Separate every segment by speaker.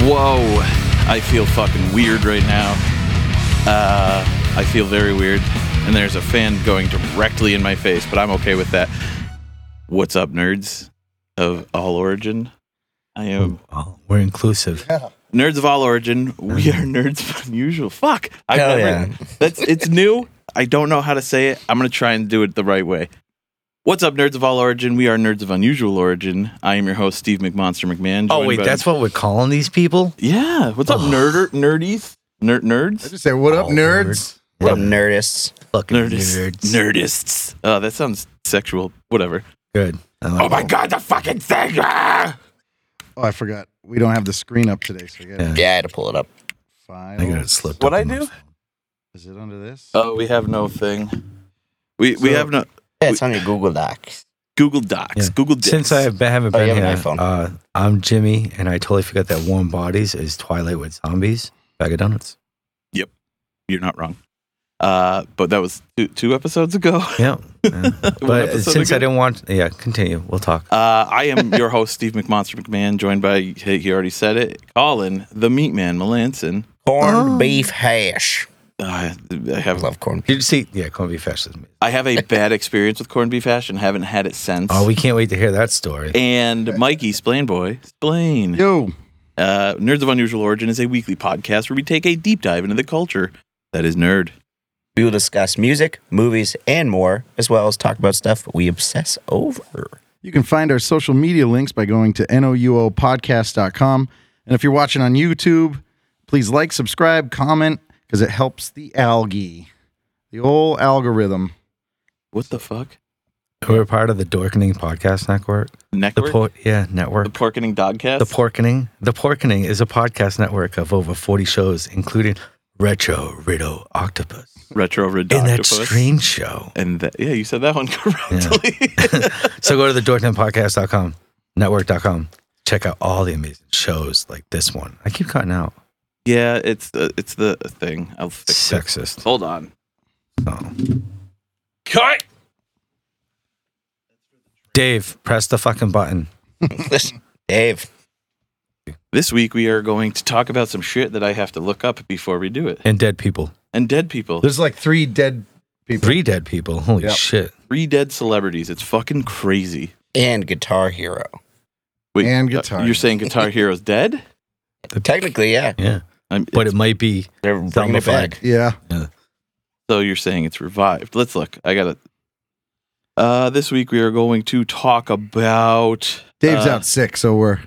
Speaker 1: Whoa. I feel fucking weird right now. Uh, I feel very weird. And there's a fan going directly in my face, but I'm okay with that. What's up, nerds of all origin? I am
Speaker 2: Oh, we're inclusive. Mm.
Speaker 1: nerds of all origin. We are nerds of unusual. Fuck. I
Speaker 2: Hell yeah.
Speaker 1: That's it's new. I don't know how to say it. I'm gonna try and do it the right way. What's up, nerds of all origin? We are nerds of unusual origin. I am your host, Steve McMonster McMahon.
Speaker 2: Oh
Speaker 1: joined
Speaker 2: wait,
Speaker 1: by-
Speaker 2: that's what we're calling these people.
Speaker 1: yeah. What's up,
Speaker 2: Ugh.
Speaker 1: nerder nerdies? Nerd nerds.
Speaker 3: I just say, what up,
Speaker 2: Oh,
Speaker 3: nerds?
Speaker 4: What up, nerdists?
Speaker 2: Fucking
Speaker 1: Nerdists.
Speaker 2: nerds.
Speaker 1: Nerdists. Oh, that sounds sexual. Whatever.
Speaker 2: Good. I like
Speaker 1: Oh my
Speaker 2: it.
Speaker 1: god, the fucking thing! Ah!
Speaker 3: Oh, I forgot. We don't have the screen up today, so we got
Speaker 2: Yeah.
Speaker 4: Yeah, I had to pull it up.
Speaker 3: file.
Speaker 2: I got it slipped.
Speaker 1: What'd
Speaker 2: up
Speaker 1: I
Speaker 2: on my
Speaker 1: do?
Speaker 2: phone.
Speaker 3: Is it under this?
Speaker 1: Oh, we have no thing. We we
Speaker 3: So-
Speaker 1: have no
Speaker 4: Yeah, it's on your Google Doc.
Speaker 1: Google Docs.
Speaker 2: Yeah.
Speaker 1: Google Docs.
Speaker 2: Since I have been, haven't
Speaker 4: Oh, you
Speaker 2: been
Speaker 4: have
Speaker 2: here,
Speaker 4: an iPhone.
Speaker 2: uh, I'm Jimmy, and I totally forgot that Warm Bodies is Twilight with Zombies. Bag of donuts.
Speaker 1: you're not wrong. Uh, but that was two, two episodes ago.
Speaker 2: Yeah. yeah.
Speaker 1: One
Speaker 2: but
Speaker 1: episode
Speaker 2: since I
Speaker 1: ago.
Speaker 2: didn't want, yeah, continue. We'll talk.
Speaker 1: Uh, I am your host, Steve McMonster McMahon, joined by, he he already said it, Colin, the meat man, Melanson.
Speaker 4: Corned
Speaker 2: Oh.
Speaker 4: beef hash.
Speaker 1: Uh, I
Speaker 4: I
Speaker 1: have
Speaker 4: love corned beef.
Speaker 2: Did you see? Yeah, corned beef hash is amazing.
Speaker 1: I have a bad experience with corned beef hash and haven't had it since.
Speaker 2: Oh, we can't wait to hear that story.
Speaker 1: and Mikey, Splain Boy, Splain.
Speaker 3: Yo,
Speaker 1: Uh, Nerds of Unusual Origin is a weekly podcast where we take a deep dive into the culture that is nerd.
Speaker 4: We will discuss music, movies, and more, as well as talk about stuff we obsess over.
Speaker 3: you can find our social media links by going to nouopodcast.com. And if you're watching on YouTube, please like, subscribe, comment, because it helps the algae, the old algorithm.
Speaker 1: What the fuck?
Speaker 2: We're part of the Dorkening Podcast Network. The
Speaker 1: Network?
Speaker 2: por- yeah, network.
Speaker 1: The Porkening Dogcast?
Speaker 2: The Porkening. The Porkening is a podcast network of over 40 shows, including Retro Riddle Octopus.
Speaker 1: Retro Red
Speaker 2: And that
Speaker 1: Octopus.
Speaker 2: strange show.
Speaker 1: And that, yeah, you said that one correctly.
Speaker 2: so go to the dorkningpodcast.com, network.com. Check out all the amazing shows like this one. I keep cutting out.
Speaker 1: yeah, it's the, it's the thing. I'll fix it.
Speaker 2: Sexist.
Speaker 1: Hold on.
Speaker 2: Oh.
Speaker 1: Cut.
Speaker 2: Dave, press the fucking button.
Speaker 4: Dave,
Speaker 1: This week we are going to talk about some shit that I have to look up before we do it.
Speaker 2: And dead people.
Speaker 1: And dead people.
Speaker 3: There's like three dead people.
Speaker 2: Three dead people. Holy
Speaker 3: Yep.
Speaker 2: shit.
Speaker 1: Three dead celebrities. It's fucking crazy.
Speaker 4: and Guitar Hero.
Speaker 1: Wait,
Speaker 3: And
Speaker 1: uh,
Speaker 3: Guitar
Speaker 1: You're saying Guitar Hero's dead?
Speaker 4: Technically, yeah.
Speaker 2: Yeah.
Speaker 1: I'm,
Speaker 2: But it might be
Speaker 4: They're bringing it
Speaker 2: zombified.
Speaker 4: back.
Speaker 3: Yeah.
Speaker 1: so you're saying it's revived. Let's look. I got to Uh, this week we are going to talk about.
Speaker 3: Dave's
Speaker 1: uh,
Speaker 3: out sick, so we're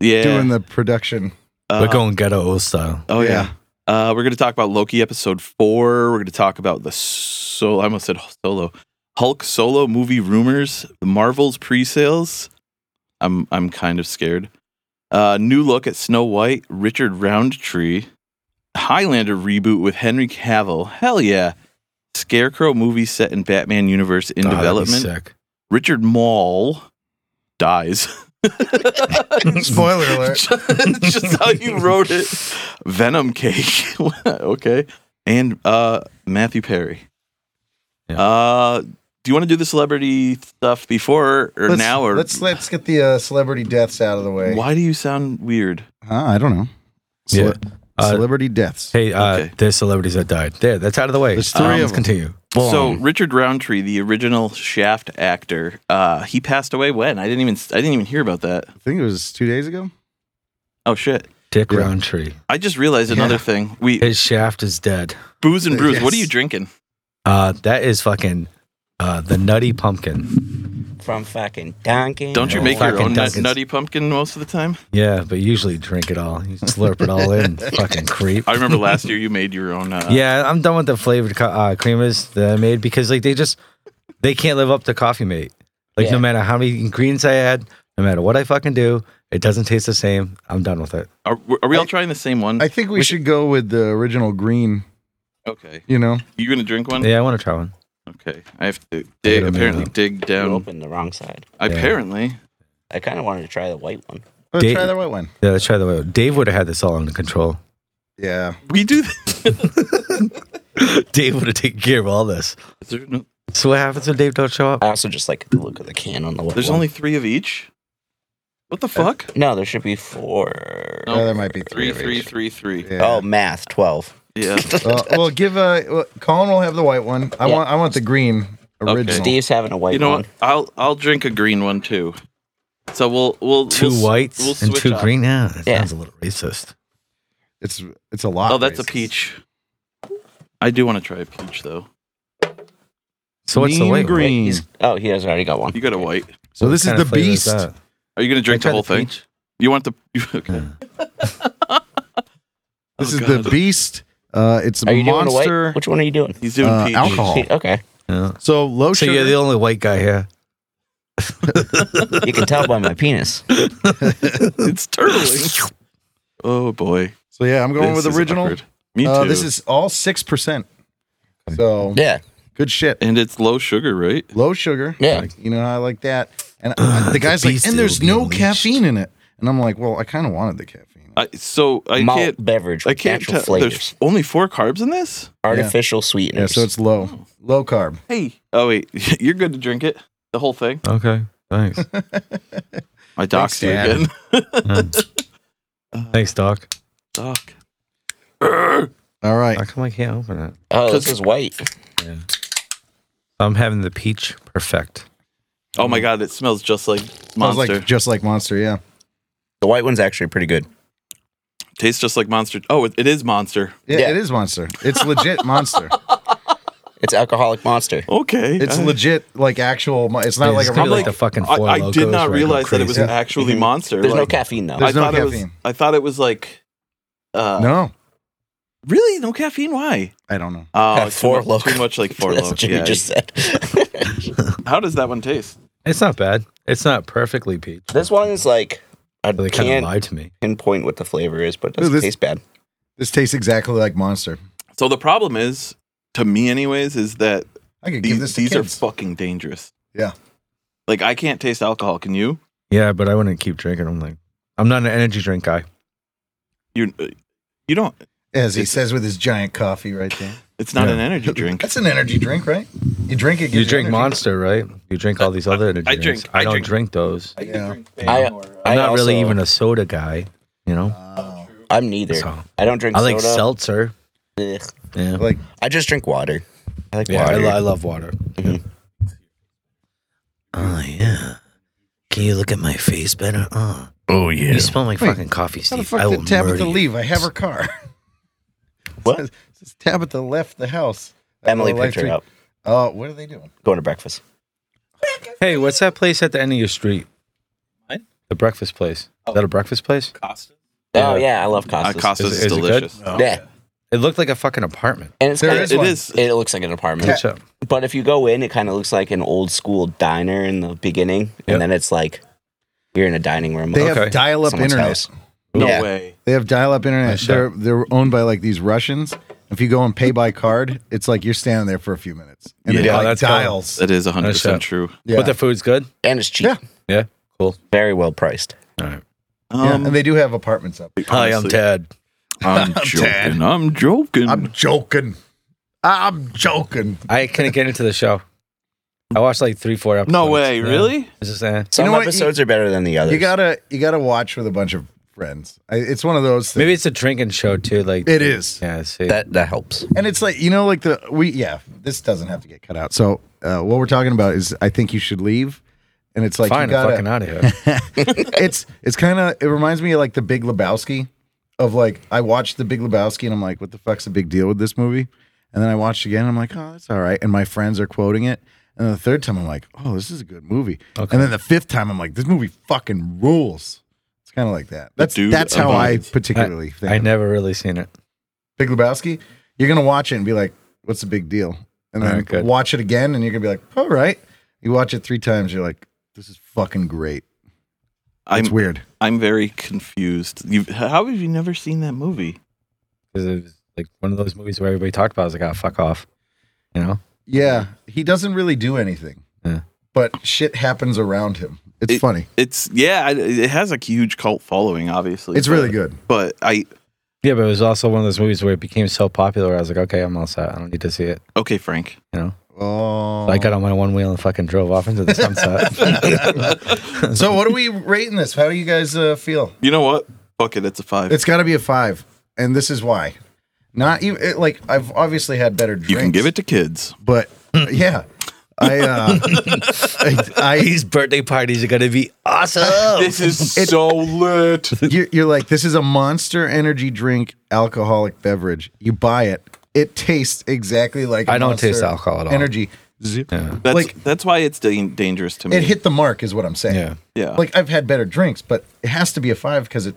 Speaker 1: Yeah.
Speaker 3: doing the production.
Speaker 1: uh,
Speaker 3: Uh-huh.
Speaker 2: We're going ghetto old style.
Speaker 1: Oh yeah. Uh, we're going to talk about Loki episode four. We're going to talk about the so I almost said solo Hulk solo movie rumors, the Marvel's pre-sales. I'm I'm kind of scared. Uh, new look at Snow White, Richard Roundtree, Highlander reboot with Henry Cavill. Hell yeah. Scarecrow movie set in Batman universe in
Speaker 2: Oh, that'd be
Speaker 1: development.
Speaker 2: sick.
Speaker 1: Richard Mall dies.
Speaker 3: Spoiler alert.
Speaker 1: just, just how you wrote it. Venom cake. okay. And uh, Matthew Perry.
Speaker 2: Yeah.
Speaker 1: Uh, do you want to do the celebrity stuff before or
Speaker 3: Let's-
Speaker 1: now? Or
Speaker 3: let's let's get the uh, celebrity deaths out of the way.
Speaker 1: why do you sound weird?
Speaker 3: Huh, I don't know.
Speaker 2: Yeah.
Speaker 3: Cele-
Speaker 2: Uh,
Speaker 3: celebrity deaths.
Speaker 2: Hey, um, uh,
Speaker 1: Okay.
Speaker 2: there's celebrities that died. There, that's out of the way.
Speaker 3: There's three of
Speaker 2: let's
Speaker 3: them.
Speaker 2: continue.
Speaker 1: So
Speaker 2: Boom.
Speaker 1: Richard Roundtree, the original Shaft actor, uh, he passed away when? I didn't even I didn't even hear about that.
Speaker 3: I think it was two days ago.
Speaker 1: Oh shit!
Speaker 2: Dick
Speaker 3: yeah.
Speaker 2: Roundtree.
Speaker 1: I just realized another
Speaker 3: Yeah.
Speaker 1: thing. We
Speaker 2: His shaft is dead.
Speaker 1: booze and brews. What are
Speaker 3: Yes.
Speaker 1: you drinking?
Speaker 2: Uh, that is fucking uh, the Nutty Pumpkin.
Speaker 4: From fucking Dunkin'.
Speaker 1: Don't you
Speaker 2: Oh,
Speaker 1: make your
Speaker 2: fucking
Speaker 1: own nut,
Speaker 2: Dunkin's.
Speaker 1: nutty pumpkin most of the time?
Speaker 2: Yeah, but usually drink it all. You slurp it all in. fucking creep.
Speaker 1: I remember last year you made your own. Uh,
Speaker 2: Yeah, I'm done with the flavored co- uh, creamers that I made because like they just they can't live up to Coffee Mate. Like
Speaker 4: Yeah.
Speaker 2: no matter how many ingredients I add, no matter what I fucking do, it doesn't taste the same. I'm done with it.
Speaker 1: Are, are we all trying the same one?
Speaker 3: I think we should go with the original green.
Speaker 1: okay.
Speaker 3: You know,
Speaker 1: You gonna drink one?
Speaker 2: Yeah, I want to try one.
Speaker 1: Okay. I have to dig,
Speaker 2: a minute
Speaker 1: apparently
Speaker 2: up.
Speaker 1: dig
Speaker 4: You
Speaker 1: down.
Speaker 4: opened the wrong side.
Speaker 1: Apparently.
Speaker 4: I kind of wanted to try the white one.
Speaker 3: let's
Speaker 2: Dave-
Speaker 3: try the white one.
Speaker 2: Yeah, let's try the way. Dave would have had this all under control.
Speaker 3: Yeah,
Speaker 1: We do th-
Speaker 2: Dave would have taken care of all this.
Speaker 1: Is there no-
Speaker 2: So what happens when Dave don't show up?
Speaker 4: I also just like the look of the can on the white
Speaker 1: There's
Speaker 4: one.
Speaker 1: only three of each. What the fuck?
Speaker 4: No, there should be four.
Speaker 1: No.
Speaker 3: Yeah, there might be
Speaker 1: Three,
Speaker 3: three. of
Speaker 1: three,
Speaker 3: each.
Speaker 1: three, three.
Speaker 3: Yeah.
Speaker 4: Oh, math twelve.
Speaker 1: Yeah.
Speaker 3: well, well, give uh, well, Colin will have the white one. I
Speaker 4: Yeah.
Speaker 3: want I want the green original.
Speaker 4: Steve's having a white
Speaker 1: You know
Speaker 4: one.
Speaker 1: what? I'll I'll drink a green one too. So we'll we'll
Speaker 2: 2
Speaker 1: we'll s-
Speaker 2: whites
Speaker 1: we'll
Speaker 2: and
Speaker 1: switch
Speaker 2: two
Speaker 1: up.
Speaker 2: green. Yeah, that
Speaker 4: Yeah.
Speaker 2: sounds a little racist.
Speaker 3: It's it's a lot.
Speaker 1: Oh, that's a
Speaker 3: racist.
Speaker 1: peach. I do want to try a peach though.
Speaker 2: So what's the
Speaker 3: Mean
Speaker 2: white? one?
Speaker 3: green.
Speaker 4: He's, oh, he has already got one.
Speaker 1: You got a white.
Speaker 3: So
Speaker 2: What
Speaker 3: this is
Speaker 2: kind of
Speaker 3: the
Speaker 2: flavor
Speaker 3: beast.
Speaker 2: that?
Speaker 1: Are you gonna drink
Speaker 2: Can I
Speaker 1: the
Speaker 2: try
Speaker 1: whole thing?
Speaker 2: peach?
Speaker 1: You want the? oh, Okay.
Speaker 2: Yeah.
Speaker 3: This
Speaker 1: Oh,
Speaker 3: is
Speaker 1: God.
Speaker 3: the beast. Uh, it's a
Speaker 4: Are you doing a
Speaker 3: monster.
Speaker 4: white? Which one are you doing?
Speaker 1: He's doing
Speaker 3: Uh,
Speaker 1: peach.
Speaker 3: alcohol.
Speaker 4: See, Okay,
Speaker 1: Oh,
Speaker 2: Yeah.
Speaker 3: So low
Speaker 2: So
Speaker 3: sugar.
Speaker 2: you're the only white guy here.
Speaker 4: you can tell by my penis.
Speaker 1: It's turtling. oh boy.
Speaker 3: so yeah, I'm going
Speaker 1: This
Speaker 3: with
Speaker 1: is
Speaker 3: original.
Speaker 1: awkward. Me too.
Speaker 3: Uh, this is all six percent. So
Speaker 4: Yeah,
Speaker 3: good shit.
Speaker 1: and it's low sugar, right?
Speaker 3: Low sugar.
Speaker 4: Yeah.
Speaker 3: Like, you know I like that. And uh, the
Speaker 2: the
Speaker 3: guy's like,
Speaker 2: beast
Speaker 3: and
Speaker 2: that
Speaker 3: there's
Speaker 2: will be
Speaker 3: no
Speaker 2: unleashed."
Speaker 3: caffeine in it. And I'm like, well, I kind of wanted the caffeine.
Speaker 1: I, so I
Speaker 4: malt
Speaker 1: can't.
Speaker 4: beverage with
Speaker 1: I can't
Speaker 4: natural
Speaker 1: tell.
Speaker 4: flavors,
Speaker 1: There's only four carbs in this.
Speaker 4: artificial
Speaker 3: yeah,
Speaker 4: sweeteners.
Speaker 3: so it's low, low carb.
Speaker 1: Hey. Oh wait, you're good to drink it. The whole thing.
Speaker 2: Okay. Thanks.
Speaker 1: I doxed you
Speaker 3: Dad.
Speaker 1: again.
Speaker 2: Yeah. Thanks, Doc.
Speaker 1: Doc.
Speaker 3: All right.
Speaker 2: How come I can't open it?
Speaker 4: oh, this is white.
Speaker 2: I'm having the peach perfect.
Speaker 1: Oh my god, it smells just like
Speaker 3: Smells
Speaker 1: monster.
Speaker 3: like just like monster. Yeah.
Speaker 4: The white one's actually pretty good.
Speaker 1: Tastes just like monster. Oh, it, it is monster.
Speaker 3: yeah.
Speaker 4: Yeah.
Speaker 3: It is monster. It's legit monster.
Speaker 4: It's alcoholic monster.
Speaker 1: Okay.
Speaker 3: It's
Speaker 1: I-
Speaker 3: legit like actual. Mo- it's not
Speaker 2: It's
Speaker 3: like a
Speaker 2: gonna be
Speaker 3: real-
Speaker 2: like the fucking
Speaker 1: I,
Speaker 2: four
Speaker 1: I did not
Speaker 2: locos where I go
Speaker 1: realize that it was
Speaker 2: crazy.
Speaker 1: actually
Speaker 4: Mhm.
Speaker 1: monster.
Speaker 4: There's no
Speaker 1: like,
Speaker 4: caffeine though.
Speaker 3: Mm-hmm. There's
Speaker 1: I
Speaker 3: no
Speaker 1: thought it was.
Speaker 3: caffeine.
Speaker 1: I thought it was like. Uh,
Speaker 3: no.
Speaker 1: Really? No caffeine? Why?
Speaker 3: I don't know.
Speaker 1: Oh,
Speaker 4: Have
Speaker 1: it's
Speaker 4: Four
Speaker 1: too, much, too
Speaker 4: Loko.
Speaker 1: much like four
Speaker 4: That's
Speaker 1: low.
Speaker 4: what Jimmy
Speaker 1: Yeah.
Speaker 4: just said.
Speaker 1: How does that one taste?
Speaker 2: It's not bad. It's not perfectly peach.
Speaker 4: this one is like I
Speaker 2: But they kind of
Speaker 4: can't
Speaker 2: lied to me.
Speaker 4: pinpoint what the flavor is, but it doesn't
Speaker 3: Ooh, this-
Speaker 4: taste bad.
Speaker 3: This tastes exactly like monster.
Speaker 1: So the problem is, to me, anyways, is that
Speaker 3: I could give
Speaker 1: these,
Speaker 3: this to
Speaker 1: these are
Speaker 3: kids.
Speaker 1: fucking dangerous.
Speaker 3: Yeah.
Speaker 1: Like I can't taste alcohol. Can you?
Speaker 2: Yeah, but I wouldn't keep drinking. I'm like, I'm not an energy drink guy.
Speaker 1: You. uh, You don't.
Speaker 3: As he
Speaker 1: It's-
Speaker 3: says with his giant coffee right there.
Speaker 1: It's not
Speaker 2: Yeah.
Speaker 1: an energy drink.
Speaker 3: That's an energy drink, right? You drink it. gives
Speaker 2: You drink
Speaker 3: energy.
Speaker 2: Monster, right? You drink all these other energy
Speaker 1: I
Speaker 2: drinks.
Speaker 1: drink-
Speaker 2: I,
Speaker 1: I
Speaker 2: don't
Speaker 1: drink-
Speaker 2: drink, those.
Speaker 3: Yeah.
Speaker 4: I-
Speaker 2: I'm
Speaker 4: I
Speaker 2: not really
Speaker 4: also-
Speaker 2: even a soda guy, you know?
Speaker 3: Wow.
Speaker 4: I'm neither.
Speaker 2: So
Speaker 4: I don't drink
Speaker 2: I like
Speaker 4: soda.
Speaker 2: seltzer.
Speaker 4: Ugh.
Speaker 2: Yeah.
Speaker 3: Like
Speaker 4: I just drink water. I like
Speaker 2: Yeah, I, Mm-hmm.
Speaker 4: water.
Speaker 2: lo- I love water.
Speaker 4: Mhm.
Speaker 2: Oh yeah. Can you look at my face better? Oh,
Speaker 1: Oh yeah.
Speaker 2: you smell like
Speaker 3: Wait,
Speaker 2: fucking coffee,
Speaker 3: how the
Speaker 2: Steve. I
Speaker 3: fuck
Speaker 2: will
Speaker 3: did Tabitha
Speaker 2: murder you.
Speaker 3: leave? I have her car.
Speaker 4: What?
Speaker 3: It says Tabitha left the house.
Speaker 4: Emily
Speaker 3: Well, I
Speaker 4: picked her
Speaker 3: think-
Speaker 4: up.
Speaker 3: Oh, what are they doing?
Speaker 4: Going to breakfast.
Speaker 2: Hey, what's that place at the end of your street?
Speaker 1: Mine?
Speaker 2: The breakfast place. Is that a breakfast place?
Speaker 1: Costa.
Speaker 4: Oh yeah, I love
Speaker 1: Uh,
Speaker 4: Costas.
Speaker 1: Costa's
Speaker 2: Is
Speaker 1: is,
Speaker 2: it- is it good?
Speaker 1: delicious.
Speaker 4: Yeah,
Speaker 2: It looked like a fucking apartment.
Speaker 4: and it's
Speaker 3: There
Speaker 4: kinda-
Speaker 3: is
Speaker 1: It
Speaker 3: one.
Speaker 1: is.
Speaker 4: it looks like an apartment.
Speaker 2: What's up?
Speaker 4: But if you go in, it kind of looks like an old school diner in the beginning,
Speaker 2: Yep.
Speaker 4: and then it's like you're in a dining room.
Speaker 3: They
Speaker 4: of
Speaker 2: Okay.
Speaker 3: have dial-up
Speaker 4: someone's
Speaker 3: internet.
Speaker 4: house.
Speaker 1: No
Speaker 4: Yeah.
Speaker 1: way.
Speaker 3: They have dial-up internet.
Speaker 2: Nice shot.
Speaker 3: they're they're owned by like these Russians. If you go and pay by card, it's like you're standing there for a few minutes. And
Speaker 1: Yeah.
Speaker 3: they
Speaker 1: Oh,
Speaker 3: like
Speaker 2: that's cool.
Speaker 3: dials.
Speaker 1: That is 100%
Speaker 2: shot.
Speaker 1: true.
Speaker 3: Yeah.
Speaker 2: But the food's good.
Speaker 4: and it's cheap.
Speaker 3: Yeah.
Speaker 2: Yeah. Cool.
Speaker 4: Very well priced.
Speaker 2: All right.
Speaker 3: Yeah,
Speaker 1: Um,
Speaker 3: and they do have apartments up.
Speaker 2: Hi, I'm
Speaker 1: honestly,
Speaker 2: Ted.
Speaker 1: I'm
Speaker 3: Ted.
Speaker 1: joking. I'm joking.
Speaker 3: I'm joking. I'm joking.
Speaker 2: I couldn't get into the show. I watched like three, four episodes.
Speaker 1: no way.
Speaker 2: Yeah.
Speaker 1: Really?
Speaker 2: It's just, eh.
Speaker 4: Some
Speaker 3: know what?
Speaker 4: episodes are better than the others.
Speaker 3: You gotta you gotta watch with a bunch of friends. I, it's one of those. Things.
Speaker 2: Maybe it's a drinking show too. Like
Speaker 3: It is.
Speaker 2: Yeah. See.
Speaker 4: that. That helps.
Speaker 3: and it's like you know, like the we yeah. This doesn't have to get cut out. So uh, what we're talking about is I think you should leave. And it's like
Speaker 2: Fine.
Speaker 3: you gotta,
Speaker 2: I'm fucking out of here.
Speaker 3: it's it's kind of it reminds me of like the Big Lebowski, of like I watched the Big Lebowski and I'm like, what the fuck's the big deal with this movie? And then I watched again and I'm like, oh, that's all right. And my friends are quoting it. And then the third time I'm like, oh, this is a good movie. And then the fifth time I'm like, this movie fucking rules. It's kind of like that. That's
Speaker 1: Dude,
Speaker 3: that's how
Speaker 1: I'm-
Speaker 3: I particularly think.
Speaker 2: I never really seen it.
Speaker 3: Big Lebowski. You're gonna watch it and be like, what's the big deal? And
Speaker 2: All
Speaker 3: then
Speaker 2: right, good.
Speaker 3: watch it again and you're gonna be like, all right. You watch it three times, you're like, this is fucking great. It's
Speaker 1: I'm,
Speaker 3: weird.
Speaker 1: I'm very confused. You, how have you never seen that movie?
Speaker 2: because it was like one of those movies where everybody talked about. it. I was like, "Ah, fuck off," you know.
Speaker 3: Yeah, he doesn't really do anything.
Speaker 2: Yeah.
Speaker 3: But shit happens around him. It's
Speaker 1: It-
Speaker 3: funny.
Speaker 1: It's yeah. It, it has a huge cult following. Obviously,
Speaker 3: It's really good.
Speaker 1: But I
Speaker 2: Yeah, but it was also one of those movies where it became so popular. I was like, "Okay, I'm all set. I don't need to see it."
Speaker 1: okay, Frank.
Speaker 2: You know,
Speaker 3: Oh.
Speaker 2: So I got on my one wheel and fucking drove off into the sunset.
Speaker 3: Oh. so what are we rating this? How do you guys uh, feel?
Speaker 1: You know what? Fuck it, it's a five.
Speaker 3: It's got to be a five, and this is why. Not even it, like I've obviously had better drinks.
Speaker 1: you can give it to kids.
Speaker 3: but yeah, I, uh, I, I
Speaker 2: These birthday parties are gonna be
Speaker 3: Oh.
Speaker 2: awesome.
Speaker 1: This is so lit.
Speaker 3: you're, you're like, this is a monster energy drink, alcoholic beverage. You buy it. It tastes exactly like I
Speaker 2: I don't taste alcohol at all.
Speaker 3: Energy. Zip.
Speaker 1: That's
Speaker 3: Like-
Speaker 1: that's why it's dan- dangerous to me.
Speaker 3: It hit the mark, is what I'm saying.
Speaker 2: Yeah.
Speaker 1: yeah.
Speaker 3: Like I've had better drinks, but it has to be a five because it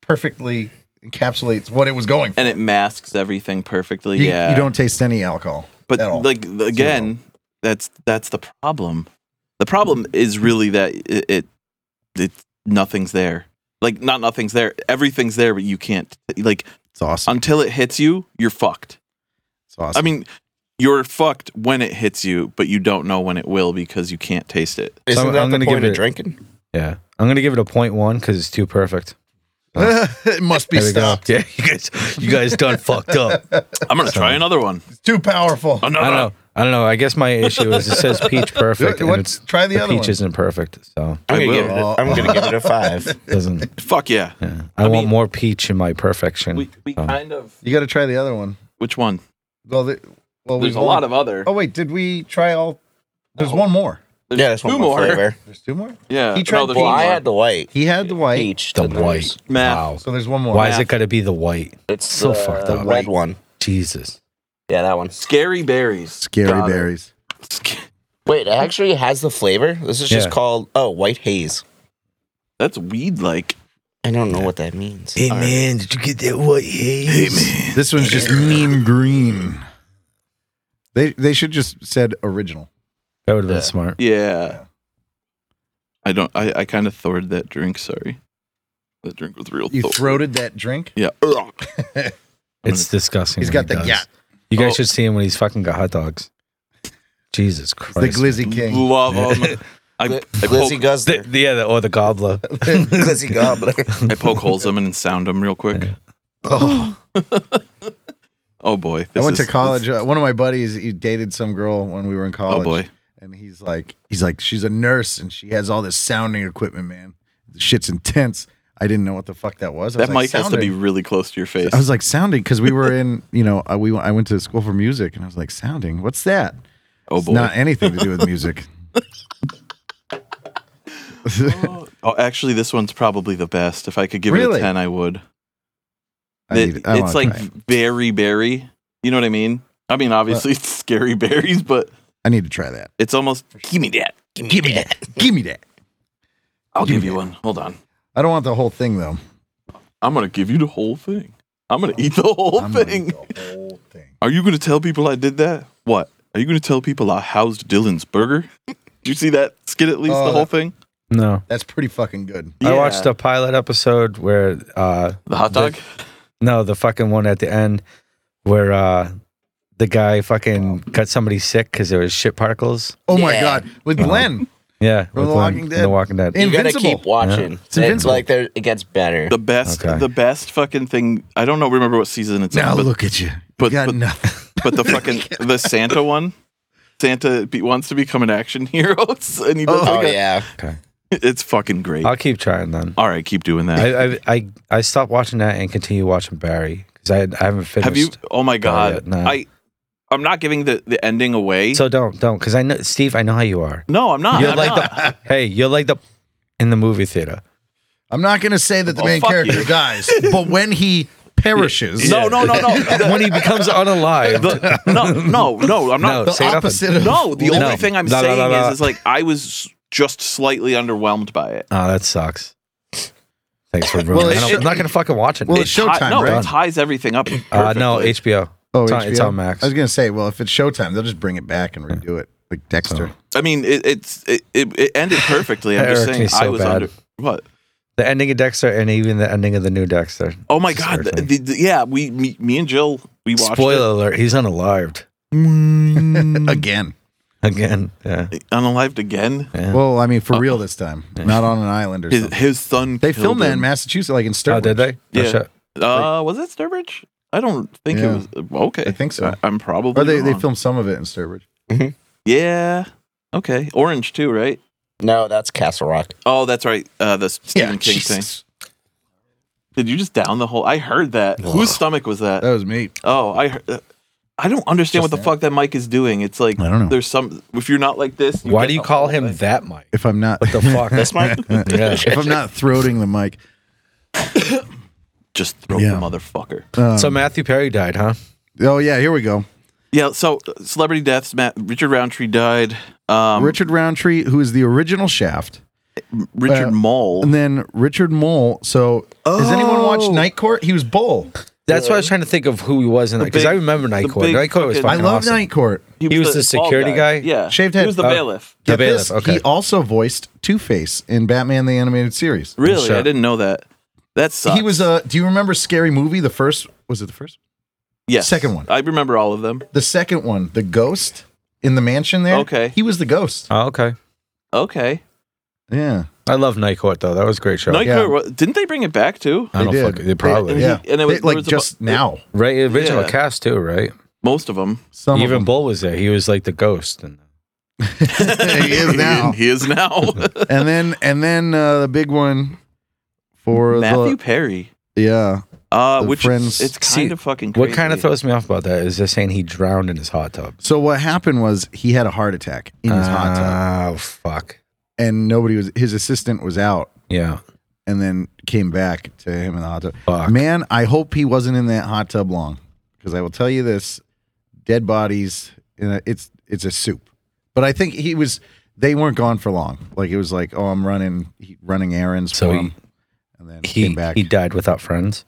Speaker 3: perfectly encapsulates what it was going. for.
Speaker 1: and it masks everything perfectly.
Speaker 3: You,
Speaker 1: yeah.
Speaker 3: you don't taste any alcohol.
Speaker 1: but
Speaker 3: at all.
Speaker 1: like th- again, that's that's the problem. The problem is really that it, it it nothing's there. Like not nothing's there. Everything's there, but you can't like
Speaker 3: It's awesome.
Speaker 1: until it hits you, you're fucked.
Speaker 3: It's awesome.
Speaker 1: I mean, you're fucked when it hits you, but you don't know when it will because you can't taste it.
Speaker 4: Isn't
Speaker 2: I'm-
Speaker 4: that
Speaker 2: I'm
Speaker 4: the
Speaker 2: gonna
Speaker 4: point
Speaker 2: give
Speaker 4: of
Speaker 2: it-
Speaker 4: drinking?
Speaker 2: Yeah. I'm gonna give it a point one because it's too perfect.
Speaker 3: it must be
Speaker 2: There we go.
Speaker 3: stopped.
Speaker 2: Yeah, you guys you guys done fucked up.
Speaker 1: I'm gonna try another one.
Speaker 3: It's too powerful.
Speaker 1: Another.
Speaker 2: I don't know. I don't know. I guess my issue is it says peach perfect. and
Speaker 3: What-
Speaker 2: it's,
Speaker 3: try the
Speaker 2: the
Speaker 3: other
Speaker 2: peach
Speaker 3: one.
Speaker 2: isn't perfect, so
Speaker 1: I
Speaker 4: I'm gonna, give it
Speaker 1: will.
Speaker 4: a, I'm gonna give it a five.
Speaker 2: it doesn't.
Speaker 1: Fuck yeah.
Speaker 2: Yeah. I, want
Speaker 1: mean-
Speaker 2: more peach in my perfection.
Speaker 1: We we
Speaker 2: so.
Speaker 1: kind of
Speaker 3: You got to try the other one.
Speaker 1: Mm. Um, which one?
Speaker 3: Well, the, well,
Speaker 1: There's
Speaker 3: we've
Speaker 1: a
Speaker 3: only-
Speaker 1: lot of other.
Speaker 3: Oh wait, did we try all? There's one more.
Speaker 1: There's
Speaker 4: yeah, that's
Speaker 1: two
Speaker 4: one more flavor.
Speaker 3: There's two more.
Speaker 1: Yeah.
Speaker 3: He
Speaker 1: no,
Speaker 3: tried
Speaker 1: there's
Speaker 4: Well,
Speaker 1: one
Speaker 4: I
Speaker 1: more.
Speaker 4: had the white.
Speaker 3: He had the white,
Speaker 4: Peach.
Speaker 2: the
Speaker 4: to
Speaker 2: white.
Speaker 1: Math.
Speaker 2: Wow.
Speaker 3: so there's one more.
Speaker 2: Why is it gotta be the white?
Speaker 4: It's
Speaker 2: So
Speaker 4: uh,
Speaker 2: fucked
Speaker 4: the
Speaker 2: up.
Speaker 4: red one.
Speaker 2: Jesus.
Speaker 4: Yeah, that one.
Speaker 1: Scary berries.
Speaker 3: Scary
Speaker 1: Got it.
Speaker 3: berries.
Speaker 1: Sc-
Speaker 4: Wait, it actually has the flavor. This is just
Speaker 2: Yeah.
Speaker 4: called oh white haze.
Speaker 1: That's weed like.
Speaker 4: I don't know what that means.
Speaker 2: Hey man, did you get that white haze?
Speaker 3: This one's just mean green. They they should just said original.
Speaker 2: That would have been smart.
Speaker 1: Yeah. I don't I, I kind of thwarted that drink, sorry. That drink was real
Speaker 3: You
Speaker 1: thought.
Speaker 3: throated that drink.
Speaker 1: Yeah. Ugh.
Speaker 2: It's disgusting.
Speaker 3: He's
Speaker 2: when
Speaker 3: got the
Speaker 2: he does.
Speaker 3: gat.
Speaker 2: You guys
Speaker 1: Oh.
Speaker 2: should see him when he's fucking got hot dogs. Jesus
Speaker 3: It's the
Speaker 2: Christ.
Speaker 3: glizzy king.
Speaker 1: Love 'em. I, I,
Speaker 4: Glizzy
Speaker 1: poke,
Speaker 4: Guzzler.
Speaker 2: The- the- yeah, the, or the gobbler.
Speaker 4: Glizzy Gobbler.
Speaker 1: I poke holes them and sound them real quick.
Speaker 3: Oh,
Speaker 1: Oh boy.
Speaker 3: I
Speaker 1: this
Speaker 3: went to
Speaker 1: is-
Speaker 3: college. Uh, one of my buddies, he dated some girl when we were in college.
Speaker 1: Oh boy.
Speaker 3: and he's like he's like she's a nurse and she has all this sounding equipment man the shit's intense i didn't know what the fuck that was I
Speaker 1: That
Speaker 3: was like,
Speaker 1: mic has to be
Speaker 3: "Sounding?"
Speaker 1: really close to your face.
Speaker 3: i was like sounding because we were in you know I, we i went to school for music and i was like sounding what's that
Speaker 1: oh
Speaker 3: it's
Speaker 1: boy.
Speaker 3: not anything to do with music
Speaker 1: oh, actually this one's probably the best. If I could give it
Speaker 3: Really?
Speaker 1: a 10, I would.
Speaker 3: I
Speaker 1: It-
Speaker 3: need- I
Speaker 1: it's
Speaker 3: wanna
Speaker 1: like
Speaker 3: try it.
Speaker 1: berry berry. You know what I mean? I mean, obviously it's scary berries, but
Speaker 3: i need to try that
Speaker 1: it's almost give me that.
Speaker 4: Give me that.
Speaker 3: give me that
Speaker 1: I'll
Speaker 3: Give
Speaker 1: give
Speaker 3: me
Speaker 1: you
Speaker 3: that.
Speaker 1: one. Hold on.
Speaker 3: i don't want the whole thing though
Speaker 1: I'm gonna give you the whole thing. I'm gonna eat the whole
Speaker 3: I'm gonna
Speaker 1: thing.
Speaker 3: eat the whole thing.
Speaker 1: Are you gonna tell people I did that? What? Are you gonna tell people I housed Dylan's burger? Did you see that skit at least
Speaker 3: Oh,
Speaker 1: the whole
Speaker 3: that-
Speaker 1: thing?
Speaker 2: No.
Speaker 3: that's pretty fucking good
Speaker 2: I
Speaker 1: Yeah.
Speaker 2: watched a pilot episode where uh
Speaker 1: the hot dog.
Speaker 2: no, the fucking one at the end where uh the guy fucking got somebody sick because there was shit particles.
Speaker 3: oh my
Speaker 4: Yeah.
Speaker 3: god with glenn
Speaker 2: Yeah,
Speaker 3: From The
Speaker 2: with one-
Speaker 3: Walking
Speaker 2: The
Speaker 3: Dead.
Speaker 2: Walking Dead.
Speaker 3: In-
Speaker 4: You gotta
Speaker 3: Invincible.
Speaker 4: keep watching.
Speaker 3: It's invincible.
Speaker 4: like there, it gets better.
Speaker 1: the best,
Speaker 2: Okay.
Speaker 1: the best fucking thing. I don't know. Remember what season it's
Speaker 3: now
Speaker 1: in, but,
Speaker 3: look at you
Speaker 1: but-
Speaker 3: you got
Speaker 1: but-
Speaker 3: nothing
Speaker 1: but the fucking the Santa one. Santa be, wants to become an action hero, and he does
Speaker 4: oh
Speaker 1: like a-
Speaker 4: yeah.
Speaker 2: Okay.
Speaker 1: It's fucking great.
Speaker 2: I'll keep trying then.
Speaker 1: All right, keep doing that.
Speaker 2: I, I I I stopped watching that and continue watching Barry because I, I haven't finished.
Speaker 1: Have you? Oh my god!
Speaker 2: yet, no.
Speaker 1: I, I'm not giving the the ending away.
Speaker 2: So don't don't because I know Steve. I know how you are.
Speaker 1: no, I'm not.
Speaker 2: You're
Speaker 1: I'm
Speaker 2: like
Speaker 1: not.
Speaker 2: the hey. You're like the in the movie theater.
Speaker 3: I'm not going to say that the
Speaker 1: Oh,
Speaker 3: main
Speaker 1: fuck
Speaker 3: character
Speaker 1: you.
Speaker 3: dies, but when he perishes,
Speaker 1: No, no, no, no.
Speaker 2: when he becomes unalive.
Speaker 1: The- no, no, no. I'm
Speaker 2: no,
Speaker 1: not.
Speaker 3: the
Speaker 2: say nothing.
Speaker 3: opposite of
Speaker 1: No, the
Speaker 3: No.
Speaker 1: only thing I'm
Speaker 2: No, no,
Speaker 1: saying
Speaker 2: no, no.
Speaker 1: is, is like I was just slightly underwhelmed by it.
Speaker 2: Oh, that sucks. Thanks for ruining.
Speaker 3: it
Speaker 2: it. I don't-
Speaker 3: should-
Speaker 2: I'm not gonna fucking watch it.
Speaker 3: Well,
Speaker 2: Nick.
Speaker 3: it's
Speaker 1: Ti-
Speaker 3: Showtime,
Speaker 1: no,
Speaker 3: right?
Speaker 1: it ties everything up.
Speaker 2: uh, no,
Speaker 1: perfectly.
Speaker 2: HBO.
Speaker 3: Oh,
Speaker 2: it's, on, it's
Speaker 3: HBO?
Speaker 2: on Max.
Speaker 3: I was gonna say, well, if it's Showtime, they'll just bring it back and redo it, like Dexter.
Speaker 2: Oh.
Speaker 1: I mean, it, it's it, it, it ended perfectly. I'm just
Speaker 2: That irked
Speaker 1: saying
Speaker 2: me so
Speaker 1: I was
Speaker 2: bad.
Speaker 1: under what.
Speaker 2: the ending of Dexter and even the ending of the new Dexter.
Speaker 1: Oh my
Speaker 2: It's
Speaker 1: god!
Speaker 2: irking.
Speaker 1: the- the- yeah, we me, me and Jill we watched Mm,
Speaker 2: Spoiler alert: He's unalived Mm.
Speaker 3: Again.
Speaker 2: again. Yeah.
Speaker 1: it unalived again.
Speaker 2: Yeah.
Speaker 3: Well, I mean, for real this time, not on an island or
Speaker 1: His
Speaker 3: something.
Speaker 1: his son.
Speaker 3: They
Speaker 1: killed
Speaker 3: filmed that in
Speaker 1: him.
Speaker 3: Massachusetts, like in Sturbridge.
Speaker 2: Oh, did they? No
Speaker 1: Yeah.
Speaker 2: shit.
Speaker 1: Uh, was it Sturbridge? I don't think it
Speaker 3: Yeah.
Speaker 1: was. uh, Okay,
Speaker 3: I think so.
Speaker 1: I, am probably.
Speaker 3: Or they, they
Speaker 1: wrong.
Speaker 3: filmed some of it in Sturbridge.
Speaker 4: Mhm.
Speaker 1: Yeah. Okay. Orange too, right?
Speaker 4: No, that's Castle Rock.
Speaker 1: Oh, that's right. Uh, the Stephen King thing. Did you just down the whole? I heard that.
Speaker 2: Whoa.
Speaker 1: Whose stomach was that?
Speaker 3: That was me.
Speaker 1: Oh, I heard. I don't understand what
Speaker 4: Just
Speaker 1: the
Speaker 4: that.
Speaker 1: fuck that mic is doing. It's like
Speaker 3: I don't know.
Speaker 1: there's some. If you're not like this,
Speaker 2: Why
Speaker 1: get
Speaker 2: do you
Speaker 1: the
Speaker 2: call
Speaker 1: whole
Speaker 2: him
Speaker 1: thing.
Speaker 2: that Mike?
Speaker 3: If I'm not,
Speaker 2: What the fuck?
Speaker 4: This Mike?
Speaker 2: yeah.
Speaker 3: if I'm not throating the mic.
Speaker 1: Just throw
Speaker 3: Yeah.
Speaker 1: the motherfucker.
Speaker 3: Um,
Speaker 2: So Matthew Perry died, huh?
Speaker 3: oh yeah, here we go.
Speaker 1: Yeah. So uh, celebrity deaths. Matt Richard Roundtree died. Um,
Speaker 3: Richard Roundtree, who is the original Shaft,
Speaker 1: Richard
Speaker 3: uh,
Speaker 1: Mole.
Speaker 3: and then Richard Mole. So, has anyone watched
Speaker 2: Oh.
Speaker 3: Night Court? He was Bull.
Speaker 2: That's why I was trying to think of who he was in that because
Speaker 1: big-
Speaker 2: I remember Night
Speaker 1: Uh, the
Speaker 2: Court.
Speaker 1: big
Speaker 2: Night Court was
Speaker 1: fucking-
Speaker 3: I
Speaker 2: fucking
Speaker 3: love
Speaker 2: awesome.
Speaker 3: Night Court.
Speaker 2: he was the
Speaker 1: bald
Speaker 2: security guy?
Speaker 1: Yeah.
Speaker 3: Shaved
Speaker 1: He
Speaker 3: head.
Speaker 1: was the
Speaker 2: Oh.
Speaker 1: bailiff.
Speaker 2: The
Speaker 3: Get this,
Speaker 2: bailiff, okay.
Speaker 3: He also voiced Two Face in Batman the Animated Series.
Speaker 1: Really?
Speaker 2: Sure.
Speaker 1: I didn't know that. That sucks.
Speaker 3: He was a. Do you remember Scary Movie? The first was it the first?
Speaker 1: yes.
Speaker 3: second one.
Speaker 1: I remember all of them.
Speaker 3: The second one, the ghost in the mansion there.
Speaker 1: Okay. Uh,
Speaker 3: he was the ghost.
Speaker 2: Oh, okay.
Speaker 1: Okay.
Speaker 3: Yeah,
Speaker 2: I love Night Court though. That was a great show.
Speaker 1: Night
Speaker 3: yeah.
Speaker 1: Court wa- didn't they bring it back too?
Speaker 2: I don't
Speaker 3: They did.
Speaker 2: fucking. They probably
Speaker 1: And
Speaker 3: yeah.
Speaker 1: he- and it was-
Speaker 3: They- like
Speaker 1: there was a bu-
Speaker 3: just now.
Speaker 2: right. Original
Speaker 1: Yeah.
Speaker 2: cast too, right?
Speaker 1: Most of them.
Speaker 3: Some of
Speaker 2: Even
Speaker 3: them.
Speaker 2: Bull was there. He was like the ghost. And
Speaker 3: he is now.
Speaker 1: he is now.
Speaker 3: and then and then uh, the big one for
Speaker 1: Matthew Perry.
Speaker 3: the yeah.
Speaker 1: Uh,
Speaker 3: The
Speaker 1: which
Speaker 3: Friends-
Speaker 1: is, it's kind
Speaker 2: See,
Speaker 1: of fucking. Crazy.
Speaker 2: what kind of throws me off about that is they're saying he drowned in his hot tub.
Speaker 3: So what happened was he had a heart attack in his hot tub,
Speaker 2: Oh fuck.
Speaker 3: and nobody was. His assistant was out,
Speaker 2: Yeah.
Speaker 3: and then came back to him in the hot tub.
Speaker 2: Fuck.
Speaker 3: Man, I hope he wasn't in that hot tub long, because I will tell you this: dead bodies, in a, it's it's a soup. But I think he was. They weren't gone for long. Like it was like, oh, I'm running he, running errands
Speaker 2: So
Speaker 3: for
Speaker 2: he-
Speaker 3: him, and then
Speaker 2: He
Speaker 3: came back.
Speaker 2: he died without friends.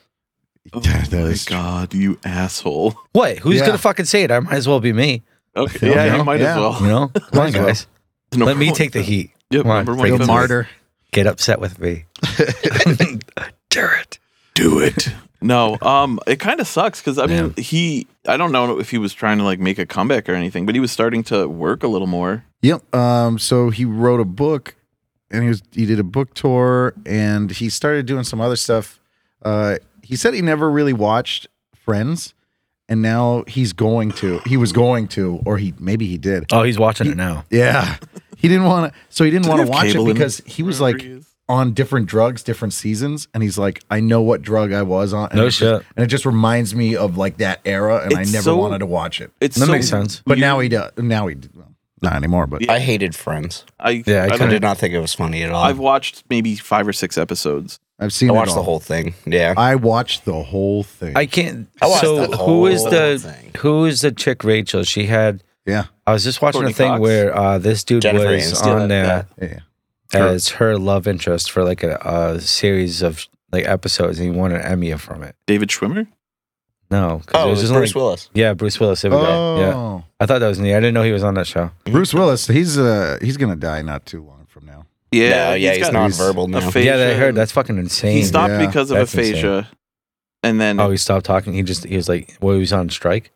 Speaker 1: Oh
Speaker 3: That
Speaker 1: my
Speaker 3: is-
Speaker 1: god, you asshole.
Speaker 2: What? Who's
Speaker 3: Yeah.
Speaker 2: gonna fucking say it? I might as well be me.
Speaker 1: Okay.
Speaker 3: don't
Speaker 1: Yeah,
Speaker 3: know.
Speaker 1: you might
Speaker 3: Yeah.
Speaker 1: as well.
Speaker 2: You know? Come on, guys.
Speaker 1: No,
Speaker 2: Let me take the heat.
Speaker 1: Yeah,
Speaker 2: Come on,
Speaker 1: remember
Speaker 2: take
Speaker 1: when
Speaker 3: You're
Speaker 2: the
Speaker 3: a
Speaker 1: you-
Speaker 3: martyr.
Speaker 2: Get upset with me. Jared.
Speaker 1: do it. No, um, it kind of sucks because I mean, he. I don't know if he was trying to like make a comeback or anything, but he was starting to work a little more.
Speaker 3: Yep. Um. So he wrote a book, and he was he did a book tour, and he started doing some other stuff. Uh, he said he never really watched Friends, and now he's going to. He was going to, or he maybe he did.
Speaker 2: Oh, he's watching it now.
Speaker 3: Yeah. He didn't want to. So he didn't
Speaker 1: Does
Speaker 3: want
Speaker 1: he
Speaker 3: to
Speaker 1: have
Speaker 3: watch it
Speaker 1: cable in
Speaker 3: because he was
Speaker 1: wherever
Speaker 3: like
Speaker 1: he is?
Speaker 3: on different drugs, different seasons, and he's like, I know what drug I was on. And
Speaker 2: No
Speaker 3: it just-
Speaker 2: shit.
Speaker 3: and it just reminds me of like that era, and I
Speaker 1: It's
Speaker 3: never
Speaker 1: so-
Speaker 3: wanted to watch it.
Speaker 1: It's
Speaker 2: That
Speaker 1: so
Speaker 2: makes sense.
Speaker 3: But
Speaker 1: weird.
Speaker 3: now he does. Now he well, not anymore. But
Speaker 4: I hated Friends.
Speaker 1: I
Speaker 2: Yeah,
Speaker 1: I,
Speaker 2: I
Speaker 4: I
Speaker 1: don't,
Speaker 4: did not think it was funny at all.
Speaker 1: I've watched maybe five or six episodes.
Speaker 3: I've seen.
Speaker 4: I
Speaker 3: it
Speaker 4: watched the
Speaker 3: all.
Speaker 4: whole thing. Yeah.
Speaker 3: I watched the whole thing.
Speaker 2: I can't.
Speaker 4: I watched
Speaker 2: so
Speaker 4: the
Speaker 2: who is
Speaker 4: whole
Speaker 2: the
Speaker 4: thing.
Speaker 2: who is the chick Rachel? She had.
Speaker 3: yeah.
Speaker 2: I was just watching
Speaker 1: Courtney
Speaker 2: a thing
Speaker 1: Cox.
Speaker 2: where uh, this dude
Speaker 4: Jennifer
Speaker 2: was
Speaker 4: Aniston.
Speaker 2: on
Speaker 1: Yeah,
Speaker 2: there
Speaker 3: Yeah.
Speaker 2: as her love interest for like a, a series of like episodes, and he won an Emmy from it.
Speaker 1: David Schwimmer.
Speaker 2: No, 'cause
Speaker 4: Oh, it was
Speaker 2: just
Speaker 4: Bruce
Speaker 2: only-
Speaker 4: Willis.
Speaker 2: Yeah, Bruce Willis. There we go. Yeah,
Speaker 3: Oh.
Speaker 2: I thought that was neat. I didn't know he was on that show.
Speaker 3: Bruce Willis. He's uh he's gonna die not too long from now.
Speaker 1: Yeah,
Speaker 4: Yeah, yeah, he's,
Speaker 1: got
Speaker 4: nonverbal now.
Speaker 1: aphasia.
Speaker 2: Yeah, that I heard. That's fucking insane.
Speaker 1: he stopped
Speaker 3: Yeah,
Speaker 1: because of
Speaker 2: that's insane.
Speaker 1: aphasia, and then
Speaker 2: Oh, he stopped talking. He just he was like, well, he was on strike.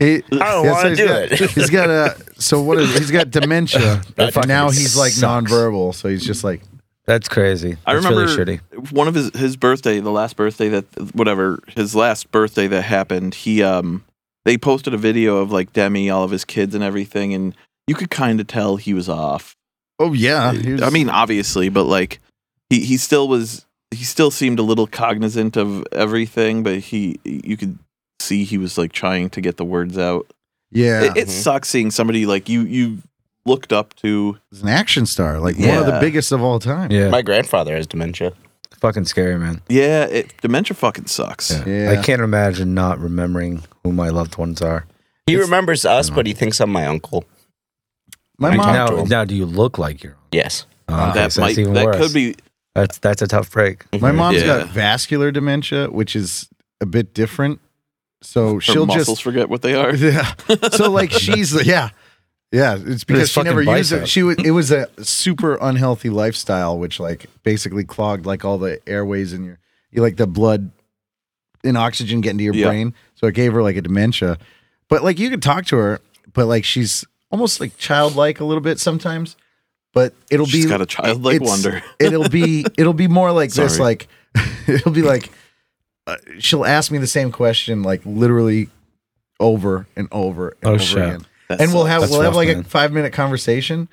Speaker 3: He,
Speaker 4: I don't
Speaker 3: Yeah,
Speaker 4: want to
Speaker 3: he's
Speaker 4: do
Speaker 3: got-
Speaker 4: it.
Speaker 3: He's got a so what is he's got dementia.
Speaker 2: That
Speaker 3: but now
Speaker 2: fucking
Speaker 3: he's like
Speaker 2: sucks.
Speaker 3: nonverbal, so he's just like
Speaker 2: That's crazy. That's
Speaker 1: I remember
Speaker 2: really shitty.
Speaker 1: one of his his birthday, the last birthday that whatever his last birthday that happened. He um they posted a video of like Demi, all of his kids and everything, and you could kind of tell he was off.
Speaker 3: Oh yeah. he was-
Speaker 1: Uh, I mean, obviously, but like he he still was he still seemed a little cognizant of everything, but he you could see he was like trying to get the words out.
Speaker 3: yeah,
Speaker 1: It,
Speaker 2: Mm-hmm.
Speaker 1: it
Speaker 4: Mhm.
Speaker 1: sucks seeing somebody like you you looked up to.
Speaker 3: he's an action star, like one of the
Speaker 1: Yeah.
Speaker 3: biggest of all time.
Speaker 2: Yeah,
Speaker 4: My grandfather has dementia.
Speaker 2: fucking scary, man.
Speaker 1: Yeah, it, dementia fucking sucks.
Speaker 3: Yeah.
Speaker 2: I can't imagine not remembering who my loved ones are.
Speaker 4: He
Speaker 3: It's-
Speaker 4: remembers us, but he thinks I'm my uncle.
Speaker 3: My
Speaker 4: I
Speaker 3: mom
Speaker 4: talked to
Speaker 2: now,
Speaker 4: him.
Speaker 2: now, do you look like your?
Speaker 4: Yes.
Speaker 2: Oh, okay,
Speaker 1: Uh, that
Speaker 2: so
Speaker 1: might
Speaker 2: that's even
Speaker 1: that
Speaker 2: worse.
Speaker 1: could be
Speaker 2: That's that's a tough break.
Speaker 3: my mom's
Speaker 1: Yeah.
Speaker 3: got vascular dementia, which is a bit different. So
Speaker 1: her
Speaker 3: she'll
Speaker 1: muscles
Speaker 3: just
Speaker 1: forget what they are.
Speaker 3: Yeah. So like she's yeah. Yeah, it's because she
Speaker 2: fucking
Speaker 3: never used it.
Speaker 2: bicep.
Speaker 3: She was it was a super unhealthy lifestyle which like basically clogged like all the airways in your you like the blood and oxygen getting to your
Speaker 1: Yeah.
Speaker 3: brain. So it gave her like a dementia. But like you could talk to her, but like she's almost like childlike a little bit sometimes. But it'll
Speaker 1: She's
Speaker 3: be
Speaker 1: got a childlike
Speaker 3: it's-
Speaker 1: wonder.
Speaker 3: it'll be it'll be more like this
Speaker 1: Sorry.
Speaker 3: like it'll be like uh, she'll ask me the same question like literally over and over and
Speaker 2: Oh,
Speaker 3: over
Speaker 2: shit.
Speaker 3: again.
Speaker 1: That's-
Speaker 3: and we'll have
Speaker 2: that's
Speaker 3: we'll have
Speaker 2: rough,
Speaker 3: like a
Speaker 2: man.
Speaker 3: five minute conversation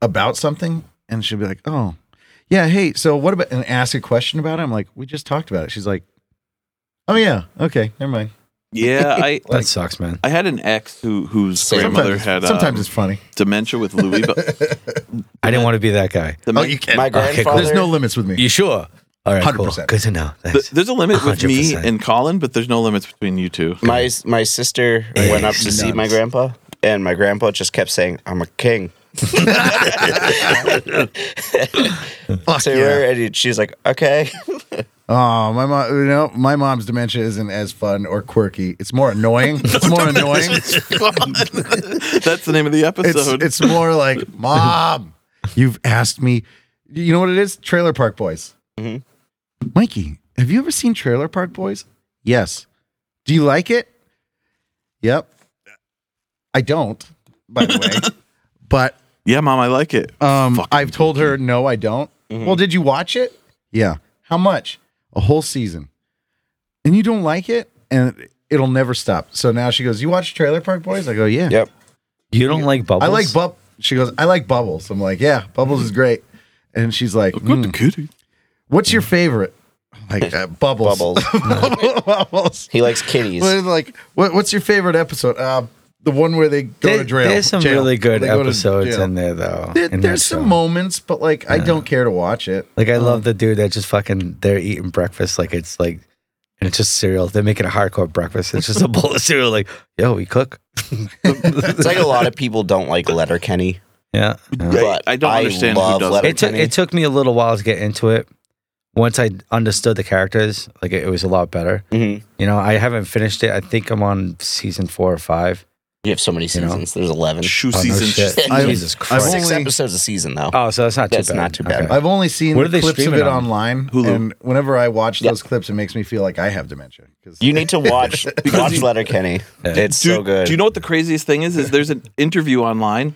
Speaker 3: about something, and she'll be like, "Oh, yeah, hey, so what about?" And ask a question about it. I'm like, "We just talked about it." She's like, "Oh yeah, okay, never mind."
Speaker 1: yeah, I
Speaker 2: that sucks, man.
Speaker 1: I had an ex who whose
Speaker 4: Same.
Speaker 1: grandmother
Speaker 3: sometimes,
Speaker 1: had uh,
Speaker 3: sometimes Oh, it's funny.
Speaker 1: dementia with Louis, but
Speaker 2: I didn't want to be that guy.
Speaker 1: the
Speaker 3: Oh, you can.
Speaker 4: My
Speaker 2: Okay, cool.
Speaker 4: grandfather.
Speaker 3: There's no limits with me.
Speaker 2: You sure? All right, cool.
Speaker 3: 100%.
Speaker 2: Good to know. Thanks.
Speaker 1: Th- there's a limit with me
Speaker 2: 100%.
Speaker 1: and Colin, but there's no limits between you two.
Speaker 4: my my sister went up to
Speaker 2: Nuts.
Speaker 4: see my grandpa, and my grandpa just kept saying, "I'm a king."
Speaker 3: Fuck
Speaker 4: to
Speaker 3: yeah.
Speaker 4: her, and she was like, "Okay."
Speaker 3: Oh, my mom. You know, my mom's dementia isn't as fun or quirky. It's more annoying. It's more annoying.
Speaker 1: That's the name of the
Speaker 3: It's
Speaker 1: episode.
Speaker 3: it's more like mom. You've asked me. You know what it is? Trailer Park Boys.
Speaker 4: Mhm.
Speaker 1: Mm-hmm.
Speaker 3: Mikey, have you ever seen Trailer Park Boys? Yes. Do you like it? Yep. I don't. By the way, but
Speaker 1: yeah, mom, I like it.
Speaker 3: um,
Speaker 1: Fucking Mm-hmm.
Speaker 3: I've told her no, I don't.
Speaker 4: Mhm.
Speaker 3: Well, did you watch it? Yeah. How much? A whole season. And you don't like it, and it'll never stop. So now she goes, "You watch Trailer Park Boys?" I go, "Yeah."
Speaker 4: Yep.
Speaker 2: you don't like bubbles? Mm.
Speaker 3: I like bub. She goes, "I like Bubbles." I'm like, "Yeah, Bubbles is great." And she's like, "Hmm,
Speaker 1: kitty.
Speaker 3: "What's your favorite?" I'm Like uh, Bubbles.
Speaker 4: Bubbles.
Speaker 3: Bubbles.
Speaker 4: He likes kitties.
Speaker 3: Well, like, what, what's your favorite episode? Uh, the one where they go to
Speaker 2: There-
Speaker 3: jail.
Speaker 2: There's some
Speaker 3: Jail.
Speaker 2: really good
Speaker 3: They go to
Speaker 2: episodes
Speaker 3: jail.
Speaker 2: in there, though.
Speaker 3: There-
Speaker 2: in that
Speaker 3: there's some Oh.
Speaker 2: show.
Speaker 3: moments, but like, I don't care to watch it.
Speaker 2: Like I love the dude that just fucking they're eating breakfast like it's like and it's just cereal. They're making a hardcore breakfast. It's just a bowl of cereal. Like yo, we cook.
Speaker 4: it's like a lot of people don't like Letter Kenny.
Speaker 2: yeah. yeah.
Speaker 1: I-
Speaker 4: But
Speaker 1: I don't understand who
Speaker 4: love
Speaker 1: does
Speaker 4: Letter
Speaker 2: It took
Speaker 4: Kenny.
Speaker 2: it took me a little while to get into it. Once I understood the characters, like it, it was a lot better.
Speaker 4: Mhm.
Speaker 2: You know, I haven't finished it. I think I'm on season four or five.
Speaker 4: You have so many
Speaker 2: know?
Speaker 4: seasons. There's eleven.
Speaker 1: Shoe
Speaker 2: Oh, no
Speaker 1: season.
Speaker 2: shit.
Speaker 4: I've-
Speaker 2: Jesus
Speaker 3: I've
Speaker 2: Christ.
Speaker 4: Six
Speaker 3: only-
Speaker 4: episodes a season, though.
Speaker 1: Uh,
Speaker 2: oh, so that's not
Speaker 4: That's
Speaker 2: too bad.
Speaker 4: not too bad.
Speaker 2: Okay.
Speaker 3: I've only seen
Speaker 2: Where do they
Speaker 3: clips of
Speaker 2: stream it
Speaker 3: it
Speaker 2: on?
Speaker 3: online,
Speaker 1: Hulu.
Speaker 3: and whenever I watch
Speaker 4: Yeah.
Speaker 3: those clips, it makes me feel like I have dementia. 'Cause-
Speaker 4: You need to watch watch Letter Kenny. It's
Speaker 1: Do,
Speaker 4: so good.
Speaker 1: do you know what the craziest thing is? Is there's an interview online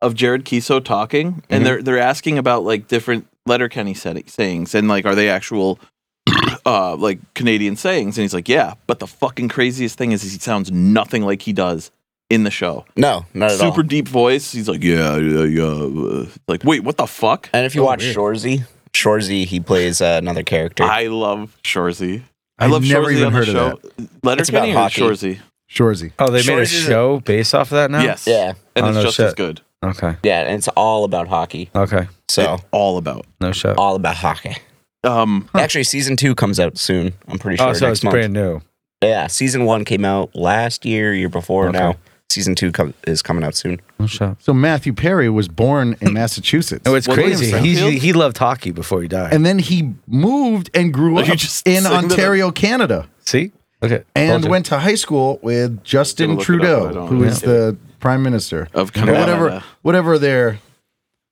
Speaker 1: of Jared Kiso talking, and they're they're asking about like different Letterkenny say- sayings, and like are they actual uh like Canadian sayings? And he's like, yeah. But the fucking craziest thing is, is he sounds nothing like he does in the show.
Speaker 4: no, not at
Speaker 1: Super
Speaker 4: all.
Speaker 1: deep voice. He's like, yeah, yeah, yeah. uh," Like, wait, what the fuck?
Speaker 4: And if you
Speaker 3: Oh,
Speaker 4: watch
Speaker 3: weird.
Speaker 4: Shorzy, Shorzy, he plays uh, another character.
Speaker 1: I love Shorzy. I
Speaker 3: I've
Speaker 1: love
Speaker 3: never
Speaker 1: Shorzy
Speaker 3: even
Speaker 1: on the
Speaker 3: heard of
Speaker 1: show.
Speaker 4: It's about
Speaker 1: Letterkenny or
Speaker 4: hockey.
Speaker 1: Shorzy?
Speaker 3: Shorzy.
Speaker 2: Oh, they made a
Speaker 4: Shores is a-
Speaker 2: show based off of that now.
Speaker 1: Yes.
Speaker 4: yeah,
Speaker 1: And
Speaker 2: Oh,
Speaker 1: it's
Speaker 2: no
Speaker 1: just as
Speaker 2: shit.
Speaker 1: good.
Speaker 2: Okay.
Speaker 4: yeah, and it's all about hockey.
Speaker 2: Okay.
Speaker 4: So
Speaker 1: It's all about.
Speaker 2: No shit.
Speaker 4: all about hockey.
Speaker 1: Um,
Speaker 4: Actually, season two comes out soon. I'm pretty sure
Speaker 2: Oh, so
Speaker 4: next
Speaker 2: it's
Speaker 4: month.
Speaker 2: brand new.
Speaker 4: Yeah, season one came out last year, year before.
Speaker 2: Okay.
Speaker 4: Now season two com- is coming out soon.
Speaker 2: No shit.
Speaker 3: So Matthew Perry was born in Massachusetts.
Speaker 2: No, it's
Speaker 1: Well,
Speaker 2: crazy.
Speaker 1: Williamson.
Speaker 2: He he loved hockey before he died.
Speaker 3: and then he moved and grew
Speaker 1: Are
Speaker 3: up
Speaker 1: you just
Speaker 3: in
Speaker 1: saying that-
Speaker 3: Ontario, Canada,
Speaker 2: See, okay,
Speaker 3: and went to high school with Justin
Speaker 1: Gonna look it up, but I
Speaker 3: Trudeau,
Speaker 1: don't
Speaker 3: who is
Speaker 1: remember.
Speaker 3: the prime minister
Speaker 1: of uh,
Speaker 3: or
Speaker 1: Canada.
Speaker 3: whatever whatever their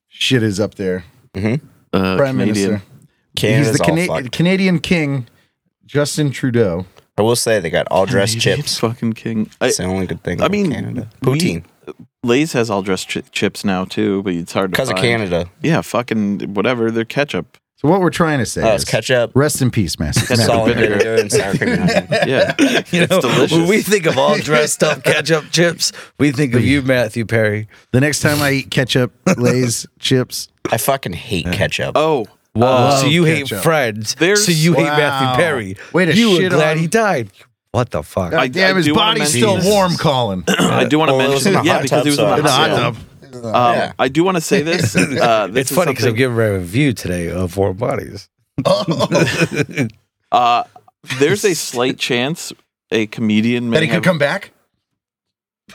Speaker 3: shit is up there.
Speaker 1: Uh,
Speaker 3: Prime
Speaker 1: Canadian.
Speaker 3: minister.
Speaker 4: Canada's
Speaker 3: He's the
Speaker 4: all
Speaker 3: Cana-
Speaker 4: fucked.
Speaker 3: Canadian king, Justin Trudeau.
Speaker 4: I will say they got all dressed
Speaker 1: Canadian
Speaker 4: chips.
Speaker 1: Fucking king. I,
Speaker 4: It's the only good thing.
Speaker 1: I
Speaker 4: about
Speaker 1: mean,
Speaker 4: Canada
Speaker 1: we-
Speaker 4: poutine
Speaker 1: Lay's has all dressed chi- chips now too, but it's hard to
Speaker 4: because of
Speaker 1: find.
Speaker 4: Canada.
Speaker 1: Yeah, fucking whatever. They're ketchup.
Speaker 3: So what we're trying to say
Speaker 4: Oh,
Speaker 3: is
Speaker 4: it's ketchup.
Speaker 3: rest in peace, Matthew.
Speaker 4: That's all
Speaker 1: Matthew
Speaker 4: they're doing. Sour cream and onion.
Speaker 1: Yeah,
Speaker 2: You
Speaker 1: it's
Speaker 2: know,
Speaker 1: delicious.
Speaker 2: When we think of all dressed up ketchup chips, we think of you, Matthew Perry.
Speaker 3: The next time I eat ketchup, Lay's, chips,
Speaker 4: I fucking hate ketchup.
Speaker 1: oh,
Speaker 2: Whoa! so you hate
Speaker 3: ketchup.
Speaker 2: Friends?
Speaker 1: There's-
Speaker 2: so you hate
Speaker 3: Wow.
Speaker 2: Matthew Perry?
Speaker 3: Way to
Speaker 2: you were
Speaker 3: shit
Speaker 2: glad
Speaker 3: on-
Speaker 2: he died. What the fuck?
Speaker 1: I-
Speaker 3: God damn,
Speaker 1: I
Speaker 3: his
Speaker 1: do wanna
Speaker 3: body's
Speaker 1: mention-
Speaker 3: still
Speaker 1: Jesus.
Speaker 3: warm, Colin.
Speaker 1: I do want to
Speaker 4: Well, it was
Speaker 1: mention.
Speaker 4: in the
Speaker 1: Yeah,
Speaker 4: hot
Speaker 1: because
Speaker 4: tub,
Speaker 1: he was
Speaker 4: so
Speaker 1: in
Speaker 4: I
Speaker 1: the
Speaker 3: In the hot
Speaker 1: hot tub.
Speaker 3: tub.
Speaker 1: Um,
Speaker 4: Yeah.
Speaker 1: I do want to say this. Uh, this
Speaker 2: it's
Speaker 1: is
Speaker 2: funny because I'm
Speaker 1: something-
Speaker 2: giving a review today of Four Bodies.
Speaker 1: Uh, there's a slight chance a comedian may
Speaker 3: That he
Speaker 1: have,
Speaker 3: could come back?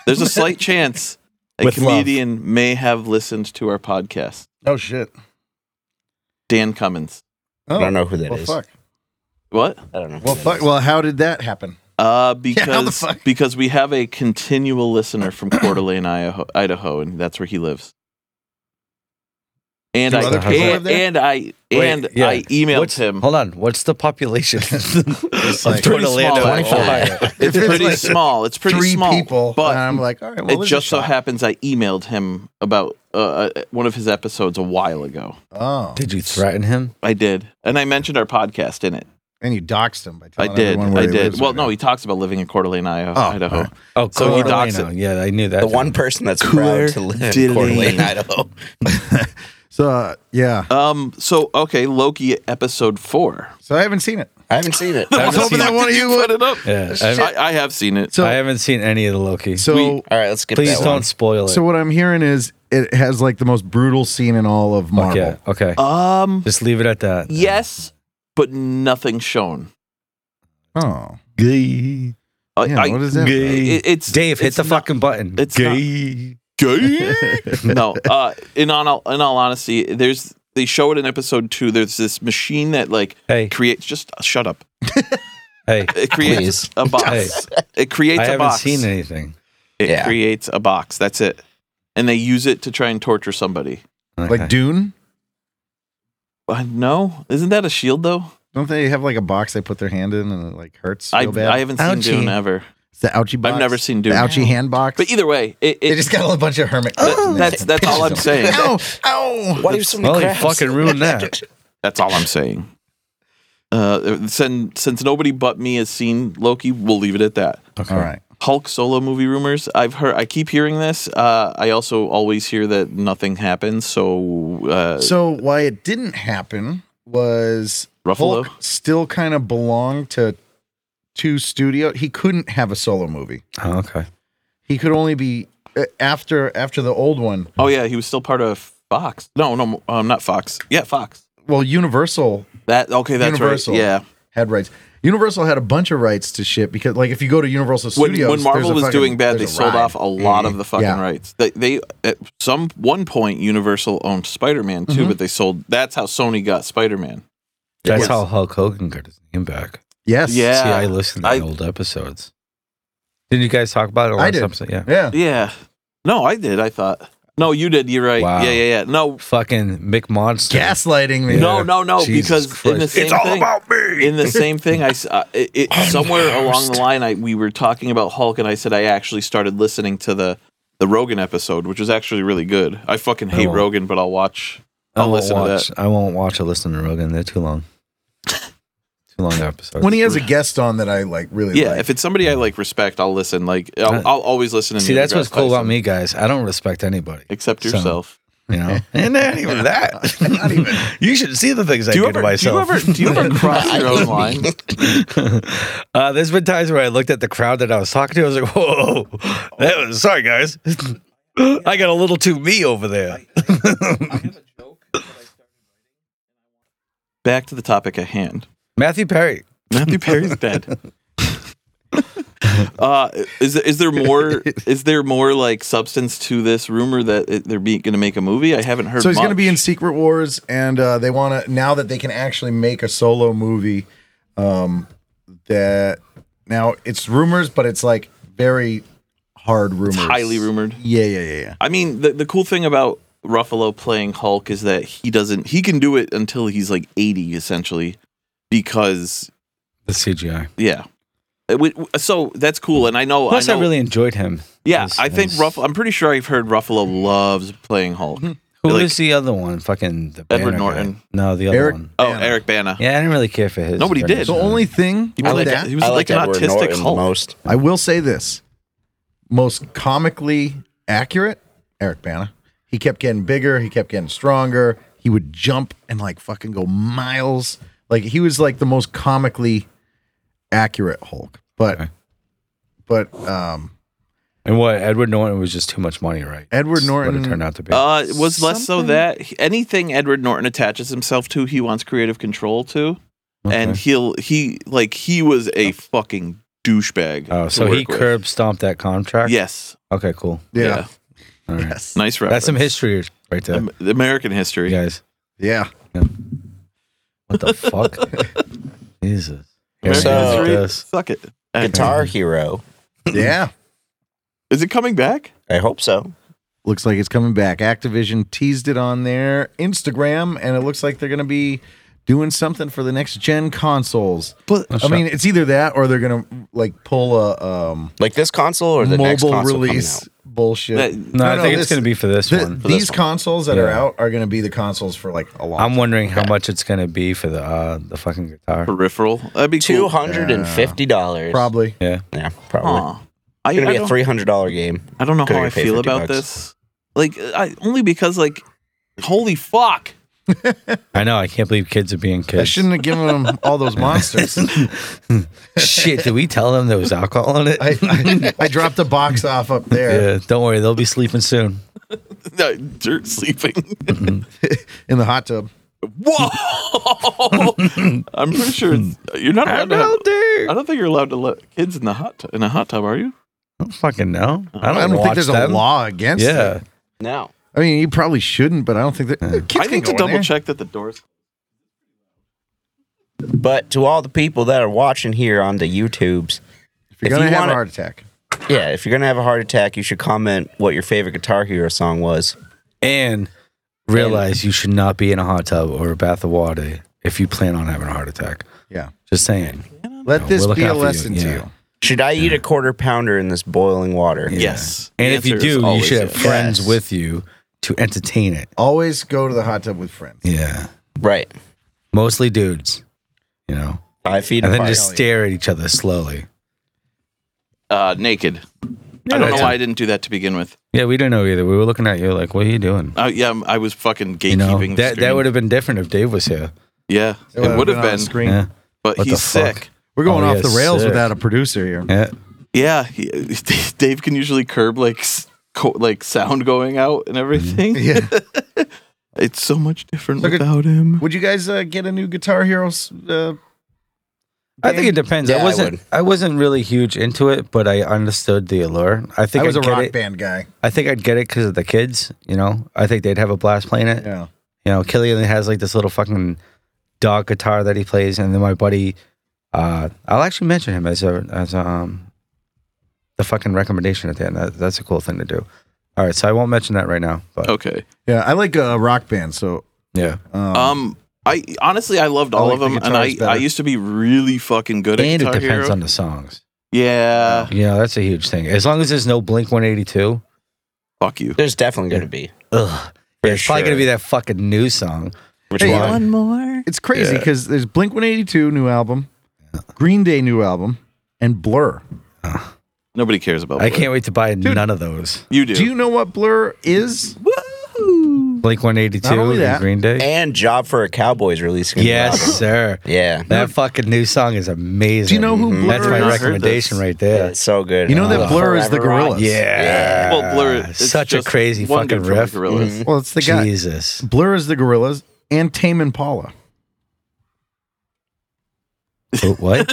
Speaker 1: there's a slight chance a
Speaker 2: With love.
Speaker 1: comedian may have listened to our podcast.
Speaker 3: Oh shit.
Speaker 1: Dan Cummins.
Speaker 3: Oh.
Speaker 4: I don't know who that is.
Speaker 3: Well, fuck.
Speaker 1: What?
Speaker 4: I don't know. who
Speaker 3: Well,
Speaker 4: that
Speaker 3: fuck.
Speaker 4: is.
Speaker 3: Well, how did that happen?
Speaker 1: Uh,
Speaker 3: Yeah, how the
Speaker 1: because
Speaker 3: fuck?
Speaker 1: because we have a continual listener from Coeur d'Alene, Idaho, Idaho, and that's where he lives. And
Speaker 3: Do
Speaker 1: I
Speaker 3: other people live
Speaker 1: and,
Speaker 3: there?
Speaker 1: and I
Speaker 2: Wait,
Speaker 1: and
Speaker 2: yeah.
Speaker 1: I emailed
Speaker 2: What's-
Speaker 1: him.
Speaker 2: Hold on. What's the population of
Speaker 3: like-
Speaker 1: Mm-hmm. pretty
Speaker 2: Orlando,
Speaker 1: small.
Speaker 2: Ohio?
Speaker 1: It's
Speaker 3: It's
Speaker 1: pretty
Speaker 3: like
Speaker 1: small. It's pretty
Speaker 3: Three
Speaker 1: small.
Speaker 3: people.
Speaker 1: but
Speaker 3: and I'm like, all right. Well,
Speaker 1: it
Speaker 3: there's a
Speaker 1: just so
Speaker 3: shot.
Speaker 1: happens I emailed him about uh, uh, one of his episodes a while ago.
Speaker 3: Oh,
Speaker 2: Did you threaten him?
Speaker 1: I did, and I mentioned our podcast in it.
Speaker 3: And you doxed him by
Speaker 1: I
Speaker 3: telling
Speaker 1: did.
Speaker 3: everyone Oh, where
Speaker 1: I
Speaker 3: he
Speaker 1: did.
Speaker 3: lives
Speaker 1: Well,
Speaker 3: right
Speaker 1: no,
Speaker 3: now.
Speaker 1: he talks about living in Coeur d'Alene, Idaho.
Speaker 3: Oh,
Speaker 1: Idaho.
Speaker 3: all right.
Speaker 2: Oh,
Speaker 1: So
Speaker 2: Coeur
Speaker 1: he docks
Speaker 2: d'Alene. Yeah, I knew that.
Speaker 4: The one person that's
Speaker 1: Coeur
Speaker 4: proud to live in Coeur
Speaker 1: d'Alene.
Speaker 4: d'Alene, Idaho.
Speaker 3: So uh, yeah.
Speaker 1: Um. So okay, Loki episode four.
Speaker 3: So I haven't seen it.
Speaker 4: I haven't seen it.
Speaker 3: I was hoping that one of you
Speaker 1: Put
Speaker 3: would.
Speaker 1: it up.
Speaker 2: Yeah, I,
Speaker 1: I, I have seen it.
Speaker 3: So
Speaker 2: I haven't seen any of the Loki.
Speaker 3: so
Speaker 4: All right, let's skip
Speaker 2: please
Speaker 4: that
Speaker 2: don't
Speaker 4: one.
Speaker 2: spoil it.
Speaker 3: so what I'm hearing is it has like the most brutal scene in all of Marvel.
Speaker 2: yeah, okay.
Speaker 1: um.
Speaker 2: Just leave it at that.
Speaker 1: Yes, but nothing shown.
Speaker 3: Oh.
Speaker 2: Gay.
Speaker 1: Uh,
Speaker 3: Yeah, what is that?
Speaker 2: Gay.
Speaker 1: it- it's
Speaker 2: Dave, hit
Speaker 1: it's
Speaker 2: the
Speaker 1: not-
Speaker 2: fucking button.
Speaker 1: it's
Speaker 2: gay.
Speaker 1: no, uh, in all in all honesty, there's they show it in episode two. There's this machine that like
Speaker 2: Hey,
Speaker 1: creates. Just shut up.
Speaker 2: hey.
Speaker 1: It creates
Speaker 4: Please.
Speaker 1: a box. It creates
Speaker 2: I
Speaker 1: a
Speaker 2: haven't
Speaker 1: box.
Speaker 2: seen anything.
Speaker 1: It
Speaker 4: Yeah.
Speaker 1: creates a box. That's it. And they use it to try and torture somebody.
Speaker 2: Okay.
Speaker 3: Like Dune?
Speaker 1: Uh, no, isn't that a shield though?
Speaker 3: Don't they have like a box they put their hand in and it like hurts?
Speaker 1: I,
Speaker 3: real bad?
Speaker 1: I haven't seen
Speaker 2: Ouchie.
Speaker 1: Dune ever.
Speaker 3: It's the ouchie box.
Speaker 1: I've never seen Dune.
Speaker 3: the ouchie hand box.
Speaker 1: But either way, it,
Speaker 3: they
Speaker 1: it,
Speaker 3: just got a bunch of hermit.
Speaker 1: that-
Speaker 3: crabs in there.
Speaker 1: that's that's all I'm saying.
Speaker 3: Ow! Ow!
Speaker 4: Why do you have so many
Speaker 2: Well, you
Speaker 4: crabs?
Speaker 2: fucking ruined that.
Speaker 1: That's all I'm saying. Uh, since, since nobody but me has seen Loki, we'll leave it at that.
Speaker 3: All right.
Speaker 1: Hulk solo movie rumors. I've heard. I keep hearing this. Uh, I also always hear that nothing happens. So, uh,
Speaker 3: So why it didn't happen was
Speaker 1: Ruffalo?
Speaker 3: Hulk still kind of belonged to two studio. He couldn't have a solo movie.
Speaker 2: Oh, okay.
Speaker 3: He could only be uh, after after the old one.
Speaker 1: oh yeah, he was still part of Fox. No, no, um, not Fox. Yeah, Fox.
Speaker 3: Well, Universal
Speaker 1: That okay. That's
Speaker 3: Universal.
Speaker 1: right. Yeah.
Speaker 3: had rights. Universal had a bunch of rights to shit because, like, if you go to Universal
Speaker 1: When,
Speaker 3: Studios,
Speaker 1: when
Speaker 3: there's
Speaker 1: Marvel
Speaker 3: a
Speaker 1: was
Speaker 3: fucking-
Speaker 1: doing bad, they
Speaker 3: there's a
Speaker 1: sold
Speaker 3: ride.
Speaker 1: off a lot of the fucking
Speaker 3: Yeah.
Speaker 1: rights. They, they at some one point Universal owned Spider Man
Speaker 3: Mm-hmm.
Speaker 1: too, but they sold. That's how Sony got Spider Man.
Speaker 2: That's
Speaker 3: Yes.
Speaker 2: how Hulk Hogan got his name back.
Speaker 3: Yes.
Speaker 1: Yeah.
Speaker 2: See, I listened to
Speaker 1: I-
Speaker 2: the old episodes. Didn't you guys talk about it?
Speaker 3: I
Speaker 2: Last
Speaker 3: did.
Speaker 2: Episode? Yeah.
Speaker 3: Yeah.
Speaker 1: Yeah. No, I did. I thought. No, you did. You're right.
Speaker 2: Wow.
Speaker 1: Yeah, yeah, yeah. No,
Speaker 2: Fucking Mick Monster.
Speaker 3: Gaslighting me.
Speaker 1: no, no, no.
Speaker 2: Jesus
Speaker 1: because in the
Speaker 2: Christ.
Speaker 1: same thing,
Speaker 4: me.
Speaker 1: in the same thing, I s- uh, it, it,
Speaker 4: I'm
Speaker 1: somewhere
Speaker 4: the
Speaker 1: along the
Speaker 4: host.
Speaker 1: line, I we were talking about Hulk, and I said I actually started listening to the the Rogan episode, which was actually really good. I fucking hate
Speaker 2: won't.
Speaker 1: Rogan, but I'll watch.
Speaker 2: I
Speaker 1: I'll
Speaker 2: won't
Speaker 1: listen to
Speaker 2: watch. I won't watch or listen to Rogan. They're too long. too long episodes.
Speaker 3: When he has a guest on that I like really
Speaker 1: Yeah,
Speaker 3: like.
Speaker 1: if it's somebody I like, respect, I'll listen. Like I'll,
Speaker 2: Uh,
Speaker 1: I'll always listen. to
Speaker 2: See,
Speaker 1: Neil
Speaker 2: that's what's
Speaker 1: deGrasse
Speaker 2: cool about
Speaker 1: Tyson,
Speaker 2: me, guys. I don't respect anybody.
Speaker 1: except
Speaker 2: So-
Speaker 1: yourself.
Speaker 2: You know, and not even that. not even. You should see the things I
Speaker 1: do
Speaker 2: do,
Speaker 1: you
Speaker 2: to
Speaker 1: ever? Do you
Speaker 2: myself.
Speaker 1: ever? Do you ever cross your own line?
Speaker 2: uh, there's been times where I looked at the crowd that I was talking to. I was like, "Whoa, that was, sorry, guys, I got a little too me over there."
Speaker 1: Back to the topic at hand.
Speaker 2: Matthew Perry.
Speaker 1: Matthew Perry's dead. uh, is is there more? Is there more like substance to this rumor that it, they're going to make a movie? I haven't heard.
Speaker 3: so he's
Speaker 1: much.
Speaker 3: going to be in Secret Wars, and uh, they want to now that they can actually make a solo movie. Um, that now it's rumors, but it's like very hard rumors.
Speaker 1: highly rumored.
Speaker 3: Yeah, yeah, yeah, yeah.
Speaker 1: I mean, the the cool thing about Ruffalo playing Hulk is that he doesn't. He can do it until he's like eighty, essentially, because
Speaker 2: The CGI.
Speaker 1: yeah. It would- So that's cool, and I know.
Speaker 2: Plus,
Speaker 1: I,
Speaker 2: I,
Speaker 1: know,
Speaker 2: really enjoyed him.
Speaker 1: yeah.
Speaker 2: His-
Speaker 1: I think
Speaker 2: his-
Speaker 1: Ruffalo. I'm pretty sure I've heard Ruffalo loves playing Hulk.
Speaker 2: Who was
Speaker 1: like-
Speaker 2: the other one? Fucking the
Speaker 1: Edward
Speaker 2: Banner guy.
Speaker 1: Norton.
Speaker 2: No, the other
Speaker 3: Eric-
Speaker 2: one.
Speaker 1: Oh,
Speaker 3: Banner.
Speaker 1: Eric Bana.
Speaker 2: Yeah, I didn't really care for his.
Speaker 1: Nobody did.
Speaker 3: The only thing
Speaker 1: He
Speaker 3: on
Speaker 1: was like
Speaker 3: that,
Speaker 1: he was
Speaker 4: I
Speaker 1: like,
Speaker 4: like,
Speaker 1: an
Speaker 4: Edward
Speaker 1: autistic
Speaker 4: Norton the
Speaker 1: Hulk.
Speaker 4: most.
Speaker 3: I will say this: most comically accurate, Eric Bana. He kept getting bigger. He kept getting stronger. He would jump and like fucking go miles. Like he was like the most comically accurate Hulk. But
Speaker 2: Okay.
Speaker 3: but um
Speaker 2: And what Edward Norton was just too much money, right?
Speaker 3: Edward
Speaker 2: That's what
Speaker 3: Norton-
Speaker 2: it turned out to be.
Speaker 1: Uh, it was less so
Speaker 3: Something-
Speaker 1: that he- anything Edward Norton attaches himself to, he wants creative control to, and
Speaker 2: Okay.
Speaker 1: he'll he like he was a fucking douchebag.
Speaker 2: oh,
Speaker 1: to
Speaker 2: so he
Speaker 1: work with.
Speaker 2: curb stomped that contract.
Speaker 1: Yes.
Speaker 2: Okay. Cool.
Speaker 3: yeah.
Speaker 1: Yeah.
Speaker 2: All right.
Speaker 3: Yes.
Speaker 1: Nice reference.
Speaker 2: That's some history right there,
Speaker 1: Am- American history.
Speaker 2: you guys.
Speaker 3: Yeah.
Speaker 2: What the fuck? Jesus. Here it
Speaker 1: American
Speaker 2: is
Speaker 4: So-
Speaker 2: like
Speaker 1: history.
Speaker 2: this.
Speaker 1: Suck it. Anyway.
Speaker 4: Guitar Hero.
Speaker 3: Yeah.
Speaker 1: Is it coming back?
Speaker 4: I hope so.
Speaker 3: looks like it's coming back. Activision teased it on their Instagram and it looks like they're going to be doing something for the next gen consoles.
Speaker 1: But
Speaker 3: I mean, it's either that or they're gonna like pull a um,
Speaker 4: Like this console or the next
Speaker 3: mobile
Speaker 4: console coming out?
Speaker 3: release bullshit.
Speaker 1: That-
Speaker 2: No, I think
Speaker 3: this-
Speaker 2: it's going to be for this
Speaker 3: the-
Speaker 2: one.
Speaker 3: these
Speaker 1: this one.
Speaker 3: consoles that are
Speaker 2: Yeah.
Speaker 3: out are gonna be the consoles for like a long.
Speaker 2: I'm
Speaker 3: time.
Speaker 2: wondering how much it's going to be for the uh, the fucking guitar.
Speaker 1: peripheral. That'd be
Speaker 4: Two
Speaker 1: cool.
Speaker 4: hundred and fifty dollars.
Speaker 3: probably.
Speaker 2: Yeah.
Speaker 4: Yeah, probably.
Speaker 1: Aw. I, I,
Speaker 4: It's gonna be a
Speaker 1: don't,
Speaker 4: three hundred dollar game.
Speaker 1: I don't know
Speaker 4: Could've
Speaker 1: how I
Speaker 4: paid
Speaker 1: feel
Speaker 4: 50
Speaker 1: about
Speaker 4: bucks.
Speaker 1: this. Like, I only because like, holy fuck!
Speaker 2: I know. I can't believe kids are being
Speaker 3: I
Speaker 2: kids.
Speaker 3: shouldn't have given them all those monsters.
Speaker 2: Shit, did we tell them there was alcohol in it?
Speaker 3: I, I, I dropped the box off up there
Speaker 2: yeah, don't worry. They'll be sleeping soon.
Speaker 1: Dirt sleeping.
Speaker 3: in the hot tub.
Speaker 1: Whoa! I'm pretty sure it's- you're not allowed to. Have,
Speaker 2: dude.
Speaker 1: I don't think you're allowed to let kids in the hot tu- in a hot tub, are you?
Speaker 2: I don't fucking know. I
Speaker 3: I
Speaker 2: don't,
Speaker 3: don't,
Speaker 2: watch
Speaker 3: think there's
Speaker 2: them.
Speaker 3: a law against it.
Speaker 2: Yeah.
Speaker 4: No.
Speaker 3: I mean, you probably shouldn't, but I don't think that. Kids
Speaker 1: I need to
Speaker 3: can go in
Speaker 1: double
Speaker 3: there.
Speaker 1: check that the doors.
Speaker 4: But to all the people that are watching here on the YouTubes,
Speaker 3: If you're
Speaker 4: If
Speaker 3: gonna
Speaker 4: you
Speaker 3: have
Speaker 4: wanna-
Speaker 3: a heart attack,
Speaker 4: yeah, if you're gonna have a heart attack, you should comment what your favorite Guitar Hero song was.
Speaker 2: And realize you should not be in a hot tub or a bath of water if you plan on having a heart attack.
Speaker 3: yeah.
Speaker 2: Just saying.
Speaker 3: Let
Speaker 2: No,
Speaker 3: this
Speaker 2: we're looking
Speaker 3: be a
Speaker 2: out for you,
Speaker 3: lesson to
Speaker 2: yeah.
Speaker 3: you.
Speaker 4: Should I eat a quarter pounder in this boiling water?
Speaker 2: Yeah.
Speaker 1: Yes.
Speaker 2: And
Speaker 1: The
Speaker 2: if you
Speaker 1: answer is
Speaker 2: do, you
Speaker 1: always
Speaker 2: should have
Speaker 1: yes.
Speaker 2: friends
Speaker 3: Yes.
Speaker 2: with you to entertain it.
Speaker 3: Always go to the hot tub with friends.
Speaker 2: Yeah.
Speaker 4: Right.
Speaker 2: Mostly dudes, you know,
Speaker 4: I feed
Speaker 2: and
Speaker 4: and
Speaker 2: then just
Speaker 3: Finally.
Speaker 2: stare at each other slowly.
Speaker 1: uh, naked. I don't know why I didn't do that to begin with.
Speaker 2: Yeah, we didn't know either. We were looking at you like, what are you doing?
Speaker 1: Uh, yeah, I'm- I was fucking gatekeeping.
Speaker 2: You know,
Speaker 1: the
Speaker 2: that, that
Speaker 1: screen.
Speaker 2: would have been different if Dave was here.
Speaker 1: Yeah, it, would have
Speaker 3: on the
Speaker 1: been.
Speaker 3: screen.
Speaker 2: Yeah.
Speaker 1: But
Speaker 2: What the
Speaker 1: he's
Speaker 2: fuck?
Speaker 1: sick.
Speaker 3: We're going
Speaker 2: Oh,
Speaker 3: off
Speaker 2: yeah,
Speaker 3: the rails
Speaker 2: sick.
Speaker 3: without a producer here.
Speaker 2: Yeah.
Speaker 1: Yeah, he, Dave can usually curb like s- co- like sound going out and everything.
Speaker 2: Mm-hmm.
Speaker 3: Yeah.
Speaker 1: it's so much different
Speaker 3: Look at-
Speaker 1: without him.
Speaker 3: Would you guys uh, get a new Guitar Hero? s- Uh,
Speaker 2: I think it depends.
Speaker 4: Yeah,
Speaker 2: I
Speaker 4: I
Speaker 2: wasn't.
Speaker 4: would.
Speaker 2: I, wasn't really huge into it, but I understood the allure. I
Speaker 3: I,
Speaker 2: think I
Speaker 3: was a
Speaker 2: would get
Speaker 3: rock
Speaker 2: it.
Speaker 3: band guy.
Speaker 2: I think I'd get it because of the kids. You know, I think they'd have a blast playing it.
Speaker 3: Yeah.
Speaker 2: You know, Killian has like this little fucking dog guitar that he plays, and then my buddy, uh, I'll actually mention him as a as um the fucking recommendation at the end. That, that's a cool thing to do. All right, so I won't mention that right now, but
Speaker 1: Okay.
Speaker 3: Yeah, I like uh, rock band. So,
Speaker 2: yeah,
Speaker 3: um,
Speaker 1: Um, I honestly I loved
Speaker 3: I
Speaker 1: all
Speaker 3: like
Speaker 1: of
Speaker 3: the
Speaker 1: them, and I
Speaker 3: guitars better.
Speaker 1: I used to be really fucking good
Speaker 2: and it
Speaker 1: at Guitar
Speaker 2: depends
Speaker 1: Hero.
Speaker 2: on the songs.
Speaker 1: yeah,
Speaker 2: You know, that's a huge thing. As long as there's no Blink 182,
Speaker 1: fuck you.
Speaker 4: There's definitely gonna be.
Speaker 2: ugh,
Speaker 4: For
Speaker 2: it's probably
Speaker 4: sure.
Speaker 2: gonna be that fucking new song.
Speaker 4: Which
Speaker 3: Hey,
Speaker 4: one?
Speaker 1: more.
Speaker 3: it's crazy because there's Blink 182 new album, Green Day new album, and Blur.
Speaker 1: Nobody cares about.
Speaker 2: I
Speaker 1: Blur.
Speaker 2: can't wait to buy none of those.
Speaker 1: You do.
Speaker 3: Do you know what Blur is?
Speaker 1: Woo!
Speaker 2: Blink 182,
Speaker 3: Not only
Speaker 2: and
Speaker 3: that-
Speaker 2: Green Day.
Speaker 4: And Job for a Cowboy's releasing. a new
Speaker 2: Yes,
Speaker 4: album.
Speaker 2: sir.
Speaker 4: Yeah.
Speaker 2: That fucking new song is amazing.
Speaker 3: Do you know who
Speaker 2: That's
Speaker 3: Blur
Speaker 2: my
Speaker 1: I've
Speaker 3: is?
Speaker 1: heard
Speaker 2: recommendation
Speaker 1: this.
Speaker 2: right there.
Speaker 4: It's so good.
Speaker 3: You know
Speaker 4: Uh,
Speaker 3: that Blur is the
Speaker 4: Forever Rock.
Speaker 3: Gorilla.
Speaker 2: Yeah.
Speaker 1: Well, Blur. is
Speaker 2: Such a
Speaker 1: just
Speaker 2: crazy
Speaker 1: one
Speaker 2: fucking
Speaker 1: dude from the
Speaker 2: riff.
Speaker 4: Mm-hmm.
Speaker 2: Mm-hmm.
Speaker 1: Gorillaz.
Speaker 3: Well, it's the guy.
Speaker 2: Jesus.
Speaker 3: Blur is the Gorillas and Tame Impala.
Speaker 2: Oh, what?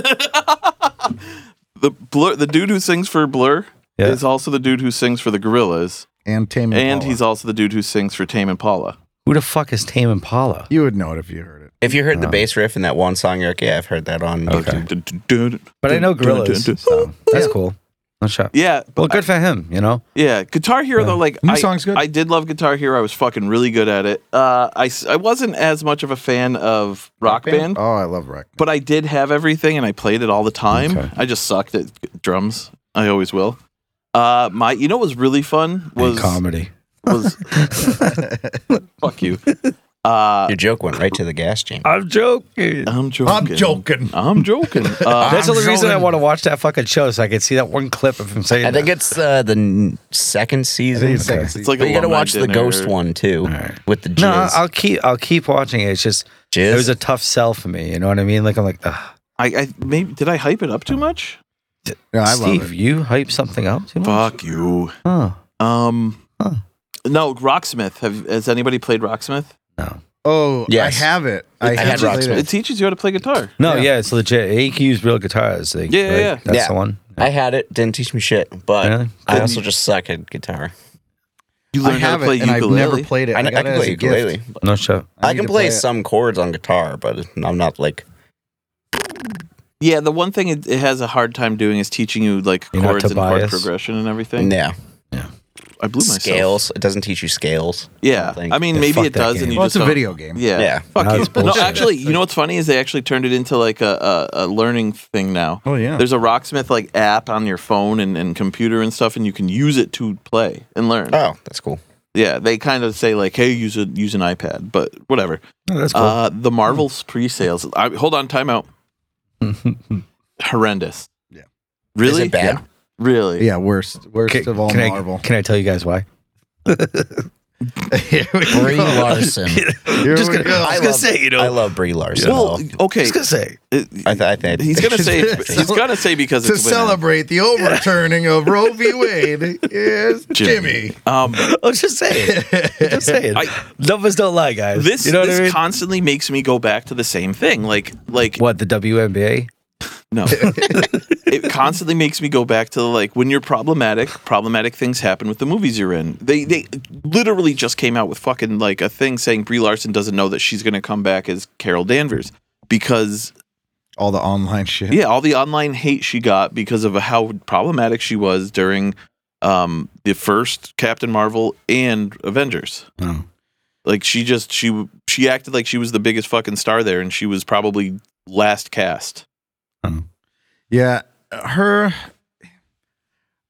Speaker 1: The Blur, the dude who sings for Blur,
Speaker 2: Yeah. Mm,
Speaker 1: is also the dude who sings for the Gorillas,
Speaker 3: And Tame Impala.
Speaker 1: and he's also the dude who sings for Tame Impala.
Speaker 2: who the fuck is Tame Impala?
Speaker 3: you would know it if you heard it.
Speaker 4: If you heard the bass riff in that one song, you're like, yeah, I've heard that on
Speaker 2: Okay.
Speaker 4: YouTube.
Speaker 2: But I know Gorillas. so that's
Speaker 3: Yeah.
Speaker 2: cool. No shot.
Speaker 1: Yeah,
Speaker 2: Well, good for him, you know?
Speaker 1: Yeah, Guitar Hero though, like
Speaker 3: New
Speaker 1: I,
Speaker 3: song's good.
Speaker 1: I did love Guitar Hero. I was fucking really good at it. Uh, I s- I wasn't as much of a fan of Rock, Band,
Speaker 3: Oh, I love Rock.
Speaker 1: but I did have everything and I played it all the time.
Speaker 2: Okay.
Speaker 1: I just sucked at g- drums. I always will. Uh, my you know what was really fun
Speaker 2: And
Speaker 1: was
Speaker 2: comedy.
Speaker 1: was fuck you. Uh,
Speaker 4: Your joke went right to the gas chamber.
Speaker 2: I'm joking.
Speaker 1: I'm joking.
Speaker 3: I'm joking.
Speaker 1: I'm joking. Uh,
Speaker 2: That's the
Speaker 3: I'm
Speaker 2: only reason I
Speaker 3: joking.
Speaker 2: want to watch that fucking show so I can see that one clip of him saying
Speaker 4: I think it's uh, the n- second season.
Speaker 3: it's second
Speaker 1: it's
Speaker 3: season.
Speaker 1: like
Speaker 4: But you gotta
Speaker 1: alumni
Speaker 4: watch the
Speaker 1: dinner.
Speaker 4: ghost one too
Speaker 2: right.
Speaker 4: with the jizz.
Speaker 2: No, I'll keep I'll keep watching it. It's just
Speaker 4: Jizz?
Speaker 2: it was a tough sell for me. You know what I mean? Like I'm like, Ugh,
Speaker 1: I, I maybe did I hype it up too much?
Speaker 3: Yeah, I love
Speaker 2: Steve,
Speaker 3: it.
Speaker 2: you hype something up too much.
Speaker 1: Fuck you.
Speaker 2: Huh.
Speaker 1: Um,
Speaker 2: Huh.
Speaker 1: no, Rocksmith. Have has anybody played Rocksmith?
Speaker 2: No.
Speaker 3: Oh,
Speaker 4: Yes.
Speaker 3: I have it. I,
Speaker 4: I
Speaker 3: have
Speaker 4: had
Speaker 3: it.
Speaker 1: It
Speaker 3: later.
Speaker 1: teaches you how to play guitar.
Speaker 2: No,
Speaker 3: Yeah.
Speaker 2: yeah, it's legit. He can use real guitars. Like,
Speaker 1: Yeah, yeah,
Speaker 2: right?
Speaker 1: yeah.
Speaker 2: That's
Speaker 4: Yeah.
Speaker 2: the one.
Speaker 4: I had it, didn't teach me shit, but
Speaker 2: Really?
Speaker 4: I also just suck at guitar.
Speaker 1: You
Speaker 3: I
Speaker 1: learn how
Speaker 3: have
Speaker 1: to play
Speaker 3: it, and I've
Speaker 1: ukulele.
Speaker 3: never played it.
Speaker 4: I,
Speaker 3: I,
Speaker 4: kn- I
Speaker 3: got it
Speaker 4: can
Speaker 3: as
Speaker 4: play
Speaker 3: a gift.
Speaker 4: ukulele.
Speaker 2: No shot.
Speaker 4: I,
Speaker 3: need
Speaker 4: can
Speaker 3: to
Speaker 4: play,
Speaker 3: play it.
Speaker 4: some chords on guitar, but I'm not like
Speaker 1: yeah, the one thing it, it has a hard time doing is teaching you like
Speaker 2: You're not
Speaker 1: chords and chord
Speaker 2: Tobias.
Speaker 1: progression and everything.
Speaker 4: yeah.
Speaker 1: I blew myself.
Speaker 4: scales. It doesn't teach you scales.
Speaker 1: Yeah.
Speaker 4: don't think.
Speaker 1: I mean,
Speaker 2: Yeah,
Speaker 1: maybe
Speaker 2: fuck
Speaker 1: it
Speaker 2: that
Speaker 1: does,
Speaker 2: game.
Speaker 1: and you
Speaker 3: Well,
Speaker 1: just
Speaker 3: it's a
Speaker 1: don't-
Speaker 3: video game.
Speaker 1: Yeah.
Speaker 4: Yeah.
Speaker 1: Fuck
Speaker 2: Nah,
Speaker 1: you.
Speaker 2: that's
Speaker 1: No,
Speaker 2: bullshit.
Speaker 1: actually, you know what's funny is they actually turned it into like a, a, a learning thing now.
Speaker 3: Oh, yeah.
Speaker 1: There's a Rocksmith like app on your phone and, and computer and stuff, and you can use it to play and learn.
Speaker 4: Oh, that's cool.
Speaker 1: yeah, they kind of say like, hey, use a use an iPad, but whatever.
Speaker 2: Oh, that's cool.
Speaker 1: Uh, the Marvels pre-sales. I, hold on, timeout. Horrendous.
Speaker 3: Yeah.
Speaker 1: Really
Speaker 4: Is it bad?
Speaker 1: Really?
Speaker 3: Yeah, worst, worst
Speaker 2: Can-
Speaker 3: of all
Speaker 2: can I,
Speaker 3: Marvel.
Speaker 2: can I tell you guys why?
Speaker 3: Here we
Speaker 5: Brie
Speaker 3: go.
Speaker 5: Larson.
Speaker 3: Here
Speaker 2: Just
Speaker 3: we
Speaker 2: gonna-
Speaker 3: go.
Speaker 2: I was gonna say, you know-
Speaker 4: I love Brie Larson.
Speaker 1: Well,
Speaker 4: though.
Speaker 1: okay.
Speaker 2: Just gonna say.
Speaker 1: It-
Speaker 4: I, th- I think
Speaker 1: he's gonna say he's gonna say because
Speaker 3: to
Speaker 1: it's a winner.
Speaker 3: celebrate the overturning of Roe v. Wade is Jimmy.
Speaker 1: Jimmy. Um,
Speaker 2: Oh, just say it. just say it.
Speaker 1: I-
Speaker 2: Numbers don't lie, guys.
Speaker 1: this
Speaker 2: you know
Speaker 1: this
Speaker 2: what I mean?
Speaker 1: constantly makes me go back to the same thing. Like like
Speaker 2: what the WNBA?
Speaker 1: no, it constantly makes me go back to like when you're problematic. Problematic things happen with the movies you're in. They they literally just came out with fucking like a thing saying Brie Larson doesn't know that she's gonna come back as Carol Danvers because
Speaker 3: All the online shit.
Speaker 1: yeah, all the online hate she got because of how problematic she was during um the first Captain Marvel and Avengers.
Speaker 2: Oh.
Speaker 1: Like she just she she acted like she was the biggest fucking star there and she was probably last cast.
Speaker 3: Yeah, her.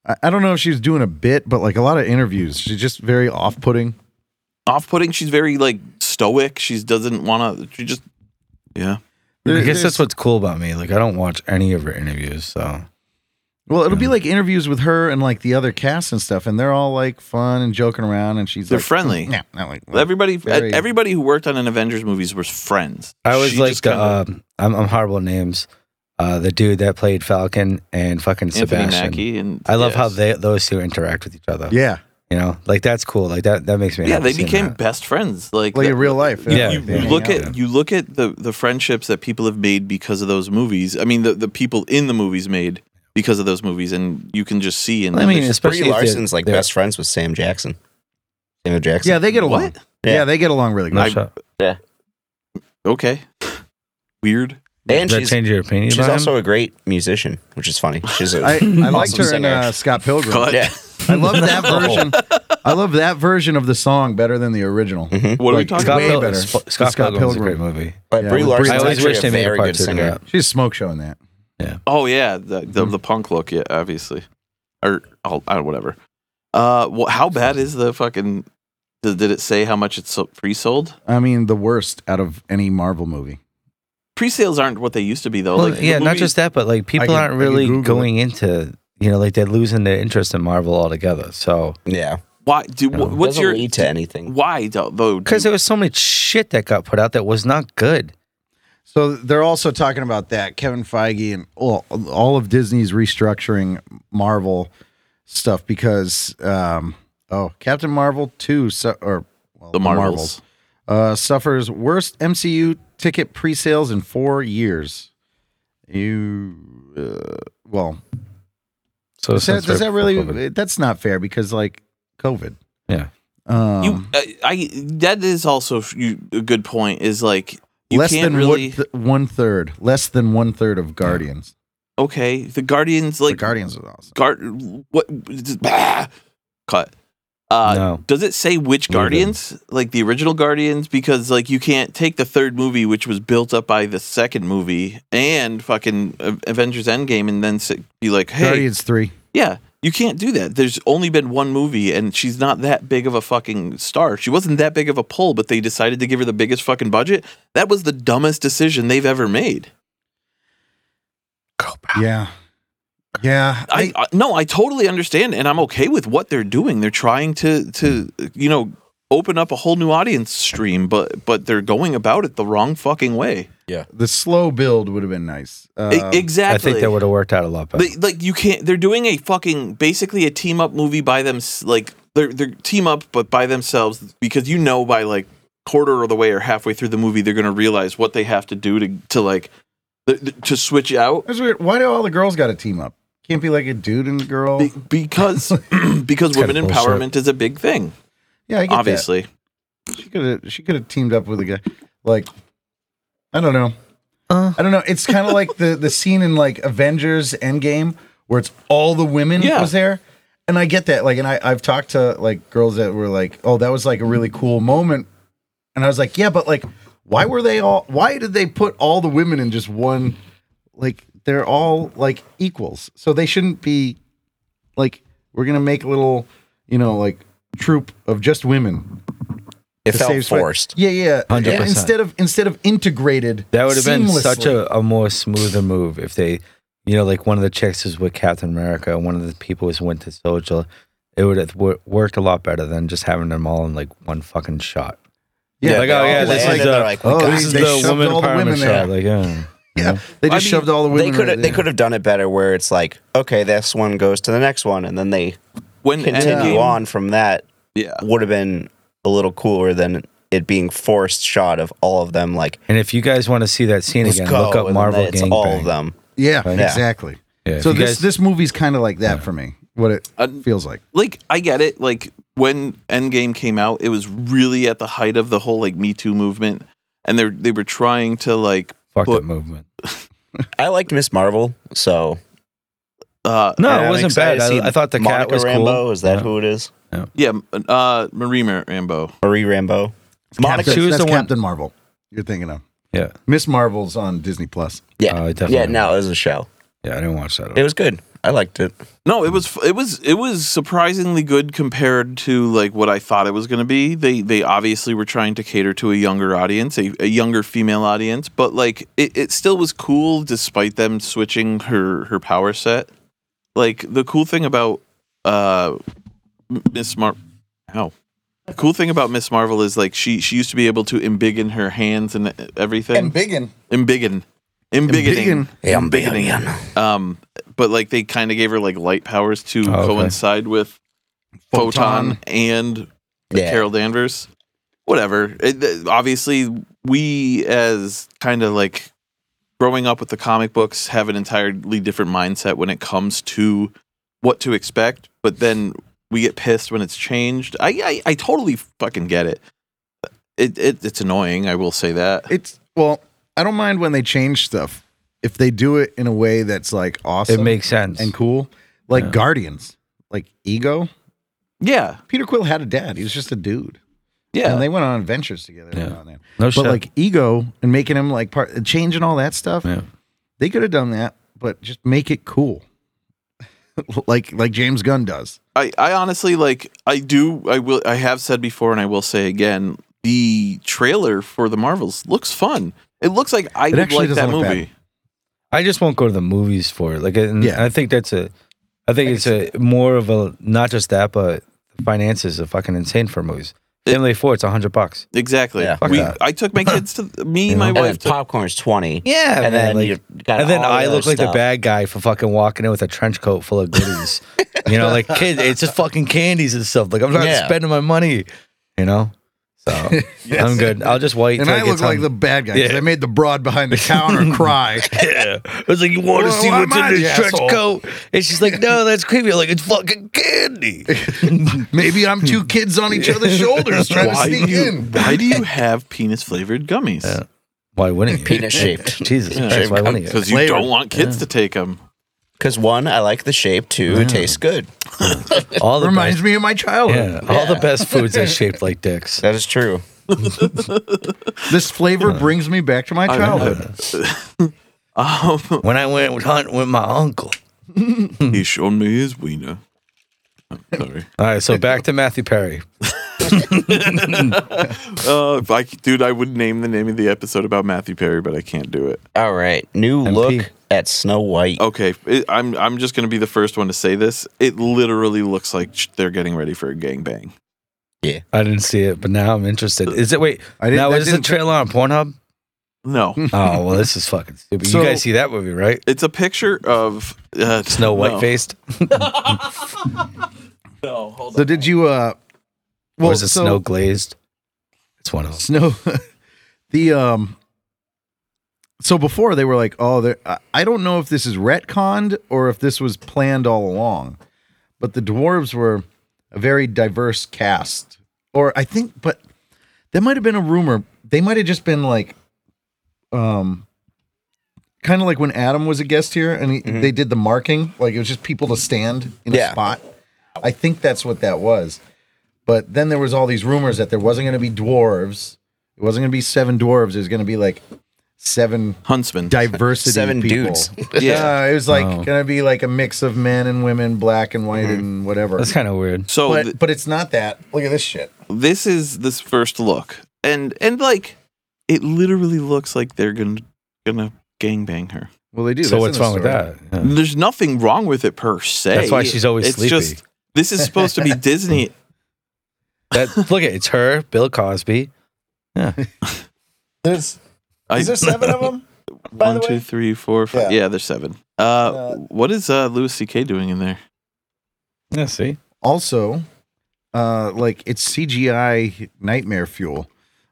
Speaker 3: I- I don't know if she was doing a bit, but like a lot of interviews, she's just very off-putting.
Speaker 1: Off-putting, she's very like stoic. She doesn't want to she just yeah.
Speaker 2: I
Speaker 3: There-
Speaker 2: guess that's
Speaker 3: there's-
Speaker 2: what's cool about me. Like I don't watch any of her interviews, so
Speaker 3: Well, it'll be like interviews with her and like the other cast and stuff, and they're all like fun and joking around, and she's
Speaker 1: They're
Speaker 3: like,
Speaker 1: friendly.
Speaker 3: Yeah, not like
Speaker 1: Everybody e,
Speaker 3: Very-
Speaker 1: everybody who worked on an Avengers movies was friends.
Speaker 2: I was
Speaker 1: She
Speaker 2: like
Speaker 1: just
Speaker 2: the
Speaker 1: kinda-
Speaker 2: um, I'm, I'm horrible at names. Uh, the dude that played Falcon and fucking
Speaker 1: Anthony
Speaker 2: Sebastian.
Speaker 1: Mackie and
Speaker 2: I love how
Speaker 1: yes.
Speaker 2: they those two interact with each other.
Speaker 3: yeah,
Speaker 2: You know, like that's cool. Like that that makes me.
Speaker 1: yeah,
Speaker 2: happy
Speaker 1: they
Speaker 2: seeing
Speaker 1: became
Speaker 2: that.
Speaker 1: best friends. Like,
Speaker 3: like
Speaker 1: the-
Speaker 3: in real life.
Speaker 2: Yeah,
Speaker 1: you,
Speaker 2: they
Speaker 1: you
Speaker 2: hang
Speaker 1: look
Speaker 2: out,
Speaker 1: at
Speaker 2: yeah.
Speaker 1: you look at the the friendships that people have made because of those movies. I mean, the the people in the movies made because of those movies, and you can just see. And
Speaker 2: I mean,
Speaker 1: understand-
Speaker 2: especially
Speaker 4: Brie
Speaker 2: if they're-
Speaker 4: Larson's like
Speaker 2: they're-
Speaker 4: best friends with Sam Jackson. Samuel Jackson.
Speaker 3: yeah, they get along.
Speaker 1: What?
Speaker 3: Yeah.
Speaker 4: Yeah.
Speaker 3: they get along really good.
Speaker 2: No shot.
Speaker 1: okay, weird.
Speaker 4: and
Speaker 2: Does that
Speaker 4: she's,
Speaker 2: change your opinion?
Speaker 4: she's
Speaker 2: about him?
Speaker 4: also a great musician, which is funny. She's a
Speaker 3: I, I liked
Speaker 4: awesome
Speaker 3: her in
Speaker 4: singer.
Speaker 3: uh, Scott Pilgrim.
Speaker 1: Cut.
Speaker 4: yeah.
Speaker 3: I love that version. I love that version of the song better than the original.
Speaker 1: What are we
Speaker 3: Like,
Speaker 1: talking
Speaker 2: Scott,
Speaker 3: way
Speaker 1: about?
Speaker 2: Pil-
Speaker 3: better.
Speaker 2: Sp-
Speaker 3: Scott
Speaker 2: Scott, Pilgrim's a great
Speaker 3: Pilgrim.
Speaker 2: movie.
Speaker 4: But
Speaker 3: Yeah,
Speaker 4: Brie
Speaker 3: with Brie
Speaker 4: Larson's
Speaker 2: I always
Speaker 4: actually
Speaker 2: wish
Speaker 4: a
Speaker 2: they made a
Speaker 4: very
Speaker 2: part
Speaker 4: good
Speaker 2: two to
Speaker 4: singer.
Speaker 2: that.
Speaker 3: She's smoke showing that.
Speaker 1: Oh yeah, the, the
Speaker 2: Mm-hmm.
Speaker 1: the punk look. Yeah, obviously, or oh, I don't- whatever. Uh, well, how bad is the fucking? Did did it say how much it's so- pre-sold?
Speaker 3: I mean, the worst out of any Marvel movie.
Speaker 1: Pre-sales aren't what they used to be though.
Speaker 2: Well,
Speaker 1: Like, the
Speaker 2: yeah, not
Speaker 1: movie-
Speaker 2: just that, but like people
Speaker 3: can- I
Speaker 2: aren't
Speaker 3: can
Speaker 2: really
Speaker 3: Google
Speaker 2: going into you know like they're losing their interest in Marvel altogether. So
Speaker 4: Yeah.
Speaker 1: why. Do
Speaker 2: No.
Speaker 1: what's
Speaker 4: Doesn't
Speaker 1: your
Speaker 4: lead to anything?
Speaker 1: why though? though
Speaker 2: because there was so much shit that got put out that was not good.
Speaker 3: So they're also talking about that Kevin Feige and all, all of Disney's restructuring Marvel stuff because um, oh, Captain Marvel two su- or well,
Speaker 1: the Marvels.
Speaker 3: uh, suffers worst MCU ticket pre-sales in four years. You uh, well,
Speaker 2: So
Speaker 3: does that,
Speaker 2: since
Speaker 3: does
Speaker 2: we're-
Speaker 3: that really? uh, That's not fair because like COVID.
Speaker 2: Yeah.
Speaker 3: Um,
Speaker 1: you I, I that is also f- you, a good point is like you
Speaker 3: less
Speaker 1: can't
Speaker 3: than
Speaker 1: really
Speaker 3: one, th- one third, less than one third of Guardians.
Speaker 1: okay the guardians
Speaker 3: The
Speaker 1: like
Speaker 3: Guardians is awesome.
Speaker 1: guard what bah, cut uh
Speaker 2: No.
Speaker 1: does it say which
Speaker 2: Leave it.
Speaker 1: guardians like the original guardians because like you can't take the third movie which was built up by the second movie and fucking A- Avengers Endgame and then s- be like hey
Speaker 3: Guardians three.
Speaker 1: yeah you can't do that there's only been one movie and she's not that big of a fucking star she wasn't that big of a pull but they decided to give her the biggest fucking budget that was the dumbest decision they've ever made
Speaker 3: Yeah. Yeah.
Speaker 1: I, I no, I totally understand, and I'm okay with what they're doing. They're trying to to you know open up a whole new audience stream, but but they're going about it the wrong fucking way.
Speaker 3: the slow build would have been nice.
Speaker 1: E-
Speaker 3: Um,
Speaker 1: exactly.
Speaker 2: I think that would have worked out a lot better.
Speaker 1: They- like you can't. They're doing a fucking basically a team up movie by them. Like they're they're team up, but by themselves because you know by like quarter of the way or halfway through the movie they're gonna realize what they have to do to to like th- th- to switch out
Speaker 3: That's weird. Why do all the girls got to team up? Can't be like a dude and a girl.
Speaker 1: Be- because because
Speaker 2: kinda
Speaker 1: women empowerment is a big thing.
Speaker 3: yeah, I get Obviously.
Speaker 1: Obviously,
Speaker 3: She could have. She could have teamed up with a guy. Like, I don't know.
Speaker 2: Uh.
Speaker 3: I don't know. It's kind of like the the scene in like Avengers Endgame where it's all the women
Speaker 1: Yeah.
Speaker 3: was there, and I get that. Like, and I I've talked to like girls that were like, oh, that was like a really cool moment, and I was like, yeah, but like, why were they all? Why did they put all the women in just one? Like, they're all like equals, so they shouldn't be like we're gonna make a little, you know, like troop of just women.
Speaker 4: It
Speaker 3: to
Speaker 4: felt
Speaker 3: save space.
Speaker 4: forced.
Speaker 3: Yeah, yeah.
Speaker 2: 100%.
Speaker 3: Instead of instead of integrated,
Speaker 2: That would have been such
Speaker 3: seamlessly.
Speaker 2: a, a more smoother move if they, you know, like one of the chicks is with Captain America, and one of the people is Winter Soldier. It would have wor- worked a lot better than just having them all in like one fucking shot.
Speaker 3: Yeah,
Speaker 2: like, oh, yeah, this
Speaker 4: Like,
Speaker 2: is,
Speaker 4: they're
Speaker 2: uh,
Speaker 4: like, we
Speaker 3: oh,
Speaker 4: got
Speaker 3: this
Speaker 4: it.
Speaker 3: is They shoved all the
Speaker 2: empowerment
Speaker 3: women there.
Speaker 2: Like, yeah.
Speaker 3: Yeah, they just
Speaker 1: I mean,
Speaker 3: shoved all the women.
Speaker 4: they could have they could have done it better where it's like okay this one goes to the next one and then they
Speaker 1: When
Speaker 4: continue
Speaker 1: Endgame-
Speaker 4: on from that
Speaker 1: Yeah.
Speaker 4: would have been a little cooler than it being forced shot of all of them like
Speaker 2: And if you guys want to see that scene
Speaker 4: let's
Speaker 2: again,
Speaker 4: go
Speaker 2: look up
Speaker 4: and
Speaker 2: Marvel
Speaker 4: then it's
Speaker 2: Gangbang.
Speaker 4: all of them
Speaker 3: Yeah,
Speaker 2: Yeah.
Speaker 3: exactly.
Speaker 2: Yeah,
Speaker 3: so
Speaker 2: if you
Speaker 3: this
Speaker 2: guys-
Speaker 3: this movie's kind of like that for me. What it
Speaker 1: Uh,
Speaker 3: feels like.
Speaker 1: like I get it. Like when Endgame came out, it was really at the height of the whole like Me Too movement, and they are they were trying to like
Speaker 2: Fuck
Speaker 1: put-
Speaker 2: that movement.
Speaker 4: I liked Miss Marvel so
Speaker 1: uh
Speaker 2: No,
Speaker 4: and
Speaker 2: it
Speaker 4: I'm
Speaker 2: wasn't
Speaker 4: excited
Speaker 2: bad.
Speaker 4: to see
Speaker 2: I, I thought the
Speaker 4: Monica
Speaker 2: cat was
Speaker 4: Rambo
Speaker 2: cool.
Speaker 4: is that
Speaker 2: Yeah.
Speaker 4: who it is
Speaker 1: yeah uh Marie Mar- Rambo.
Speaker 4: Marie Rambo
Speaker 3: Monica,
Speaker 4: Monica
Speaker 2: She was
Speaker 3: that's
Speaker 2: the one-
Speaker 3: Captain Marvel. You're thinking of
Speaker 2: Yeah,
Speaker 3: Miss Marvel's on Disney Plus.
Speaker 4: yeah
Speaker 2: Oh, I definitely-
Speaker 4: yeah no it was a show
Speaker 2: yeah. I didn't watch that.
Speaker 4: it was good I liked it
Speaker 1: No, it was f- it was it was surprisingly good compared to like what I thought it was going to be. They they obviously were trying to cater to a younger audience, a, a younger female audience, but like it, it still was cool despite them switching her her power set. Like the cool thing about uh Miss Mar how the cool thing about Miss Marvel is like she she used to be able to embiggen her hands and uh, everything.
Speaker 3: Biggin.
Speaker 1: Embiggen. Embiggening.
Speaker 4: yeah
Speaker 1: Um, but like they kind of gave her like light powers to
Speaker 2: Oh, okay.
Speaker 1: coincide with Photon, and
Speaker 4: yeah
Speaker 1: Carol Danvers. Whatever. It- th- obviously, we as kind of like growing up with the comic books have an entirely different mindset when it comes to what to expect. But then we get pissed when it's changed. I I, I totally fucking get it. It, it. It's annoying. I will say that.
Speaker 3: It's well, I don't mind when they change stuff if they do it in a way that's like awesome
Speaker 2: It makes sense.
Speaker 3: and cool, like
Speaker 2: Yeah.
Speaker 3: Guardians, like Ego.
Speaker 1: yeah.
Speaker 3: Peter Quill had a dad. He was just a dude,
Speaker 1: Yeah.
Speaker 3: and they went on adventures together. every
Speaker 2: Yeah.
Speaker 3: now and then.
Speaker 2: no
Speaker 3: But
Speaker 2: shit.
Speaker 3: like Ego and making him like part, changing all that stuff.
Speaker 2: yeah.
Speaker 3: They could have done that, but just make it cool, like like James Gunn does.
Speaker 1: I, I honestly like I do I will I have said before and I will say again the trailer for the Marvels looks fun. It looks like I would like
Speaker 3: actually
Speaker 1: that
Speaker 3: doesn't look
Speaker 1: movie.
Speaker 2: I just won't go to the movies for it. Like, and
Speaker 3: Yeah.
Speaker 2: I think that's a, I think it's a more of a not just that, but finances are fucking insane for movies.
Speaker 1: It-
Speaker 2: Family four, it's a hundred bucks.
Speaker 1: Exactly.
Speaker 4: Yeah.
Speaker 2: Fuck
Speaker 1: we,
Speaker 2: that.
Speaker 1: I took my kids to me
Speaker 2: You
Speaker 1: and my
Speaker 2: know?
Speaker 4: and then
Speaker 1: wife. took,
Speaker 4: popcorn's twenty
Speaker 2: Yeah,
Speaker 4: and then you got
Speaker 2: and then
Speaker 4: all
Speaker 2: I
Speaker 4: other
Speaker 2: look like the
Speaker 4: stuff.
Speaker 2: bad guy for fucking walking in with a trench coat full of goodies. you know, like kid, it's just fucking candies and stuff. Like I'm not
Speaker 4: Yeah.
Speaker 2: spending my money. You know, so I'm good. I'll just wait.
Speaker 3: And
Speaker 2: till
Speaker 3: I
Speaker 2: it gets
Speaker 3: look like the
Speaker 2: on-
Speaker 3: bad guy because
Speaker 2: Yeah.
Speaker 3: I made the broad behind the counter cry.
Speaker 2: Yeah. I was like, you want to
Speaker 3: Well,
Speaker 2: see
Speaker 3: why
Speaker 2: what's
Speaker 3: am I
Speaker 2: in
Speaker 3: the
Speaker 2: this trench
Speaker 3: asshole?
Speaker 2: coat? And she's like, no, that's creepy. I'm like, it's fucking candy.
Speaker 3: Maybe I'm two kids on each other's shoulders trying to
Speaker 1: why, do
Speaker 3: sneak
Speaker 1: you,
Speaker 3: in.
Speaker 1: why do you have penis flavored gummies?
Speaker 2: Yeah. Why wouldn't you?
Speaker 4: penis shaped
Speaker 2: Jesus Christ, why wouldn't you?
Speaker 1: Because you
Speaker 3: Flavored.
Speaker 1: don't want kids to take them.
Speaker 4: because one I like the shape two it tastes good
Speaker 2: All the
Speaker 3: Reminds
Speaker 2: best,
Speaker 3: me of my
Speaker 2: yeah,
Speaker 3: childhood.
Speaker 2: all the best foods are shaped like dicks.
Speaker 4: that is true
Speaker 3: This flavor brings me back to my childhood.
Speaker 1: Um,
Speaker 2: When I went hunt with my uncle.
Speaker 1: he showed me his wiener. I'm sorry.
Speaker 2: All right, so back to Matthew Perry.
Speaker 1: Uh, if I, c- dude, I would name the name of the episode about Matthew Perry, but I can't do it.
Speaker 4: All right, new look at Snow White.
Speaker 1: Okay, it, I'm I'm just gonna be the first one to say this. It literally looks like sh- they're getting ready for a gangbang.
Speaker 2: I didn't see it, but now I'm interested. Is it wait?
Speaker 3: I didn't-
Speaker 2: now
Speaker 3: that
Speaker 2: is the
Speaker 3: didn't-
Speaker 2: trailer on Pornhub?
Speaker 1: No,
Speaker 2: Oh well, this is fucking stupid.
Speaker 3: So-
Speaker 2: you guys see that movie, right?
Speaker 1: it's a picture of uh,
Speaker 2: Snow White
Speaker 1: no.
Speaker 2: faced.
Speaker 1: No, hold
Speaker 3: So did you? uh
Speaker 2: Or is it
Speaker 3: so-
Speaker 2: snow glazed? It's one of those.
Speaker 3: snow the um so before they were like oh they're- I- i don't know if this is retconned or if this was planned all along but the dwarves were a very diverse cast or i think but that might have been a rumor they might have just been like um kind of like when adam was a guest here and he, they did the marking like it was just people to stand in
Speaker 4: Mm-hmm. Yeah.
Speaker 3: a spot I think that's what that was. But then there was all these rumors that there wasn't going to be dwarves. It wasn't going to be seven dwarves. It was going to be like seven
Speaker 1: Huntsman.
Speaker 3: diversity
Speaker 4: Seven
Speaker 3: people.
Speaker 4: dudes.
Speaker 1: yeah.
Speaker 3: Yeah, it was like
Speaker 2: Oh.
Speaker 3: going to be like a mix of men and women, black and
Speaker 4: Mm-hmm.
Speaker 3: white and whatever.
Speaker 2: That's kind of weird.
Speaker 1: So
Speaker 3: but
Speaker 1: th-
Speaker 3: but it's not that. Look at this shit.
Speaker 1: this is this first look, and and like it literally looks like they're gonna gonna gangbang her.
Speaker 3: Well, they do.
Speaker 2: so
Speaker 3: That's
Speaker 2: what's
Speaker 3: in the
Speaker 2: wrong with
Speaker 3: story.
Speaker 2: that? Yeah.
Speaker 1: There's nothing wrong with it per se.
Speaker 2: That's why she's always
Speaker 1: it's
Speaker 2: sleepy.
Speaker 1: Just, this is supposed to be Disney.
Speaker 2: That look at it's her, Bill Cosby.
Speaker 3: There's,
Speaker 1: I-
Speaker 3: is there seven of them? by
Speaker 1: One,
Speaker 3: the
Speaker 1: two,
Speaker 3: way?
Speaker 1: three, four, five. Yeah,
Speaker 3: Yeah.
Speaker 1: there's seven. Uh,
Speaker 3: Uh,
Speaker 1: what is uh, Louis C.K. doing in there?
Speaker 2: Yeah, see,
Speaker 3: Also, uh, like it's CGI nightmare fuel.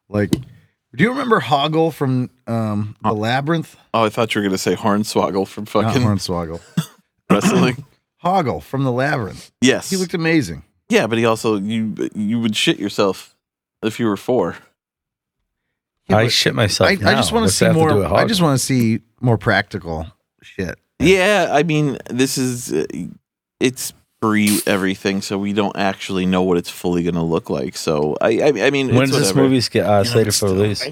Speaker 3: Like, do you remember Hoggle from um, The Labyrinth?
Speaker 1: Oh, I thought you were gonna say Hornswoggle from
Speaker 3: Not
Speaker 1: fucking
Speaker 3: Hornswoggle.
Speaker 1: wrestling.
Speaker 3: Hoggle from The Labyrinth.
Speaker 1: Yes.
Speaker 3: He looked amazing.
Speaker 1: yeah, but he also you you would shit yourself if you were four.
Speaker 3: Yeah,
Speaker 2: I
Speaker 3: but
Speaker 2: shit myself.
Speaker 3: I, I just want to see more. I just want to see more practical shit.
Speaker 1: Yeah, I mean, this is uh, it's pre everything, so we don't actually know what it's fully going to look like. So I, I, I mean,
Speaker 2: When's
Speaker 1: it's
Speaker 2: this
Speaker 1: whatever.
Speaker 2: movie sca- uh, slated for release?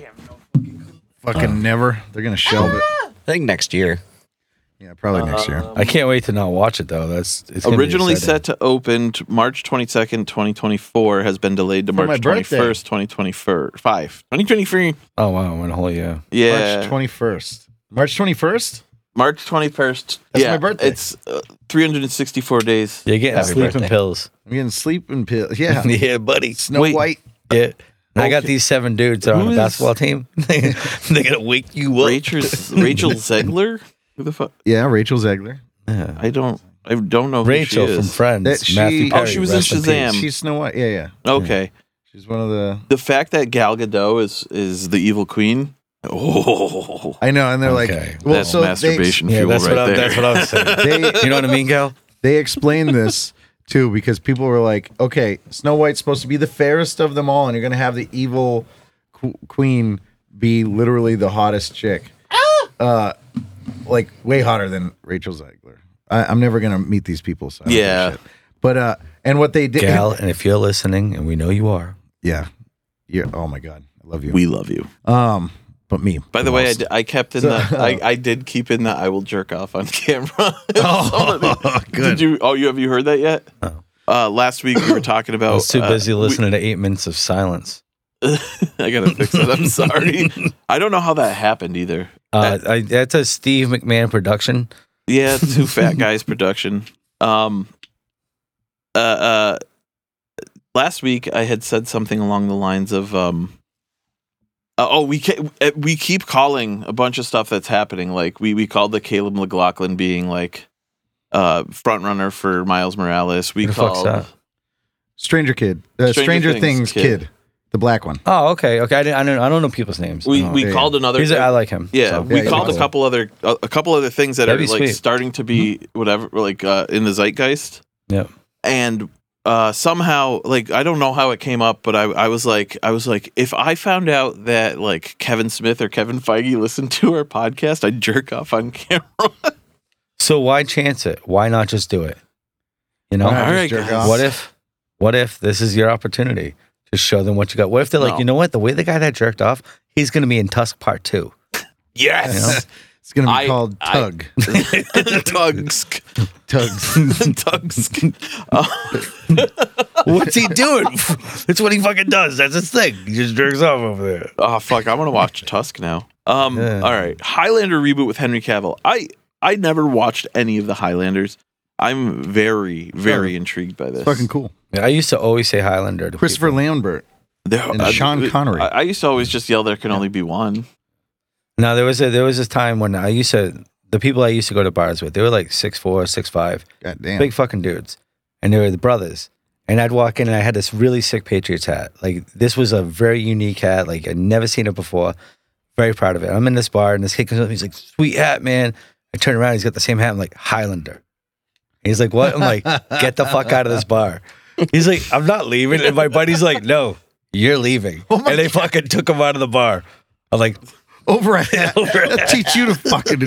Speaker 3: Fucking never. They're gonna shelve it.
Speaker 4: I think next year.
Speaker 3: Yeah, probably next year.
Speaker 2: I can't wait to not watch it though. That's it's gonna be
Speaker 1: Originally set
Speaker 2: exciting.
Speaker 1: to open t- March 22nd, 2024, has been delayed to
Speaker 3: For my
Speaker 1: March
Speaker 3: birthday.
Speaker 1: 21st, 2024. 2023.
Speaker 2: Oh wow, one whole year.
Speaker 3: March
Speaker 1: Yeah.
Speaker 3: twenty first. March twenty first.
Speaker 1: March 21st.
Speaker 3: That's
Speaker 1: yeah,
Speaker 3: my birthday.
Speaker 1: It's uh, 364 days.
Speaker 2: You're getting
Speaker 4: Happy
Speaker 2: sleeping
Speaker 4: birthday.
Speaker 2: pills.
Speaker 3: I'm getting sleeping pills. Yeah.
Speaker 2: yeah, buddy.
Speaker 3: Snow
Speaker 1: Wait.
Speaker 3: White.
Speaker 2: Yeah. I got
Speaker 1: Okay.
Speaker 2: these seven dudes that are
Speaker 1: Who
Speaker 2: on
Speaker 1: is-
Speaker 2: a basketball team. They're gonna wake you up.
Speaker 1: Rachel, Rachel Zegler? Who the fuck?
Speaker 3: Yeah, Rachel Zegler.
Speaker 2: Yeah.
Speaker 1: I don't. I don't know. who
Speaker 2: Uh, Rachel
Speaker 1: she
Speaker 2: from
Speaker 1: is.
Speaker 2: Friends.
Speaker 3: That she-
Speaker 2: Matthew Perry.
Speaker 1: Oh, she was in
Speaker 2: rest peace.
Speaker 1: Shazam. Um,
Speaker 3: She's Snow White. Yeah, yeah.
Speaker 1: Okay.
Speaker 3: She's one of the.
Speaker 1: the fact that Gal Gadot is is the evil queen. Oh,
Speaker 3: I know, and they're
Speaker 2: Okay.
Speaker 3: like, well,
Speaker 1: that's
Speaker 3: so
Speaker 1: masturbation
Speaker 2: Yeah,
Speaker 1: fuel
Speaker 2: that's
Speaker 1: right
Speaker 2: what, I,
Speaker 1: there.
Speaker 2: that's what I was saying.
Speaker 3: They, they
Speaker 2: you know what I mean, Gal?
Speaker 3: they explained this too because people were like, okay, Snow White's supposed to be the fairest of them all, and you're gonna have the evil qu- queen be literally the hottest chick, uh, like way hotter than Rachel Zegler. I, I'm never gonna meet these people, so I don't give a
Speaker 1: Yeah.
Speaker 3: shit. But uh, and what they did,
Speaker 2: Gal, and if you're listening, and we know you are,
Speaker 3: yeah, yeah. Oh my god, I love you.
Speaker 1: we love you.
Speaker 3: um, but me.
Speaker 1: By the way, I, d- I kept in
Speaker 3: So-
Speaker 1: the I, I did keep in the I will jerk off on camera.
Speaker 3: Oh,
Speaker 1: Did
Speaker 3: good.
Speaker 1: you? Oh, you have you heard that yet?
Speaker 2: No.
Speaker 1: Uh, last week we were talking about.
Speaker 2: Oh. I was too
Speaker 1: uh,
Speaker 2: busy
Speaker 1: we-
Speaker 2: listening to eight minutes of silence.
Speaker 1: I gotta fix it. I'm sorry. I don't know how that happened either.
Speaker 2: Uh, I, that's a Steve McMahon production.
Speaker 1: Yeah, two fat guys production. Um uh uh last week I had said something along the lines of um uh, oh we ca- uh, we keep calling a bunch of stuff that's happening like we we called the Caleb McLaughlin being like uh front runner for Miles Morales. We
Speaker 2: Who the fuck's
Speaker 1: called
Speaker 2: that?
Speaker 3: Stranger Kid, uh,
Speaker 1: Stranger
Speaker 3: Stranger,
Speaker 1: Things
Speaker 3: Things,
Speaker 1: kid.
Speaker 3: kid. the black one.
Speaker 2: Oh, okay, okay. I, didn't, I don't, I don't know people's names.
Speaker 1: we
Speaker 2: No.
Speaker 1: we
Speaker 3: yeah.
Speaker 1: called another
Speaker 2: He's a- I like him.
Speaker 1: Yeah,
Speaker 2: so.
Speaker 1: we
Speaker 3: yeah,
Speaker 1: called a
Speaker 3: awesome.
Speaker 1: couple other a, a couple other things that
Speaker 2: That'd
Speaker 1: are
Speaker 2: be
Speaker 1: like
Speaker 2: sweet.
Speaker 1: starting to be whatever like uh, in the zeitgeist.
Speaker 2: Yep.
Speaker 1: And uh, somehow, like I don't know how it came up, but I, I was like I was like if I found out that like Kevin Smith or Kevin Feige listened to our podcast, I'd jerk off on camera.
Speaker 2: So why chance it? Why not just do it? You know,
Speaker 3: Why not
Speaker 1: All right,
Speaker 3: just jerk
Speaker 1: guys.
Speaker 3: off?
Speaker 2: what if, what if this is your opportunity to show them what you got? What if they're like,
Speaker 1: No.
Speaker 2: you know what? The way the guy that jerked off, he's going to be in Tusk Part Two.
Speaker 1: Yes,
Speaker 3: It's gonna be
Speaker 1: I-
Speaker 3: called
Speaker 1: I-
Speaker 3: Tug.
Speaker 1: Tugsk,
Speaker 3: Tugs.
Speaker 1: Tugsk. Uh,
Speaker 2: What's he doing? That's what he fucking does. That's his thing. He just jerks off over there.
Speaker 1: Oh fuck, I'm gonna watch Tusk now. Um,
Speaker 2: Yeah.
Speaker 1: all right, Highlander reboot with Henry Cavill. I I never watched any of the Highlanders. I'm very very intrigued by this.
Speaker 3: Fucking cool.
Speaker 2: I used to always say Highlander. To
Speaker 3: Christopher Lambert.
Speaker 1: They're- uh,
Speaker 3: and Sean Connery.
Speaker 1: I, I used to always just yell, "There can only be one."
Speaker 2: Now there was a there was this time when I used to the people I used to go to bars with they were like six four six five
Speaker 3: God damn.
Speaker 2: big fucking dudes and they were the brothers and I'd walk in and I had this really sick Patriots hat like this was a very unique hat like I'd never seen it before very proud of it I'm in this bar and this kid comes up he's like sweet hat man I turn around he's got the same hat I'm like Highlander he's like what I'm like get the fuck out of this bar he's like I'm not leaving and my buddy's like no you're leaving
Speaker 3: Oh my
Speaker 2: and they fucking took him out of the bar I'm like
Speaker 3: Over a hat.
Speaker 2: Over a
Speaker 3: Teach you to fucking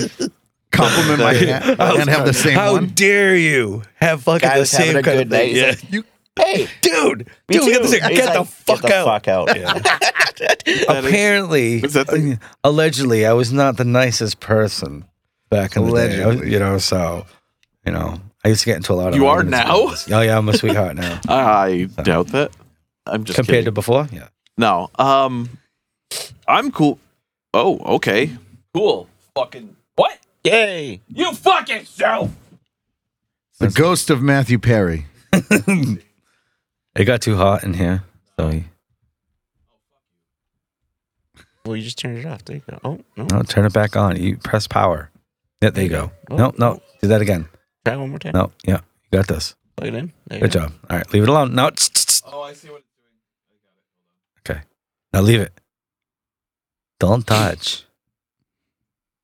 Speaker 3: compliment my hat and have the same
Speaker 6: How
Speaker 3: one.
Speaker 6: dare you have fucking
Speaker 4: Guy
Speaker 6: the
Speaker 4: was having
Speaker 6: same
Speaker 4: a
Speaker 6: kind of
Speaker 4: good day.
Speaker 6: thing?
Speaker 4: He's
Speaker 6: Yeah.
Speaker 4: like, you, hey,
Speaker 6: dude,
Speaker 4: me
Speaker 6: dude, we got
Speaker 4: too.
Speaker 6: the same-
Speaker 4: He's
Speaker 6: get the
Speaker 4: like,
Speaker 6: fuck
Speaker 4: get
Speaker 6: out.
Speaker 4: The fuck out.
Speaker 2: Apparently,
Speaker 1: Is that the-
Speaker 2: allegedly, I was not the nicest person back in the day. I was-
Speaker 3: Allegedly.
Speaker 2: You know, so you know, I used to get into a lot of.
Speaker 1: You are
Speaker 2: arguments
Speaker 1: now?
Speaker 2: with- Oh yeah, I'm a sweetheart now.
Speaker 1: I doubt that. I'm just
Speaker 2: Compared to
Speaker 1: kidding.
Speaker 2: before, yeah.
Speaker 1: no. Um, I'm cool. Oh, okay. Cool. Fucking what?
Speaker 4: Yay.
Speaker 1: You fucking show.
Speaker 3: The ghost of Matthew Perry.
Speaker 2: It got too hot in here, so he-
Speaker 4: Well, you just turned it off. There you go. Oh, no.
Speaker 2: no, turn it back on. You press power. Yeah, there you go. No, no, do that again.
Speaker 4: Oh, Try one more time.
Speaker 2: No, yeah, you got this.
Speaker 4: Plug it in. There you
Speaker 2: Good
Speaker 4: go.
Speaker 2: job. All right, leave it alone. No, tss, tss, tss.
Speaker 1: Oh, I see what it's doing.
Speaker 2: now leave it. Don't touch.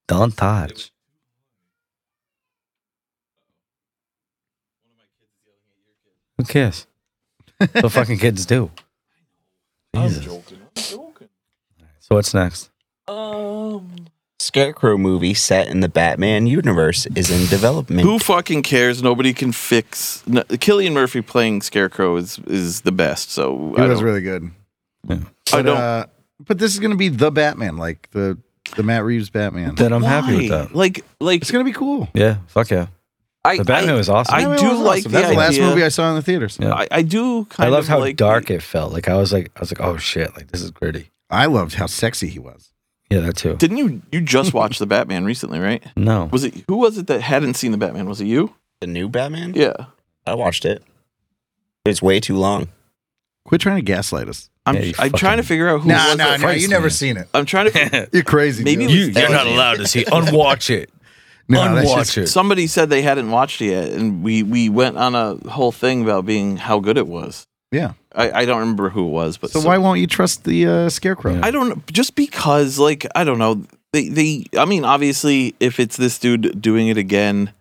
Speaker 2: Don't touch. Who cares? That's what fucking kids do. Jesus. So what's next?
Speaker 4: Scarecrow movie set in the Batman universe is in development.
Speaker 1: Who fucking cares? Nobody can fix. No, Killian Murphy playing Scarecrow is is the best. So
Speaker 3: He
Speaker 1: I
Speaker 3: was
Speaker 1: don't.
Speaker 3: really good.
Speaker 1: I
Speaker 3: But,
Speaker 1: don't
Speaker 3: uh, but this is gonna be the Batman, like the the Matt Reeves Batman.
Speaker 2: Then I'm happy
Speaker 1: Why?
Speaker 2: with that.
Speaker 1: Like, like
Speaker 3: It's gonna be cool.
Speaker 2: Yeah, fuck yeah.
Speaker 1: I,
Speaker 2: The Batman
Speaker 1: I,
Speaker 2: was awesome.
Speaker 1: I
Speaker 2: I,
Speaker 3: Batman
Speaker 1: do
Speaker 3: was
Speaker 1: like the
Speaker 3: That's the last
Speaker 1: idea.
Speaker 3: movie I saw in the theaters.
Speaker 2: Yeah.
Speaker 1: I, I do kind
Speaker 2: loved
Speaker 1: of
Speaker 2: how
Speaker 1: like
Speaker 2: dark it felt. Like I was like, I was like, oh shit, like this is gritty.
Speaker 3: I loved how sexy he was.
Speaker 2: Yeah, that too.
Speaker 1: Didn't you? You just watched the Batman recently, right?
Speaker 2: No,
Speaker 1: Was it who was it that hadn't seen the Batman? Was it you?
Speaker 4: The new Batman?
Speaker 1: Yeah,
Speaker 4: I watched it. It's way too long.
Speaker 3: Quit trying to gaslight us.
Speaker 1: I'm.
Speaker 2: Yeah, you
Speaker 1: I'm trying to
Speaker 2: fucking-
Speaker 1: figure out who. was that first.
Speaker 3: you never seen it.
Speaker 1: I'm trying to.
Speaker 3: You're crazy.
Speaker 1: Maybe
Speaker 3: Maybe
Speaker 1: it was-
Speaker 2: you're not allowed to see. Unwatch it.
Speaker 3: No, that's
Speaker 2: Unwatch it.
Speaker 1: Somebody said they hadn't watched it yet, and we we went on a whole thing about being how good it was.
Speaker 3: Yeah.
Speaker 1: I, I don't remember who it was, but
Speaker 3: So
Speaker 1: some-
Speaker 3: why won't you trust the uh, scarecrow?
Speaker 2: Yeah.
Speaker 1: I don't just because like I don't know they they I mean obviously if it's this dude doing it again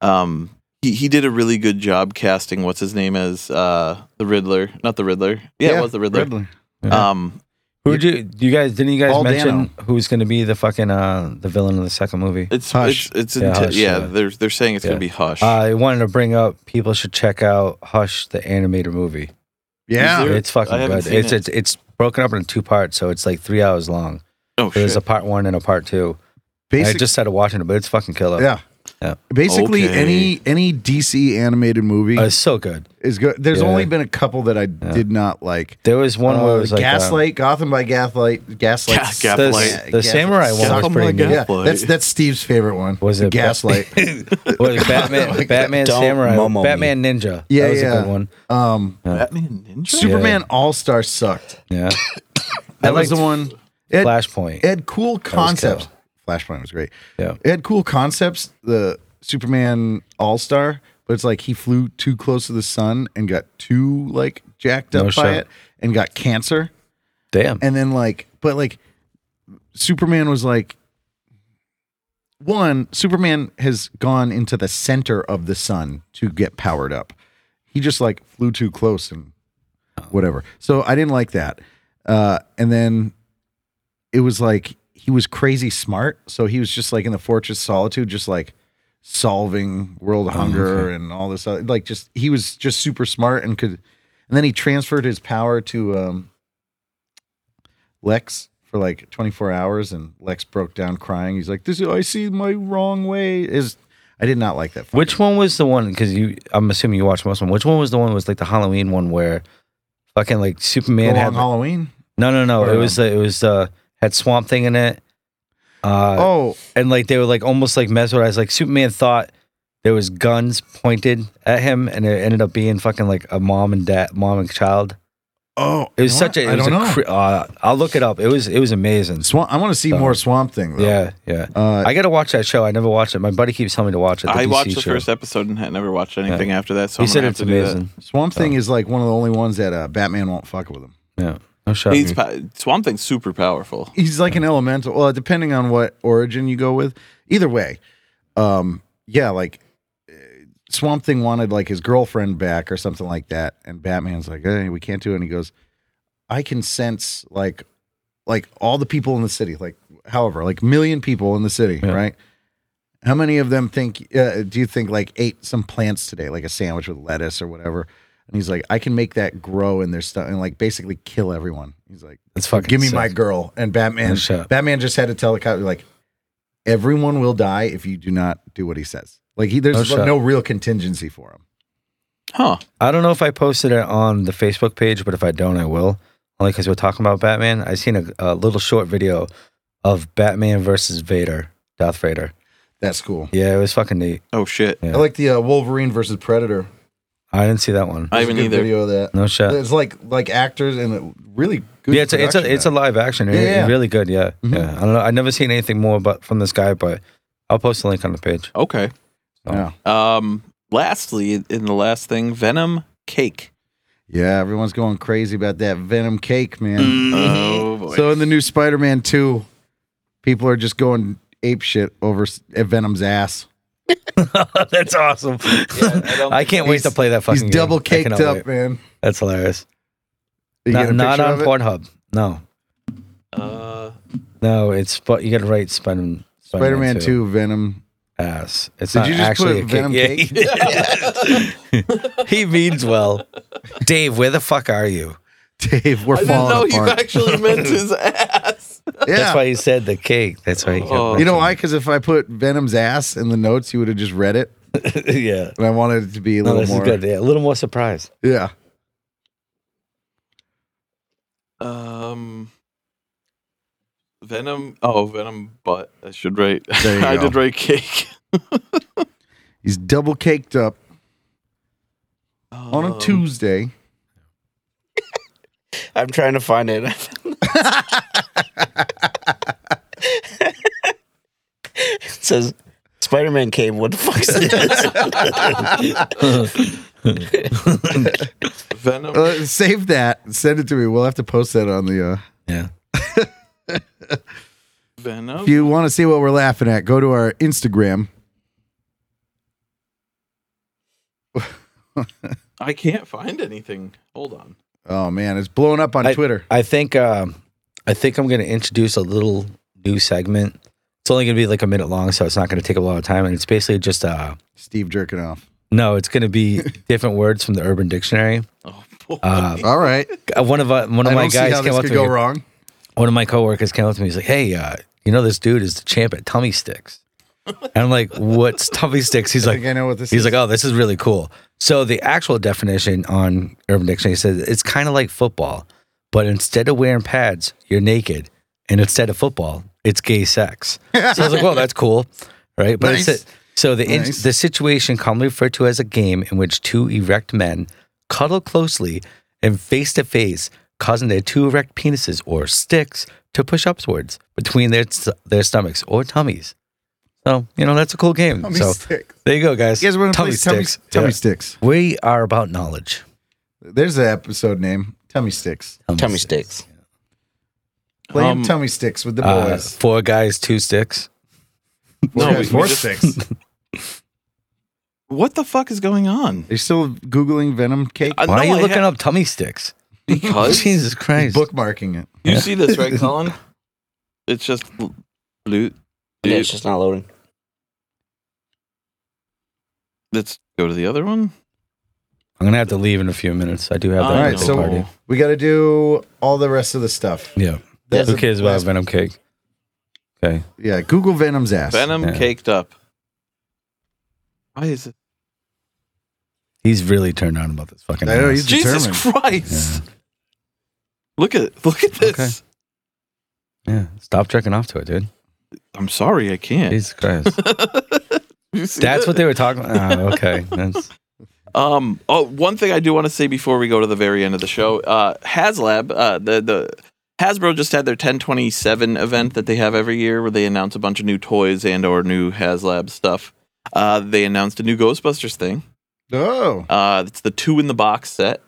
Speaker 1: um he, he did a really good job casting what's his name as uh the Riddler not the Riddler yeah, it was the Riddler, um
Speaker 2: Who did you, do you guys? Didn't you guys
Speaker 3: Paul
Speaker 2: mention who's going to be the fucking uh, the villain of the second movie?
Speaker 1: it's
Speaker 3: Hush.
Speaker 1: it's it's
Speaker 2: Yeah,
Speaker 1: yeah,
Speaker 2: Hush,
Speaker 1: yeah
Speaker 2: yeah.
Speaker 1: they're they're saying it's
Speaker 2: Yeah. Uh,
Speaker 1: gonna be Hush
Speaker 2: I wanted to bring up. People should check out Hush, the animated movie.
Speaker 3: Yeah.
Speaker 1: Is there-
Speaker 2: It's fucking
Speaker 1: I haven't
Speaker 2: good.
Speaker 1: seen
Speaker 2: It's,
Speaker 1: it.
Speaker 2: it's it's broken up into two parts, so it's like three hours long.
Speaker 1: oh
Speaker 2: There's
Speaker 1: shit
Speaker 2: a part one and a part two. I
Speaker 3: Basic-
Speaker 2: just started watching it, but it's fucking killer.
Speaker 3: yeah.
Speaker 2: Yeah.
Speaker 3: Basically,
Speaker 1: Okay.
Speaker 3: any any DC animated movie
Speaker 2: Uh, it's so good.
Speaker 3: is good. There's
Speaker 2: yeah.
Speaker 3: only been a couple that I did not like.
Speaker 2: There was one where it
Speaker 3: Uh,
Speaker 2: was like uh,
Speaker 3: Gaslight, Gotham by Gaslight, Gaslight,
Speaker 1: Ga-
Speaker 2: the,
Speaker 1: Gaslight.
Speaker 2: the samurai one was
Speaker 1: Gaslight.
Speaker 2: pretty neat.
Speaker 3: Yeah,
Speaker 1: Gaslight.
Speaker 3: that's that's Steve's favorite one.
Speaker 2: Was
Speaker 3: The
Speaker 2: it-
Speaker 3: Gaslight?
Speaker 2: What was it, Batman, Batman
Speaker 4: Don't
Speaker 2: Samurai,
Speaker 4: Momo me.
Speaker 2: Batman Ninja.
Speaker 3: Yeah,
Speaker 2: that was
Speaker 3: yeah.
Speaker 2: a good one.
Speaker 3: um,
Speaker 1: Batman Ninja
Speaker 3: Superman All Star sucked.
Speaker 2: Yeah,
Speaker 3: That was the one. It,
Speaker 2: Flashpoint.
Speaker 3: It had cool concepts.
Speaker 2: killer.
Speaker 3: Flashpoint was great.
Speaker 2: Yeah.
Speaker 3: It had cool concepts. The Superman All Star, but it's like he flew too close to the sun and got too like jacked up
Speaker 2: No
Speaker 3: by
Speaker 2: shot.
Speaker 3: it and got cancer.
Speaker 2: Damn.
Speaker 3: And then like, but like, Superman was like. One, Superman has gone into the center of the sun to get powered up. He just like flew too close and whatever. So I didn't like that. Uh, and then it was like he was crazy smart. So he was just like in the Fortress Solitude, just like solving world hunger and all this other like just he was just super smart and could and then he transferred his power to um Lex for like 24 hours and Lex broke down crying. He's like, This is I see my wrong way. Is I did not like that.
Speaker 2: Which one was the one? Because you, I'm assuming you watched most of them. Which one was the one? Was like the Halloween one where fucking like Superman
Speaker 3: Go
Speaker 2: had
Speaker 3: on Halloween.
Speaker 2: no, no, no.
Speaker 3: Or,
Speaker 2: It was uh, it was uh, had Swamp Thing in it. Uh,
Speaker 3: oh,
Speaker 2: and like they were like almost like mesmerized. Like Superman thought there was guns pointed at him, and it ended up being fucking like a mom and dad, mom and child.
Speaker 3: oh,
Speaker 2: It was
Speaker 3: you know
Speaker 2: such
Speaker 3: what?
Speaker 2: a. It
Speaker 3: I
Speaker 2: was
Speaker 3: don't
Speaker 2: a
Speaker 3: know.
Speaker 2: cre- uh, I'll look it up. It was it was amazing.
Speaker 3: Swamp, I want to see
Speaker 2: So-
Speaker 3: more Swamp Thing though.
Speaker 2: Uh, Yeah, yeah.
Speaker 3: Uh,
Speaker 2: I gotta watch that show. I never watched it. My buddy keeps telling me to watch it. The
Speaker 1: I
Speaker 2: DC
Speaker 1: watched the
Speaker 2: show.
Speaker 1: first episode and had never watched anything after that so
Speaker 2: he
Speaker 1: I'm
Speaker 2: said
Speaker 1: gonna have
Speaker 2: it's
Speaker 1: to do that
Speaker 2: amazing.
Speaker 3: Swamp
Speaker 2: Uh.
Speaker 3: Thing is like one of the only ones that uh, Batman won't fuck with him.
Speaker 2: Yeah. No shot.
Speaker 1: He's pa- Swamp Thing's super powerful
Speaker 3: He's like an elemental. Well, depending on what origin you go with, either way, um, yeah, like uh, Swamp Thing wanted like his girlfriend back or something like that, and Batman's like, "Hey, we can't do it." And he goes, "I can sense like, like all the people in the city, like however, like million people in the city,
Speaker 2: Yeah.
Speaker 3: right?" How many of them think? Uh, do you think like ate some plants today, like a sandwich with lettuce or whatever? And he's like, I can make that grow in their stuff and like basically kill everyone. He's like,
Speaker 2: That's fucking.
Speaker 3: give me
Speaker 2: sick.
Speaker 3: my girl. And Batman,
Speaker 2: And shut up.
Speaker 3: Batman just had to tell the cop like, everyone will die if you do not do what he says. Like he,
Speaker 2: Oh,
Speaker 3: there's
Speaker 2: shut
Speaker 3: no real contingency for him.
Speaker 1: Huh.
Speaker 2: I don't know if I posted it on the Facebook page, but if I don't, I will. Only because we're talking about Batman. I seen a, a little short video of Batman versus Vader, Darth Vader.
Speaker 3: That's cool.
Speaker 2: Yeah, it was fucking neat.
Speaker 1: Oh shit.
Speaker 2: Yeah.
Speaker 3: I like the uh, Wolverine versus Predator.
Speaker 2: I didn't see that one.
Speaker 1: I
Speaker 3: There's a
Speaker 1: haven't
Speaker 3: good
Speaker 1: either.
Speaker 3: Video of that.
Speaker 2: No shit.
Speaker 3: It's like like actors and it- really good.
Speaker 2: Yeah, it's a, it's a
Speaker 3: production
Speaker 2: it's a live action.
Speaker 3: Yeah,
Speaker 2: It-
Speaker 3: yeah.
Speaker 2: Really good. Yeah,
Speaker 3: Mhm.
Speaker 2: yeah. I don't know. I've never seen anything more but from this guy, but I'll post a link on the page.
Speaker 1: Okay.
Speaker 3: Yeah.
Speaker 1: Um. Lastly, in the last thing, Venom cake.
Speaker 3: Yeah, everyone's going crazy about that Venom cake, man.
Speaker 1: Oh boy.
Speaker 3: so in the new Spider-Man 2, people are just going ape shit over s- at Venom's ass.
Speaker 2: That's awesome.
Speaker 1: don't-
Speaker 2: I can't wait
Speaker 3: He's-
Speaker 2: to play that fucking.
Speaker 3: He's double
Speaker 2: game. I
Speaker 3: caked
Speaker 2: cannot wait.
Speaker 3: up, man.
Speaker 2: That's hilarious.
Speaker 3: You
Speaker 2: Not,
Speaker 3: get a
Speaker 2: not
Speaker 3: picture
Speaker 2: on
Speaker 3: of it?
Speaker 2: Pornhub. No,
Speaker 1: uh,
Speaker 2: no. It's but you got to write Spider
Speaker 3: Spider-Man 2. Venom.
Speaker 2: ass. It's
Speaker 3: Did
Speaker 2: not
Speaker 3: you just
Speaker 2: actually
Speaker 3: put
Speaker 2: a cake.
Speaker 3: Venom
Speaker 2: Yeah, he did. he means well. Dave, where the fuck are you?
Speaker 3: Dave, we're
Speaker 1: I didn't know
Speaker 3: falling
Speaker 1: you
Speaker 3: apart.
Speaker 1: actually meant his ass.
Speaker 3: yeah.
Speaker 2: That's why he said the cake. That's why he kept
Speaker 1: Oh.
Speaker 3: you know why? Because if I put Venom's ass in the notes, you would have just read it.
Speaker 2: yeah.
Speaker 3: And I wanted it to be a
Speaker 2: No,
Speaker 3: little
Speaker 2: this
Speaker 3: more.
Speaker 2: is good. Yeah, a little more surprise.
Speaker 3: Yeah.
Speaker 1: Um. Venom. Oh, Venom butt. I should write.
Speaker 3: There you
Speaker 1: I
Speaker 3: go.
Speaker 1: did write cake.
Speaker 3: He's double caked up on a
Speaker 1: Um,
Speaker 3: Tuesday.
Speaker 4: I'm trying to find it. it says Spider Man cave. What the fuck is this?
Speaker 1: Venom.
Speaker 3: Uh, save that. Send it to me. We'll have to post that on the. Uh,
Speaker 2: Yeah.
Speaker 1: Venom.
Speaker 3: If you want to see what we're laughing at, go to our Instagram.
Speaker 1: I can't find anything. Hold on.
Speaker 3: Oh man, it's blowing up on Twitter.
Speaker 2: I think um, I think I'm gonna introduce a little new segment. It's only gonna be like a minute long, so it's not gonna take a lot of time. And it's basically just uh
Speaker 3: Steve jerking off.
Speaker 2: no, it's gonna be different words from the Urban Dictionary.
Speaker 1: Oh boy.
Speaker 2: Uh,
Speaker 3: All right.
Speaker 2: Uh, one of uh, one of
Speaker 3: I
Speaker 2: my
Speaker 3: don't see
Speaker 2: guys
Speaker 3: how
Speaker 2: came
Speaker 3: this
Speaker 2: up to
Speaker 3: could go
Speaker 2: me.
Speaker 3: wrong.
Speaker 2: One of my coworkers came up to me. He's like, "Hey, uh, you know this dude is the champ at tummy sticks." And I'm like, "What's tummy sticks?" He's
Speaker 3: I
Speaker 2: like,
Speaker 3: think I know what this
Speaker 2: "He's
Speaker 3: is.
Speaker 2: like, oh, this is really cool." So the actual definition on Urban Dictionary says it's kind of like football, but instead of wearing pads, you're naked, and instead of football, it's gay sex. So I was like, "Well, that's cool, right?" But
Speaker 3: Nice.
Speaker 2: it's so the in-
Speaker 3: Nice.
Speaker 2: the situation commonly referred to as a game in which two erect men cuddle closely and face to face, causing their two erect penises or sticks to push upwards between their their stomachs or tummies. So you know that's a cool game.
Speaker 3: tummy
Speaker 2: "Oh, so
Speaker 3: sticks.
Speaker 2: there you go, guys.
Speaker 3: You guys want to play tummy, tummy
Speaker 2: Yeah.
Speaker 3: sticks?
Speaker 2: We are about knowledge.
Speaker 3: There's the episode name. Tummy sticks.
Speaker 4: Tummy sticks.
Speaker 3: Playing
Speaker 1: Um,
Speaker 3: tummy sticks with the
Speaker 2: Uh,
Speaker 3: boys.
Speaker 2: four guys, two sticks.
Speaker 1: no, we- we
Speaker 3: four
Speaker 1: just-
Speaker 3: sticks.
Speaker 1: what the fuck is going on?
Speaker 3: You're still googling Venom cake.
Speaker 1: Uh,
Speaker 2: Why
Speaker 1: no,
Speaker 2: are
Speaker 1: I
Speaker 2: you looking
Speaker 1: ha-
Speaker 2: up tummy sticks?
Speaker 1: Because
Speaker 2: Jesus Christ.
Speaker 3: Bookmarking it.
Speaker 1: you see this, right, Colin? It's just l- blue.
Speaker 4: Yeah, it's just not loading.
Speaker 1: Let's go to the other one.
Speaker 2: I'm gonna have to leave in a few minutes. I do have that
Speaker 1: I
Speaker 3: All
Speaker 2: All
Speaker 3: right,
Speaker 2: right,
Speaker 3: so-
Speaker 2: party.
Speaker 3: We got to do all the rest of the stuff.
Speaker 2: Yeah.
Speaker 3: That's
Speaker 2: Who
Speaker 3: the
Speaker 2: cares about
Speaker 3: last-
Speaker 2: Venom Cake? Okay.
Speaker 3: Yeah, Google Venom's ass.
Speaker 1: Venom
Speaker 2: Yeah.
Speaker 1: caked up. Why is it?
Speaker 2: He's really turned on about this fucking.
Speaker 3: I know,
Speaker 2: ass.
Speaker 3: he's
Speaker 1: Jesus
Speaker 3: determined.
Speaker 1: Christ! Look at look at this.
Speaker 2: Okay. Yeah. Stop jerking off to it, dude.
Speaker 1: I'm sorry, I can't.
Speaker 2: Jesus Christ.
Speaker 1: You see
Speaker 2: That's what
Speaker 1: that?
Speaker 2: they were talking about. Oh, okay. That's,
Speaker 1: Um. Oh, one thing I do want to say before we go to the very end of the show. Uh, HasLab. Uh, the the Hasbro just had their 1027 event that they have every year, where they announce a bunch of new toys and or new HasLab stuff. Uh, they announced a new Ghostbusters thing.
Speaker 3: Oh.
Speaker 1: Uh, it's the two in the box set.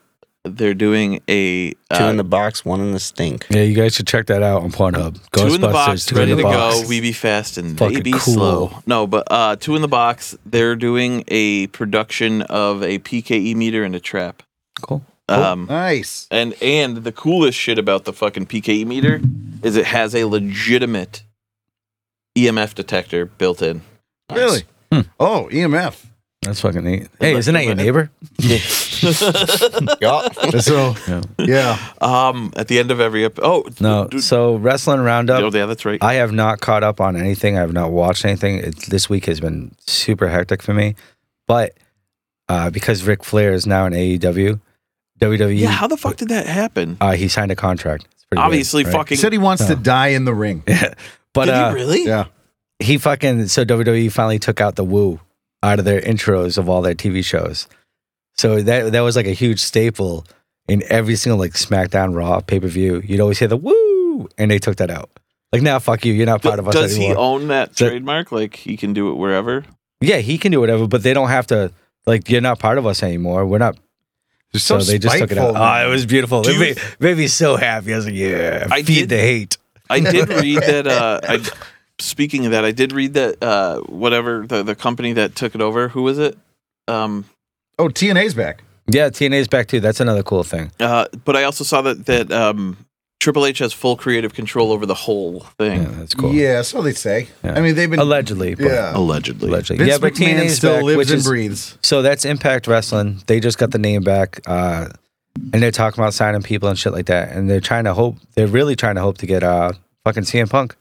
Speaker 1: They're doing a uh,
Speaker 4: Two in the box, one in the stink.
Speaker 2: yeah, you guys should check that out on Pornhub. Ghostbusters,
Speaker 1: two in the box,
Speaker 2: Two in
Speaker 1: ready
Speaker 2: the
Speaker 1: to
Speaker 2: Box.
Speaker 1: go. We be fast and
Speaker 2: Fucking
Speaker 1: they be
Speaker 2: cool.
Speaker 1: slow. No, but uh, two in the box. They're doing a production of a PKE meter and a trap.
Speaker 2: Cool.
Speaker 1: Um,
Speaker 3: Nice.
Speaker 1: And and the coolest shit about the fucking E PKE E meter is it has a legitimate EMF detector built in.
Speaker 3: Really?
Speaker 2: Hmm.
Speaker 3: Oh, EMF.
Speaker 2: That's fucking neat. Hey, isn't that your neighbor?
Speaker 4: Yeah.
Speaker 3: So yeah,
Speaker 1: Um, at the end of every episode. Oh
Speaker 2: No.
Speaker 1: dude,
Speaker 2: So wrestling roundup.
Speaker 1: oh, yeah, that's right.
Speaker 2: I have not caught up on anything. I have not watched anything. It, this week has been super hectic for me, but uh, because Ric Flair is now in E AEW, WWE,
Speaker 1: yeah, how the fuck did that happen?
Speaker 2: E, uh, he signed a contract. It's pretty
Speaker 1: Obviously,
Speaker 2: weird, right?
Speaker 3: he
Speaker 1: fucking.
Speaker 3: said he wants to
Speaker 2: No.
Speaker 3: die in the ring.
Speaker 2: But
Speaker 1: did
Speaker 2: uh,
Speaker 1: he really?
Speaker 3: Yeah,
Speaker 2: he fucking so WWE finally took out the woo out of their intros of all their TV shows. So that that was like a huge staple in every single like SmackDown, Raw, pay per view. You'd always hear the woo, and they took that out. Like now, fuck you, you're not part
Speaker 1: D-
Speaker 2: of us
Speaker 1: Does he
Speaker 2: anymore.
Speaker 1: own that
Speaker 2: So-
Speaker 1: trademark? Like he can do it wherever.
Speaker 2: yeah, he can do whatever, but they don't have to. Like you're not part of us anymore. We're not.
Speaker 3: They're
Speaker 2: So, they just took it out.
Speaker 3: spiteful, man.
Speaker 2: Oh, it was beautiful.
Speaker 1: Do
Speaker 2: It
Speaker 1: you-
Speaker 2: made, made me so happy. I was like, yeah,
Speaker 1: I did-
Speaker 2: feed the hate.
Speaker 1: I did read that. Uh, I, speaking of that, I did read that uh, whatever the the company that took it over, who was it? Um,
Speaker 3: oh, TNA's back.
Speaker 2: Yeah, TNA's back too. That's another cool thing.
Speaker 1: uh, but I also saw that that um, Triple H has full creative control over the whole
Speaker 2: Yeah,
Speaker 1: thing,
Speaker 2: that's cool.
Speaker 3: Yeah, so they say.
Speaker 2: Yeah.
Speaker 3: I mean, they've been
Speaker 2: Allegedly, but
Speaker 3: Yeah,
Speaker 1: allegedly.
Speaker 2: allegedly.
Speaker 3: Vince
Speaker 2: yeah, but
Speaker 3: McMahon
Speaker 2: TNA's
Speaker 3: still
Speaker 2: back,
Speaker 3: lives
Speaker 2: which
Speaker 3: and
Speaker 2: is,
Speaker 3: breathes.
Speaker 2: So that's Impact Wrestling. They just got the name back, uh, and they're talking about signing people and shit like that. And they're trying to hope. They're really trying to hope to get uh fucking CM Punk.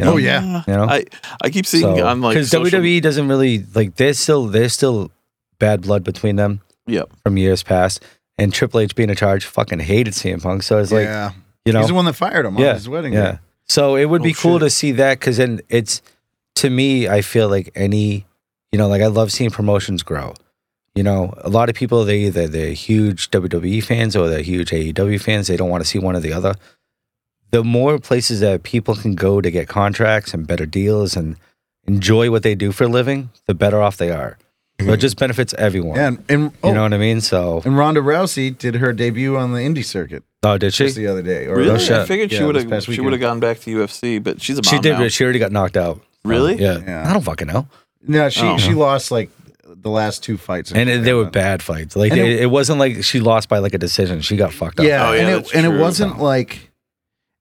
Speaker 2: You know?
Speaker 3: Oh yeah,
Speaker 2: you know.
Speaker 1: I I keep seeing
Speaker 2: So-
Speaker 1: on like social-
Speaker 3: E
Speaker 2: WWE E doesn't really like. There's still there's still bad blood between them.
Speaker 1: Yep.
Speaker 2: From years past, and Triple H being in charge, fucking hated CM Punk. So it's like
Speaker 3: yeah.
Speaker 2: you know,
Speaker 3: He's the one that fired him on his wedding
Speaker 2: yeah.
Speaker 3: day.
Speaker 2: So it would be
Speaker 1: Oh,
Speaker 2: cool
Speaker 1: shit.
Speaker 2: to see that because then it's to me, I feel like any, you know, like I love seeing promotions grow. You know, a lot of people they either they're huge WWE fans or they're huge AEW fans. They don't want to see one or the other. The more places that people can go to get contracts and better deals and enjoy what they do for a living, the better off they are. So it just benefits everyone.
Speaker 3: Yeah, and and, oh,
Speaker 2: You know what I mean? So,
Speaker 3: and Ronda Rousey did her debut on the indie circuit
Speaker 2: oh, did
Speaker 3: just
Speaker 2: she?
Speaker 3: the other day. Or
Speaker 1: Really?
Speaker 2: No
Speaker 1: I
Speaker 2: shit.
Speaker 1: figured she
Speaker 3: Yeah,
Speaker 1: would
Speaker 3: this past
Speaker 1: have she
Speaker 3: weekend.
Speaker 1: would have gone back to UFC, but she's a mom
Speaker 2: She did,
Speaker 1: now.
Speaker 2: but she already got knocked out.
Speaker 1: Really?
Speaker 2: Yeah.
Speaker 3: Yeah.
Speaker 2: I don't fucking know.
Speaker 3: No, she
Speaker 1: Oh.
Speaker 3: she lost like the last two fights,
Speaker 2: and it, they were bad fights. Like
Speaker 3: And
Speaker 2: it,
Speaker 3: it-
Speaker 2: it wasn't like she lost by like a decision. She got fucked up.
Speaker 3: Yeah,
Speaker 1: Oh, yeah,
Speaker 3: and
Speaker 1: that's
Speaker 3: it and it
Speaker 1: true.
Speaker 3: wasn't like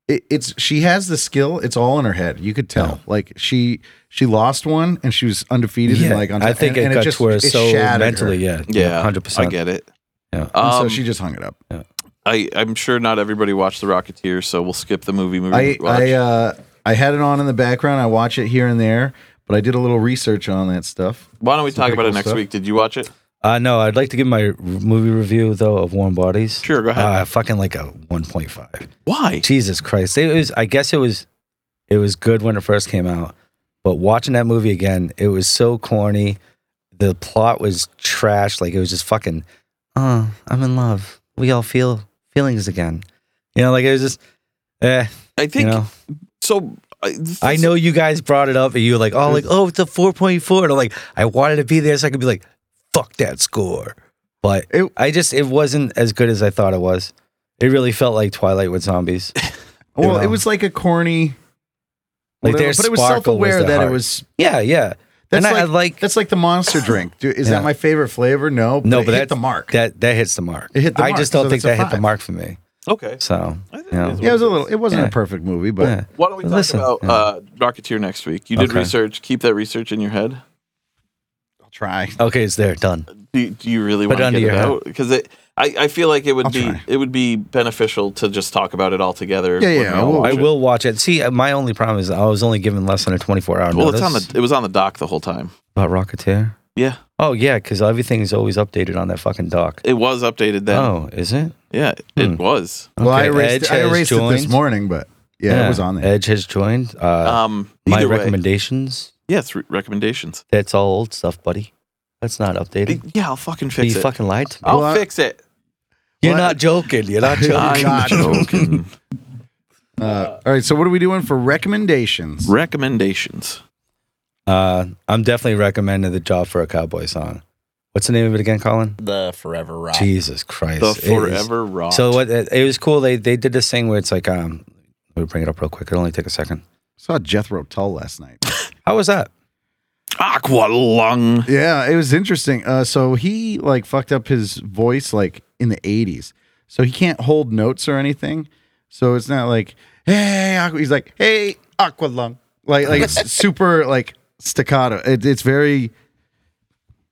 Speaker 3: it, it's she has the skill. It's all in her head. You could tell.
Speaker 2: Yeah.
Speaker 3: Like she she lost one and she was undefeated.
Speaker 2: Yeah,
Speaker 3: and like on
Speaker 2: I think
Speaker 3: and-
Speaker 2: it
Speaker 3: and
Speaker 2: got to where
Speaker 3: it
Speaker 2: so
Speaker 3: shattered her.
Speaker 2: mentally, yeah,
Speaker 1: Yeah, I
Speaker 2: hundred percent.
Speaker 1: get it.
Speaker 2: Yeah.
Speaker 1: Um,
Speaker 3: And so she just hung it up.
Speaker 1: I, I'm sure not everybody watched The Rocketeer, so we'll skip the movie. movie
Speaker 3: I
Speaker 1: watch.
Speaker 3: I uh I had it on in the background. I watch it here and there, but I did a little research on that stuff.
Speaker 1: Why don't we talk
Speaker 3: pretty
Speaker 1: about it
Speaker 3: cool
Speaker 1: next
Speaker 3: stuff.
Speaker 1: week? Did you watch it?
Speaker 2: Uh, no, I'd like to give my r- movie review though of Warm Bodies.
Speaker 1: Sure, go ahead.
Speaker 2: Uh, fucking like a one point five.
Speaker 1: Why?
Speaker 2: Jesus Christ! It was. I guess it was. It was good when it first came out, but watching that movie again, it was so corny. The plot was trash. Like it was just fucking. Oh, I'm in love. We all feel feelings again. You know, like it was just. Eh,
Speaker 1: I think
Speaker 2: you know.
Speaker 1: so. I, this-
Speaker 2: I know you guys brought it up, and you were like, "Oh, like oh, it's a four point four. And I'm like, I wanted to be there so I could be like, "Fuck that score," but
Speaker 3: It-
Speaker 2: I just it wasn't as good as I thought it was. It really felt like Twilight with zombies.
Speaker 3: Well,
Speaker 2: Yeah.
Speaker 3: it was like a corny.
Speaker 2: Like
Speaker 3: whatever,
Speaker 2: their
Speaker 3: but it was
Speaker 2: sparkle was
Speaker 3: self-aware
Speaker 2: their
Speaker 3: that
Speaker 2: heart.
Speaker 3: it was.
Speaker 2: Yeah, yeah.
Speaker 3: That's
Speaker 2: and I,
Speaker 3: like,
Speaker 2: I like
Speaker 3: that's like the monster drink. Dude, is
Speaker 2: Yeah.
Speaker 3: that my favorite flavor? No,
Speaker 2: No,
Speaker 3: it
Speaker 2: but
Speaker 3: hit
Speaker 2: that's-
Speaker 3: the mark.
Speaker 2: that. That hits the mark.
Speaker 3: It hit the
Speaker 2: I
Speaker 3: mark,
Speaker 2: just don't
Speaker 3: so
Speaker 2: think that
Speaker 3: that's a
Speaker 2: hit the
Speaker 3: five.
Speaker 2: mark for me.
Speaker 1: Okay.
Speaker 2: So
Speaker 1: I think it
Speaker 2: yeah.
Speaker 1: is what
Speaker 3: yeah, it was a
Speaker 1: it
Speaker 3: little.
Speaker 1: is.
Speaker 3: It wasn't
Speaker 2: Yeah.
Speaker 3: a perfect movie, but
Speaker 2: yeah.
Speaker 1: Why don't we talk
Speaker 2: Listen,
Speaker 1: about
Speaker 2: yeah.
Speaker 1: uh, Rocketeer next week? You did
Speaker 2: Okay.
Speaker 1: research. Keep that research in your head.
Speaker 3: I'll try.
Speaker 2: Okay, it's there. Done.
Speaker 1: Do, do you really want
Speaker 2: Put
Speaker 1: to
Speaker 2: it under
Speaker 1: get it
Speaker 2: your
Speaker 1: out? Because I, I feel like it would
Speaker 3: I'll
Speaker 1: be
Speaker 3: try.
Speaker 1: it would be beneficial to just talk about it all together.
Speaker 3: Yeah,
Speaker 1: when we
Speaker 3: yeah, I
Speaker 1: all
Speaker 3: will.
Speaker 1: watch
Speaker 2: I
Speaker 1: it.
Speaker 2: will watch it. See, uh, my only problem is I was only given less than a twenty four hour
Speaker 1: Well,
Speaker 2: notice
Speaker 1: it's on the it was on the dock the whole time.
Speaker 2: about Rocketeer.
Speaker 1: Yeah,
Speaker 2: Oh yeah, because everything's always updated on that fucking doc.
Speaker 1: it was updated then.
Speaker 2: Oh, is it?
Speaker 1: Yeah,
Speaker 2: Hmm.
Speaker 1: it was.
Speaker 3: Well,
Speaker 2: Okay,
Speaker 3: I erased,
Speaker 2: Edge
Speaker 3: I
Speaker 2: has
Speaker 3: erased it this
Speaker 2: joined.
Speaker 3: morning, but yeah, it was on there.
Speaker 2: Edge has joined. Uh,
Speaker 1: Um,
Speaker 2: my
Speaker 1: either way,
Speaker 2: recommendations.
Speaker 1: yeah, it's re- recommendations.
Speaker 2: That's all old stuff, buddy. That's not updated.
Speaker 1: Yeah, I'll fucking fix
Speaker 2: You
Speaker 1: it.
Speaker 2: fucking lied to me.
Speaker 1: I'll
Speaker 3: Well, I-
Speaker 1: fix it.
Speaker 2: You're
Speaker 3: What?
Speaker 2: not joking. You're not joking.
Speaker 1: I'm
Speaker 3: God.
Speaker 1: joking.
Speaker 3: Uh, all right, so what are we doing for recommendations?
Speaker 1: recommendations.
Speaker 2: Uh, I'm definitely recommending the job for a cowboy song. What's the name of it again, Colin?
Speaker 4: the Forever Rock.
Speaker 2: Jesus Christ!
Speaker 1: Uh, The
Speaker 2: It is-
Speaker 1: Forever Rock.
Speaker 2: So what? It, it was cool. They they did this thing where it's like um, let me bring it up real quick. It'll only take a second.
Speaker 3: saw Jethro Tull last night.
Speaker 2: How was that?
Speaker 1: Mm-hmm. Aqua Lung.
Speaker 3: yeah, it was interesting. Uh, so he like fucked up his voice like in the '80s, so he can't hold notes or anything. So it's not like hey, aqua. he's like hey, aqualung, like like it's super like staccato. It, it's very.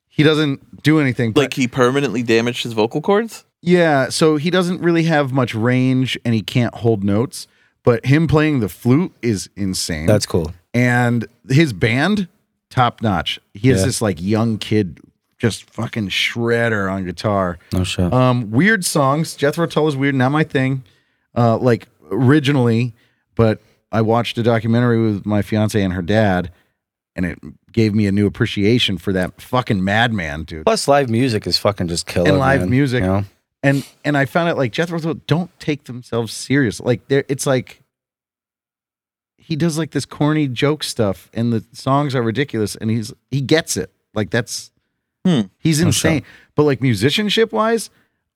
Speaker 3: He doesn't do anything. but-
Speaker 1: Like he permanently damaged his vocal cords.
Speaker 3: yeah, so he doesn't really have much range, and he can't hold notes. But him playing the flute is insane.
Speaker 2: That's cool.
Speaker 3: and his band top notch. He has
Speaker 2: Yeah.
Speaker 3: this like young kid, just fucking shredder on guitar.
Speaker 2: No shit.
Speaker 3: Um, weird songs. Jethro Tull is weird, not my thing. Uh, like originally, but I watched a documentary with my fiance and her dad, and it gave me a new appreciation for that fucking madman, dude.
Speaker 2: Plus, live music is fucking just killer.
Speaker 3: And live
Speaker 2: man,
Speaker 3: music.
Speaker 2: you know?
Speaker 3: And and I found it like Jethro Tull don't take themselves serious. Like there, it's like he does like this corny joke stuff, and the songs are ridiculous, and he's he gets it. Like that's
Speaker 1: Hmm.
Speaker 3: he's insane. But like musicianship wise,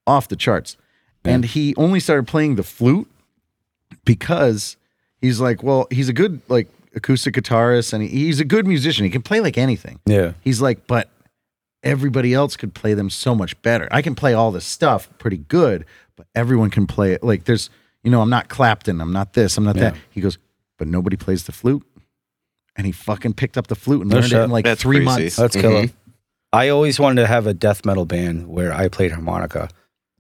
Speaker 3: off the charts. And he only started playing the flute because he's like, well, he's a good like acoustic guitarist, and he, he's a good musician. He can play like anything.
Speaker 2: Yeah.
Speaker 3: He's like, but everybody else could play them so much better. I can play all this stuff pretty good, but everyone can play it. Like there's, you know, I'm not Clapton, I'm not this, I'm not that. He goes, but nobody plays the flute. And he fucking picked up the flute and
Speaker 2: No
Speaker 3: learned it
Speaker 2: shit.
Speaker 3: in like
Speaker 1: That's
Speaker 3: three
Speaker 1: crazy.
Speaker 3: months.
Speaker 2: Oh, That's killer. Mm-hmm. I always wanted to have a death metal band where I played harmonica,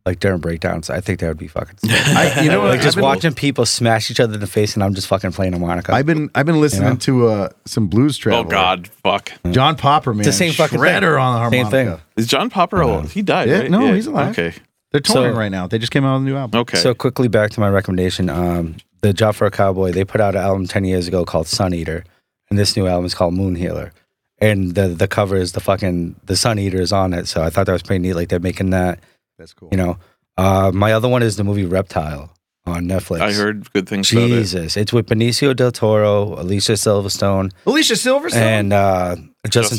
Speaker 2: like during breakdowns. I think that would be fucking. Sick.
Speaker 3: I, you know what?
Speaker 2: like just
Speaker 3: I've been-
Speaker 2: watching people smash each other in the face, and I'm just fucking playing harmonica.
Speaker 3: I've been I've been listening
Speaker 2: You know?
Speaker 3: to uh, some blues travel.
Speaker 1: Oh God, fuck!
Speaker 3: John Popper, man.
Speaker 2: the same fucking
Speaker 3: shredder
Speaker 2: thing.
Speaker 3: on the harmonica.
Speaker 2: Same thing.
Speaker 1: Is John Popper old? He died.
Speaker 3: Yeah,
Speaker 1: right?
Speaker 3: no, he's alive.
Speaker 1: Okay,
Speaker 3: They're touring
Speaker 2: So-
Speaker 3: right now. They just came out with a new album.
Speaker 1: okay.
Speaker 2: So quickly back to my recommendation. Um, the Job for a Cowboy. They put out an album ten years ago called Sun Eater, and this new album is called Moon Healer. And the the cover is the fucking the Sun Eater is on it. So I thought that was pretty neat. Like they're making that.
Speaker 3: That's cool.
Speaker 2: You know. Uh, my other one is the movie Reptile on Netflix.
Speaker 1: I heard good things about it.
Speaker 2: Jesus, it's with Benicio del Toro, Alicia Silverstone,
Speaker 3: Alicia Silverstone.
Speaker 2: and uh, Justin,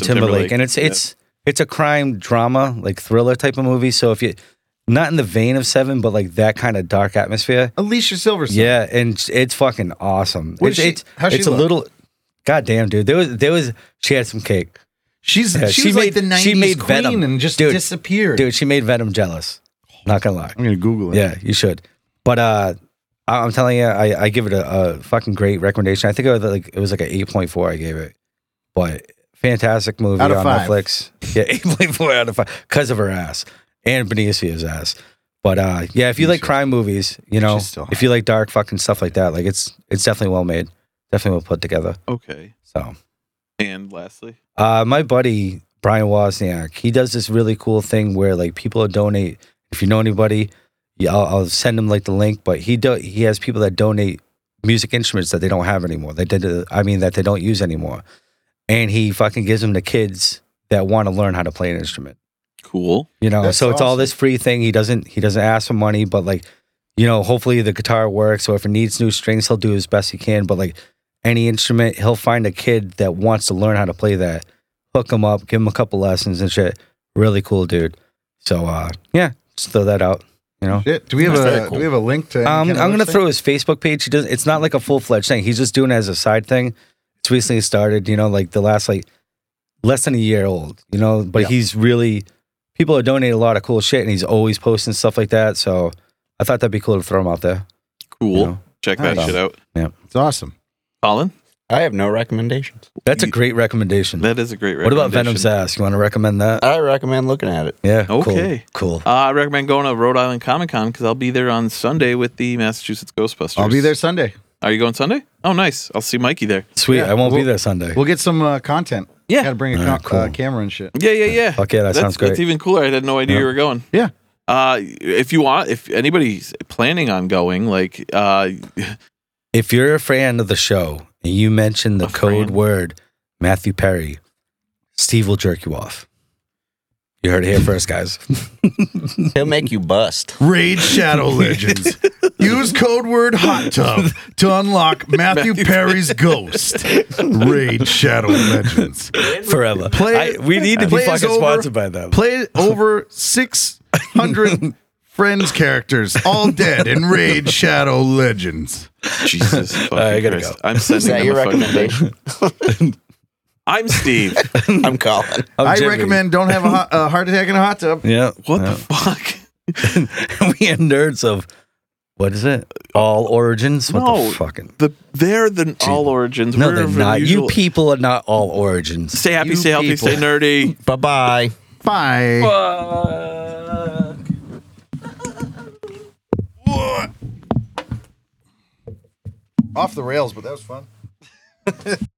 Speaker 1: Justin
Speaker 2: Timberlake.
Speaker 1: Timberlake,
Speaker 2: and it's
Speaker 1: yeah.
Speaker 2: it's it's a crime drama, like thriller type of movie. So if you not in the vein of Seven, but like that kind of dark atmosphere,
Speaker 3: Alicia Silverstone.
Speaker 2: yeah, and it's fucking awesome.
Speaker 3: What
Speaker 2: it's
Speaker 3: is she-
Speaker 2: it's,
Speaker 3: how's she
Speaker 2: it's a
Speaker 3: look?
Speaker 2: little. God damn, dude. There was there was she had some cake.
Speaker 3: She's
Speaker 2: Yeah,
Speaker 3: she,
Speaker 2: she
Speaker 3: was like
Speaker 2: made-
Speaker 3: the 90s
Speaker 2: she made
Speaker 3: queen
Speaker 2: Venom.
Speaker 3: and just
Speaker 2: Dude,
Speaker 3: disappeared.
Speaker 2: Dude, she made Venom jealous. Not gonna lie.
Speaker 3: I'm gonna Google it.
Speaker 2: Yeah, you should. But uh I- I'm telling you, I, I give it a, a fucking great recommendation. I think it was like it was like an eight point four. I gave it, but fantastic movie
Speaker 3: Out of
Speaker 2: on
Speaker 3: five.
Speaker 2: Netflix. Yeah, eight point four out of five because of her ass and Benicio's ass. But uh, yeah, if you like crime movies, you know,
Speaker 3: She's still
Speaker 2: if you like dark fucking stuff like that, like it's it's definitely well made, definitely well put together.
Speaker 1: Okay,
Speaker 2: So
Speaker 1: and lastly,
Speaker 2: uh, my buddy Brian Wozniak, he does this really cool thing where like people donate. If you know anybody, yeah, I'll, I'll send him like the link. But he do he has people that donate music instruments that they don't have anymore. They did, I mean, that they don't use anymore, and he fucking gives them to kids that want to learn how to play an instrument
Speaker 1: cool.
Speaker 2: you know
Speaker 3: That's
Speaker 2: so it's all
Speaker 3: awesome.
Speaker 2: this free thing he doesn't he doesn't ask for money but like you know hopefully the guitar works or if it needs new strings he'll do his best he can but like any instrument he'll find a kid that wants to learn how to play that hook him up give him a couple lessons and shit really cool dude so uh yeah just throw that out you know
Speaker 3: Shit. Do we have
Speaker 4: That's
Speaker 3: a
Speaker 4: very cool.
Speaker 3: do we have a link to? any
Speaker 2: um,
Speaker 3: kind of
Speaker 2: I'm gonna
Speaker 3: website?
Speaker 2: throw his Facebook page. He does. It's not like a full fledged thing. He's just doing it as a side thing. It's recently started. You know, like the last like less than a year old. You know, but he's really people are donating a lot of cool shit, and he's always posting stuff like that. So I thought that'd be cool to throw him out there.
Speaker 1: Cool.
Speaker 2: You know?
Speaker 1: Check that
Speaker 2: Nice.
Speaker 1: shit out,
Speaker 3: It's awesome.
Speaker 1: Colin.
Speaker 4: I have no recommendations.
Speaker 2: That's a
Speaker 1: You-
Speaker 2: great recommendation.
Speaker 1: That is a great.
Speaker 2: What about
Speaker 1: recommendation.
Speaker 2: Venom's ass? You want to recommend that?
Speaker 4: I recommend looking at it.
Speaker 2: Yeah.
Speaker 1: okay.
Speaker 2: Cool. cool.
Speaker 1: Uh, I recommend going to Rhode Island Comic Con because I'll be there on Sunday with the Massachusetts Ghostbusters.
Speaker 3: I'll be there Sunday.
Speaker 1: Are you going Sunday? Oh, nice. I'll see Mikey there.
Speaker 2: Sweet.
Speaker 3: yeah,
Speaker 2: I won't
Speaker 3: we'll-
Speaker 2: be there Sunday.
Speaker 3: We'll get some uh, content.
Speaker 1: Yeah.
Speaker 3: Got to bring a
Speaker 2: All
Speaker 3: co-
Speaker 2: right, cool.
Speaker 3: uh, camera and shit.
Speaker 1: Yeah, yeah, yeah.
Speaker 2: Fuck yeah, that
Speaker 1: that's,
Speaker 2: sounds great.
Speaker 1: That's even cooler. I had no idea you were going.
Speaker 3: Yeah.
Speaker 1: Uh, if you want, if anybody's planning on going, like, uh,
Speaker 2: If you're a fan of the show and you mention the
Speaker 1: A
Speaker 2: code
Speaker 1: friend.
Speaker 2: word Matthew Perry, Steve will jerk you off. You heard it here first, guys.
Speaker 4: He'll make you bust.
Speaker 3: Raid Shadow Legends. Use code word hot tub to unlock Matthew, Perry's ghost. Raid Shadow Legends.
Speaker 2: Forever.
Speaker 3: Play-
Speaker 2: I- we need to be
Speaker 3: play us
Speaker 2: fucking
Speaker 3: over.
Speaker 2: sponsored by them.
Speaker 3: Play over 600 friends characters, all dead in Raid Shadow Legends.
Speaker 1: Jesus, fucking
Speaker 2: Uh, I gotta
Speaker 1: Christ.
Speaker 2: go.
Speaker 1: I'm sending
Speaker 4: Is that
Speaker 1: them
Speaker 4: your
Speaker 1: a fucking
Speaker 4: recommendation?
Speaker 1: I'm Steve.
Speaker 4: I'm calling.
Speaker 2: I'm
Speaker 3: I
Speaker 2: Jimmy.
Speaker 3: recommend don't have a, hot,
Speaker 2: Oh.
Speaker 3: a heart attack in a hot tub.
Speaker 2: Yeah.
Speaker 1: What
Speaker 2: yeah.
Speaker 1: the fuck?
Speaker 2: we are nerds of What is it? All origins? What
Speaker 1: No.
Speaker 2: the fucking?
Speaker 1: The they're the all origins.
Speaker 2: No,
Speaker 1: We're
Speaker 2: they're
Speaker 1: of
Speaker 2: not. You
Speaker 1: unusual-
Speaker 2: people are not all origins.
Speaker 1: Stay happy,
Speaker 2: You
Speaker 1: stay healthy,
Speaker 2: people.
Speaker 1: stay nerdy.
Speaker 4: Bye bye.
Speaker 3: Bye. Off the rails, but that was fun.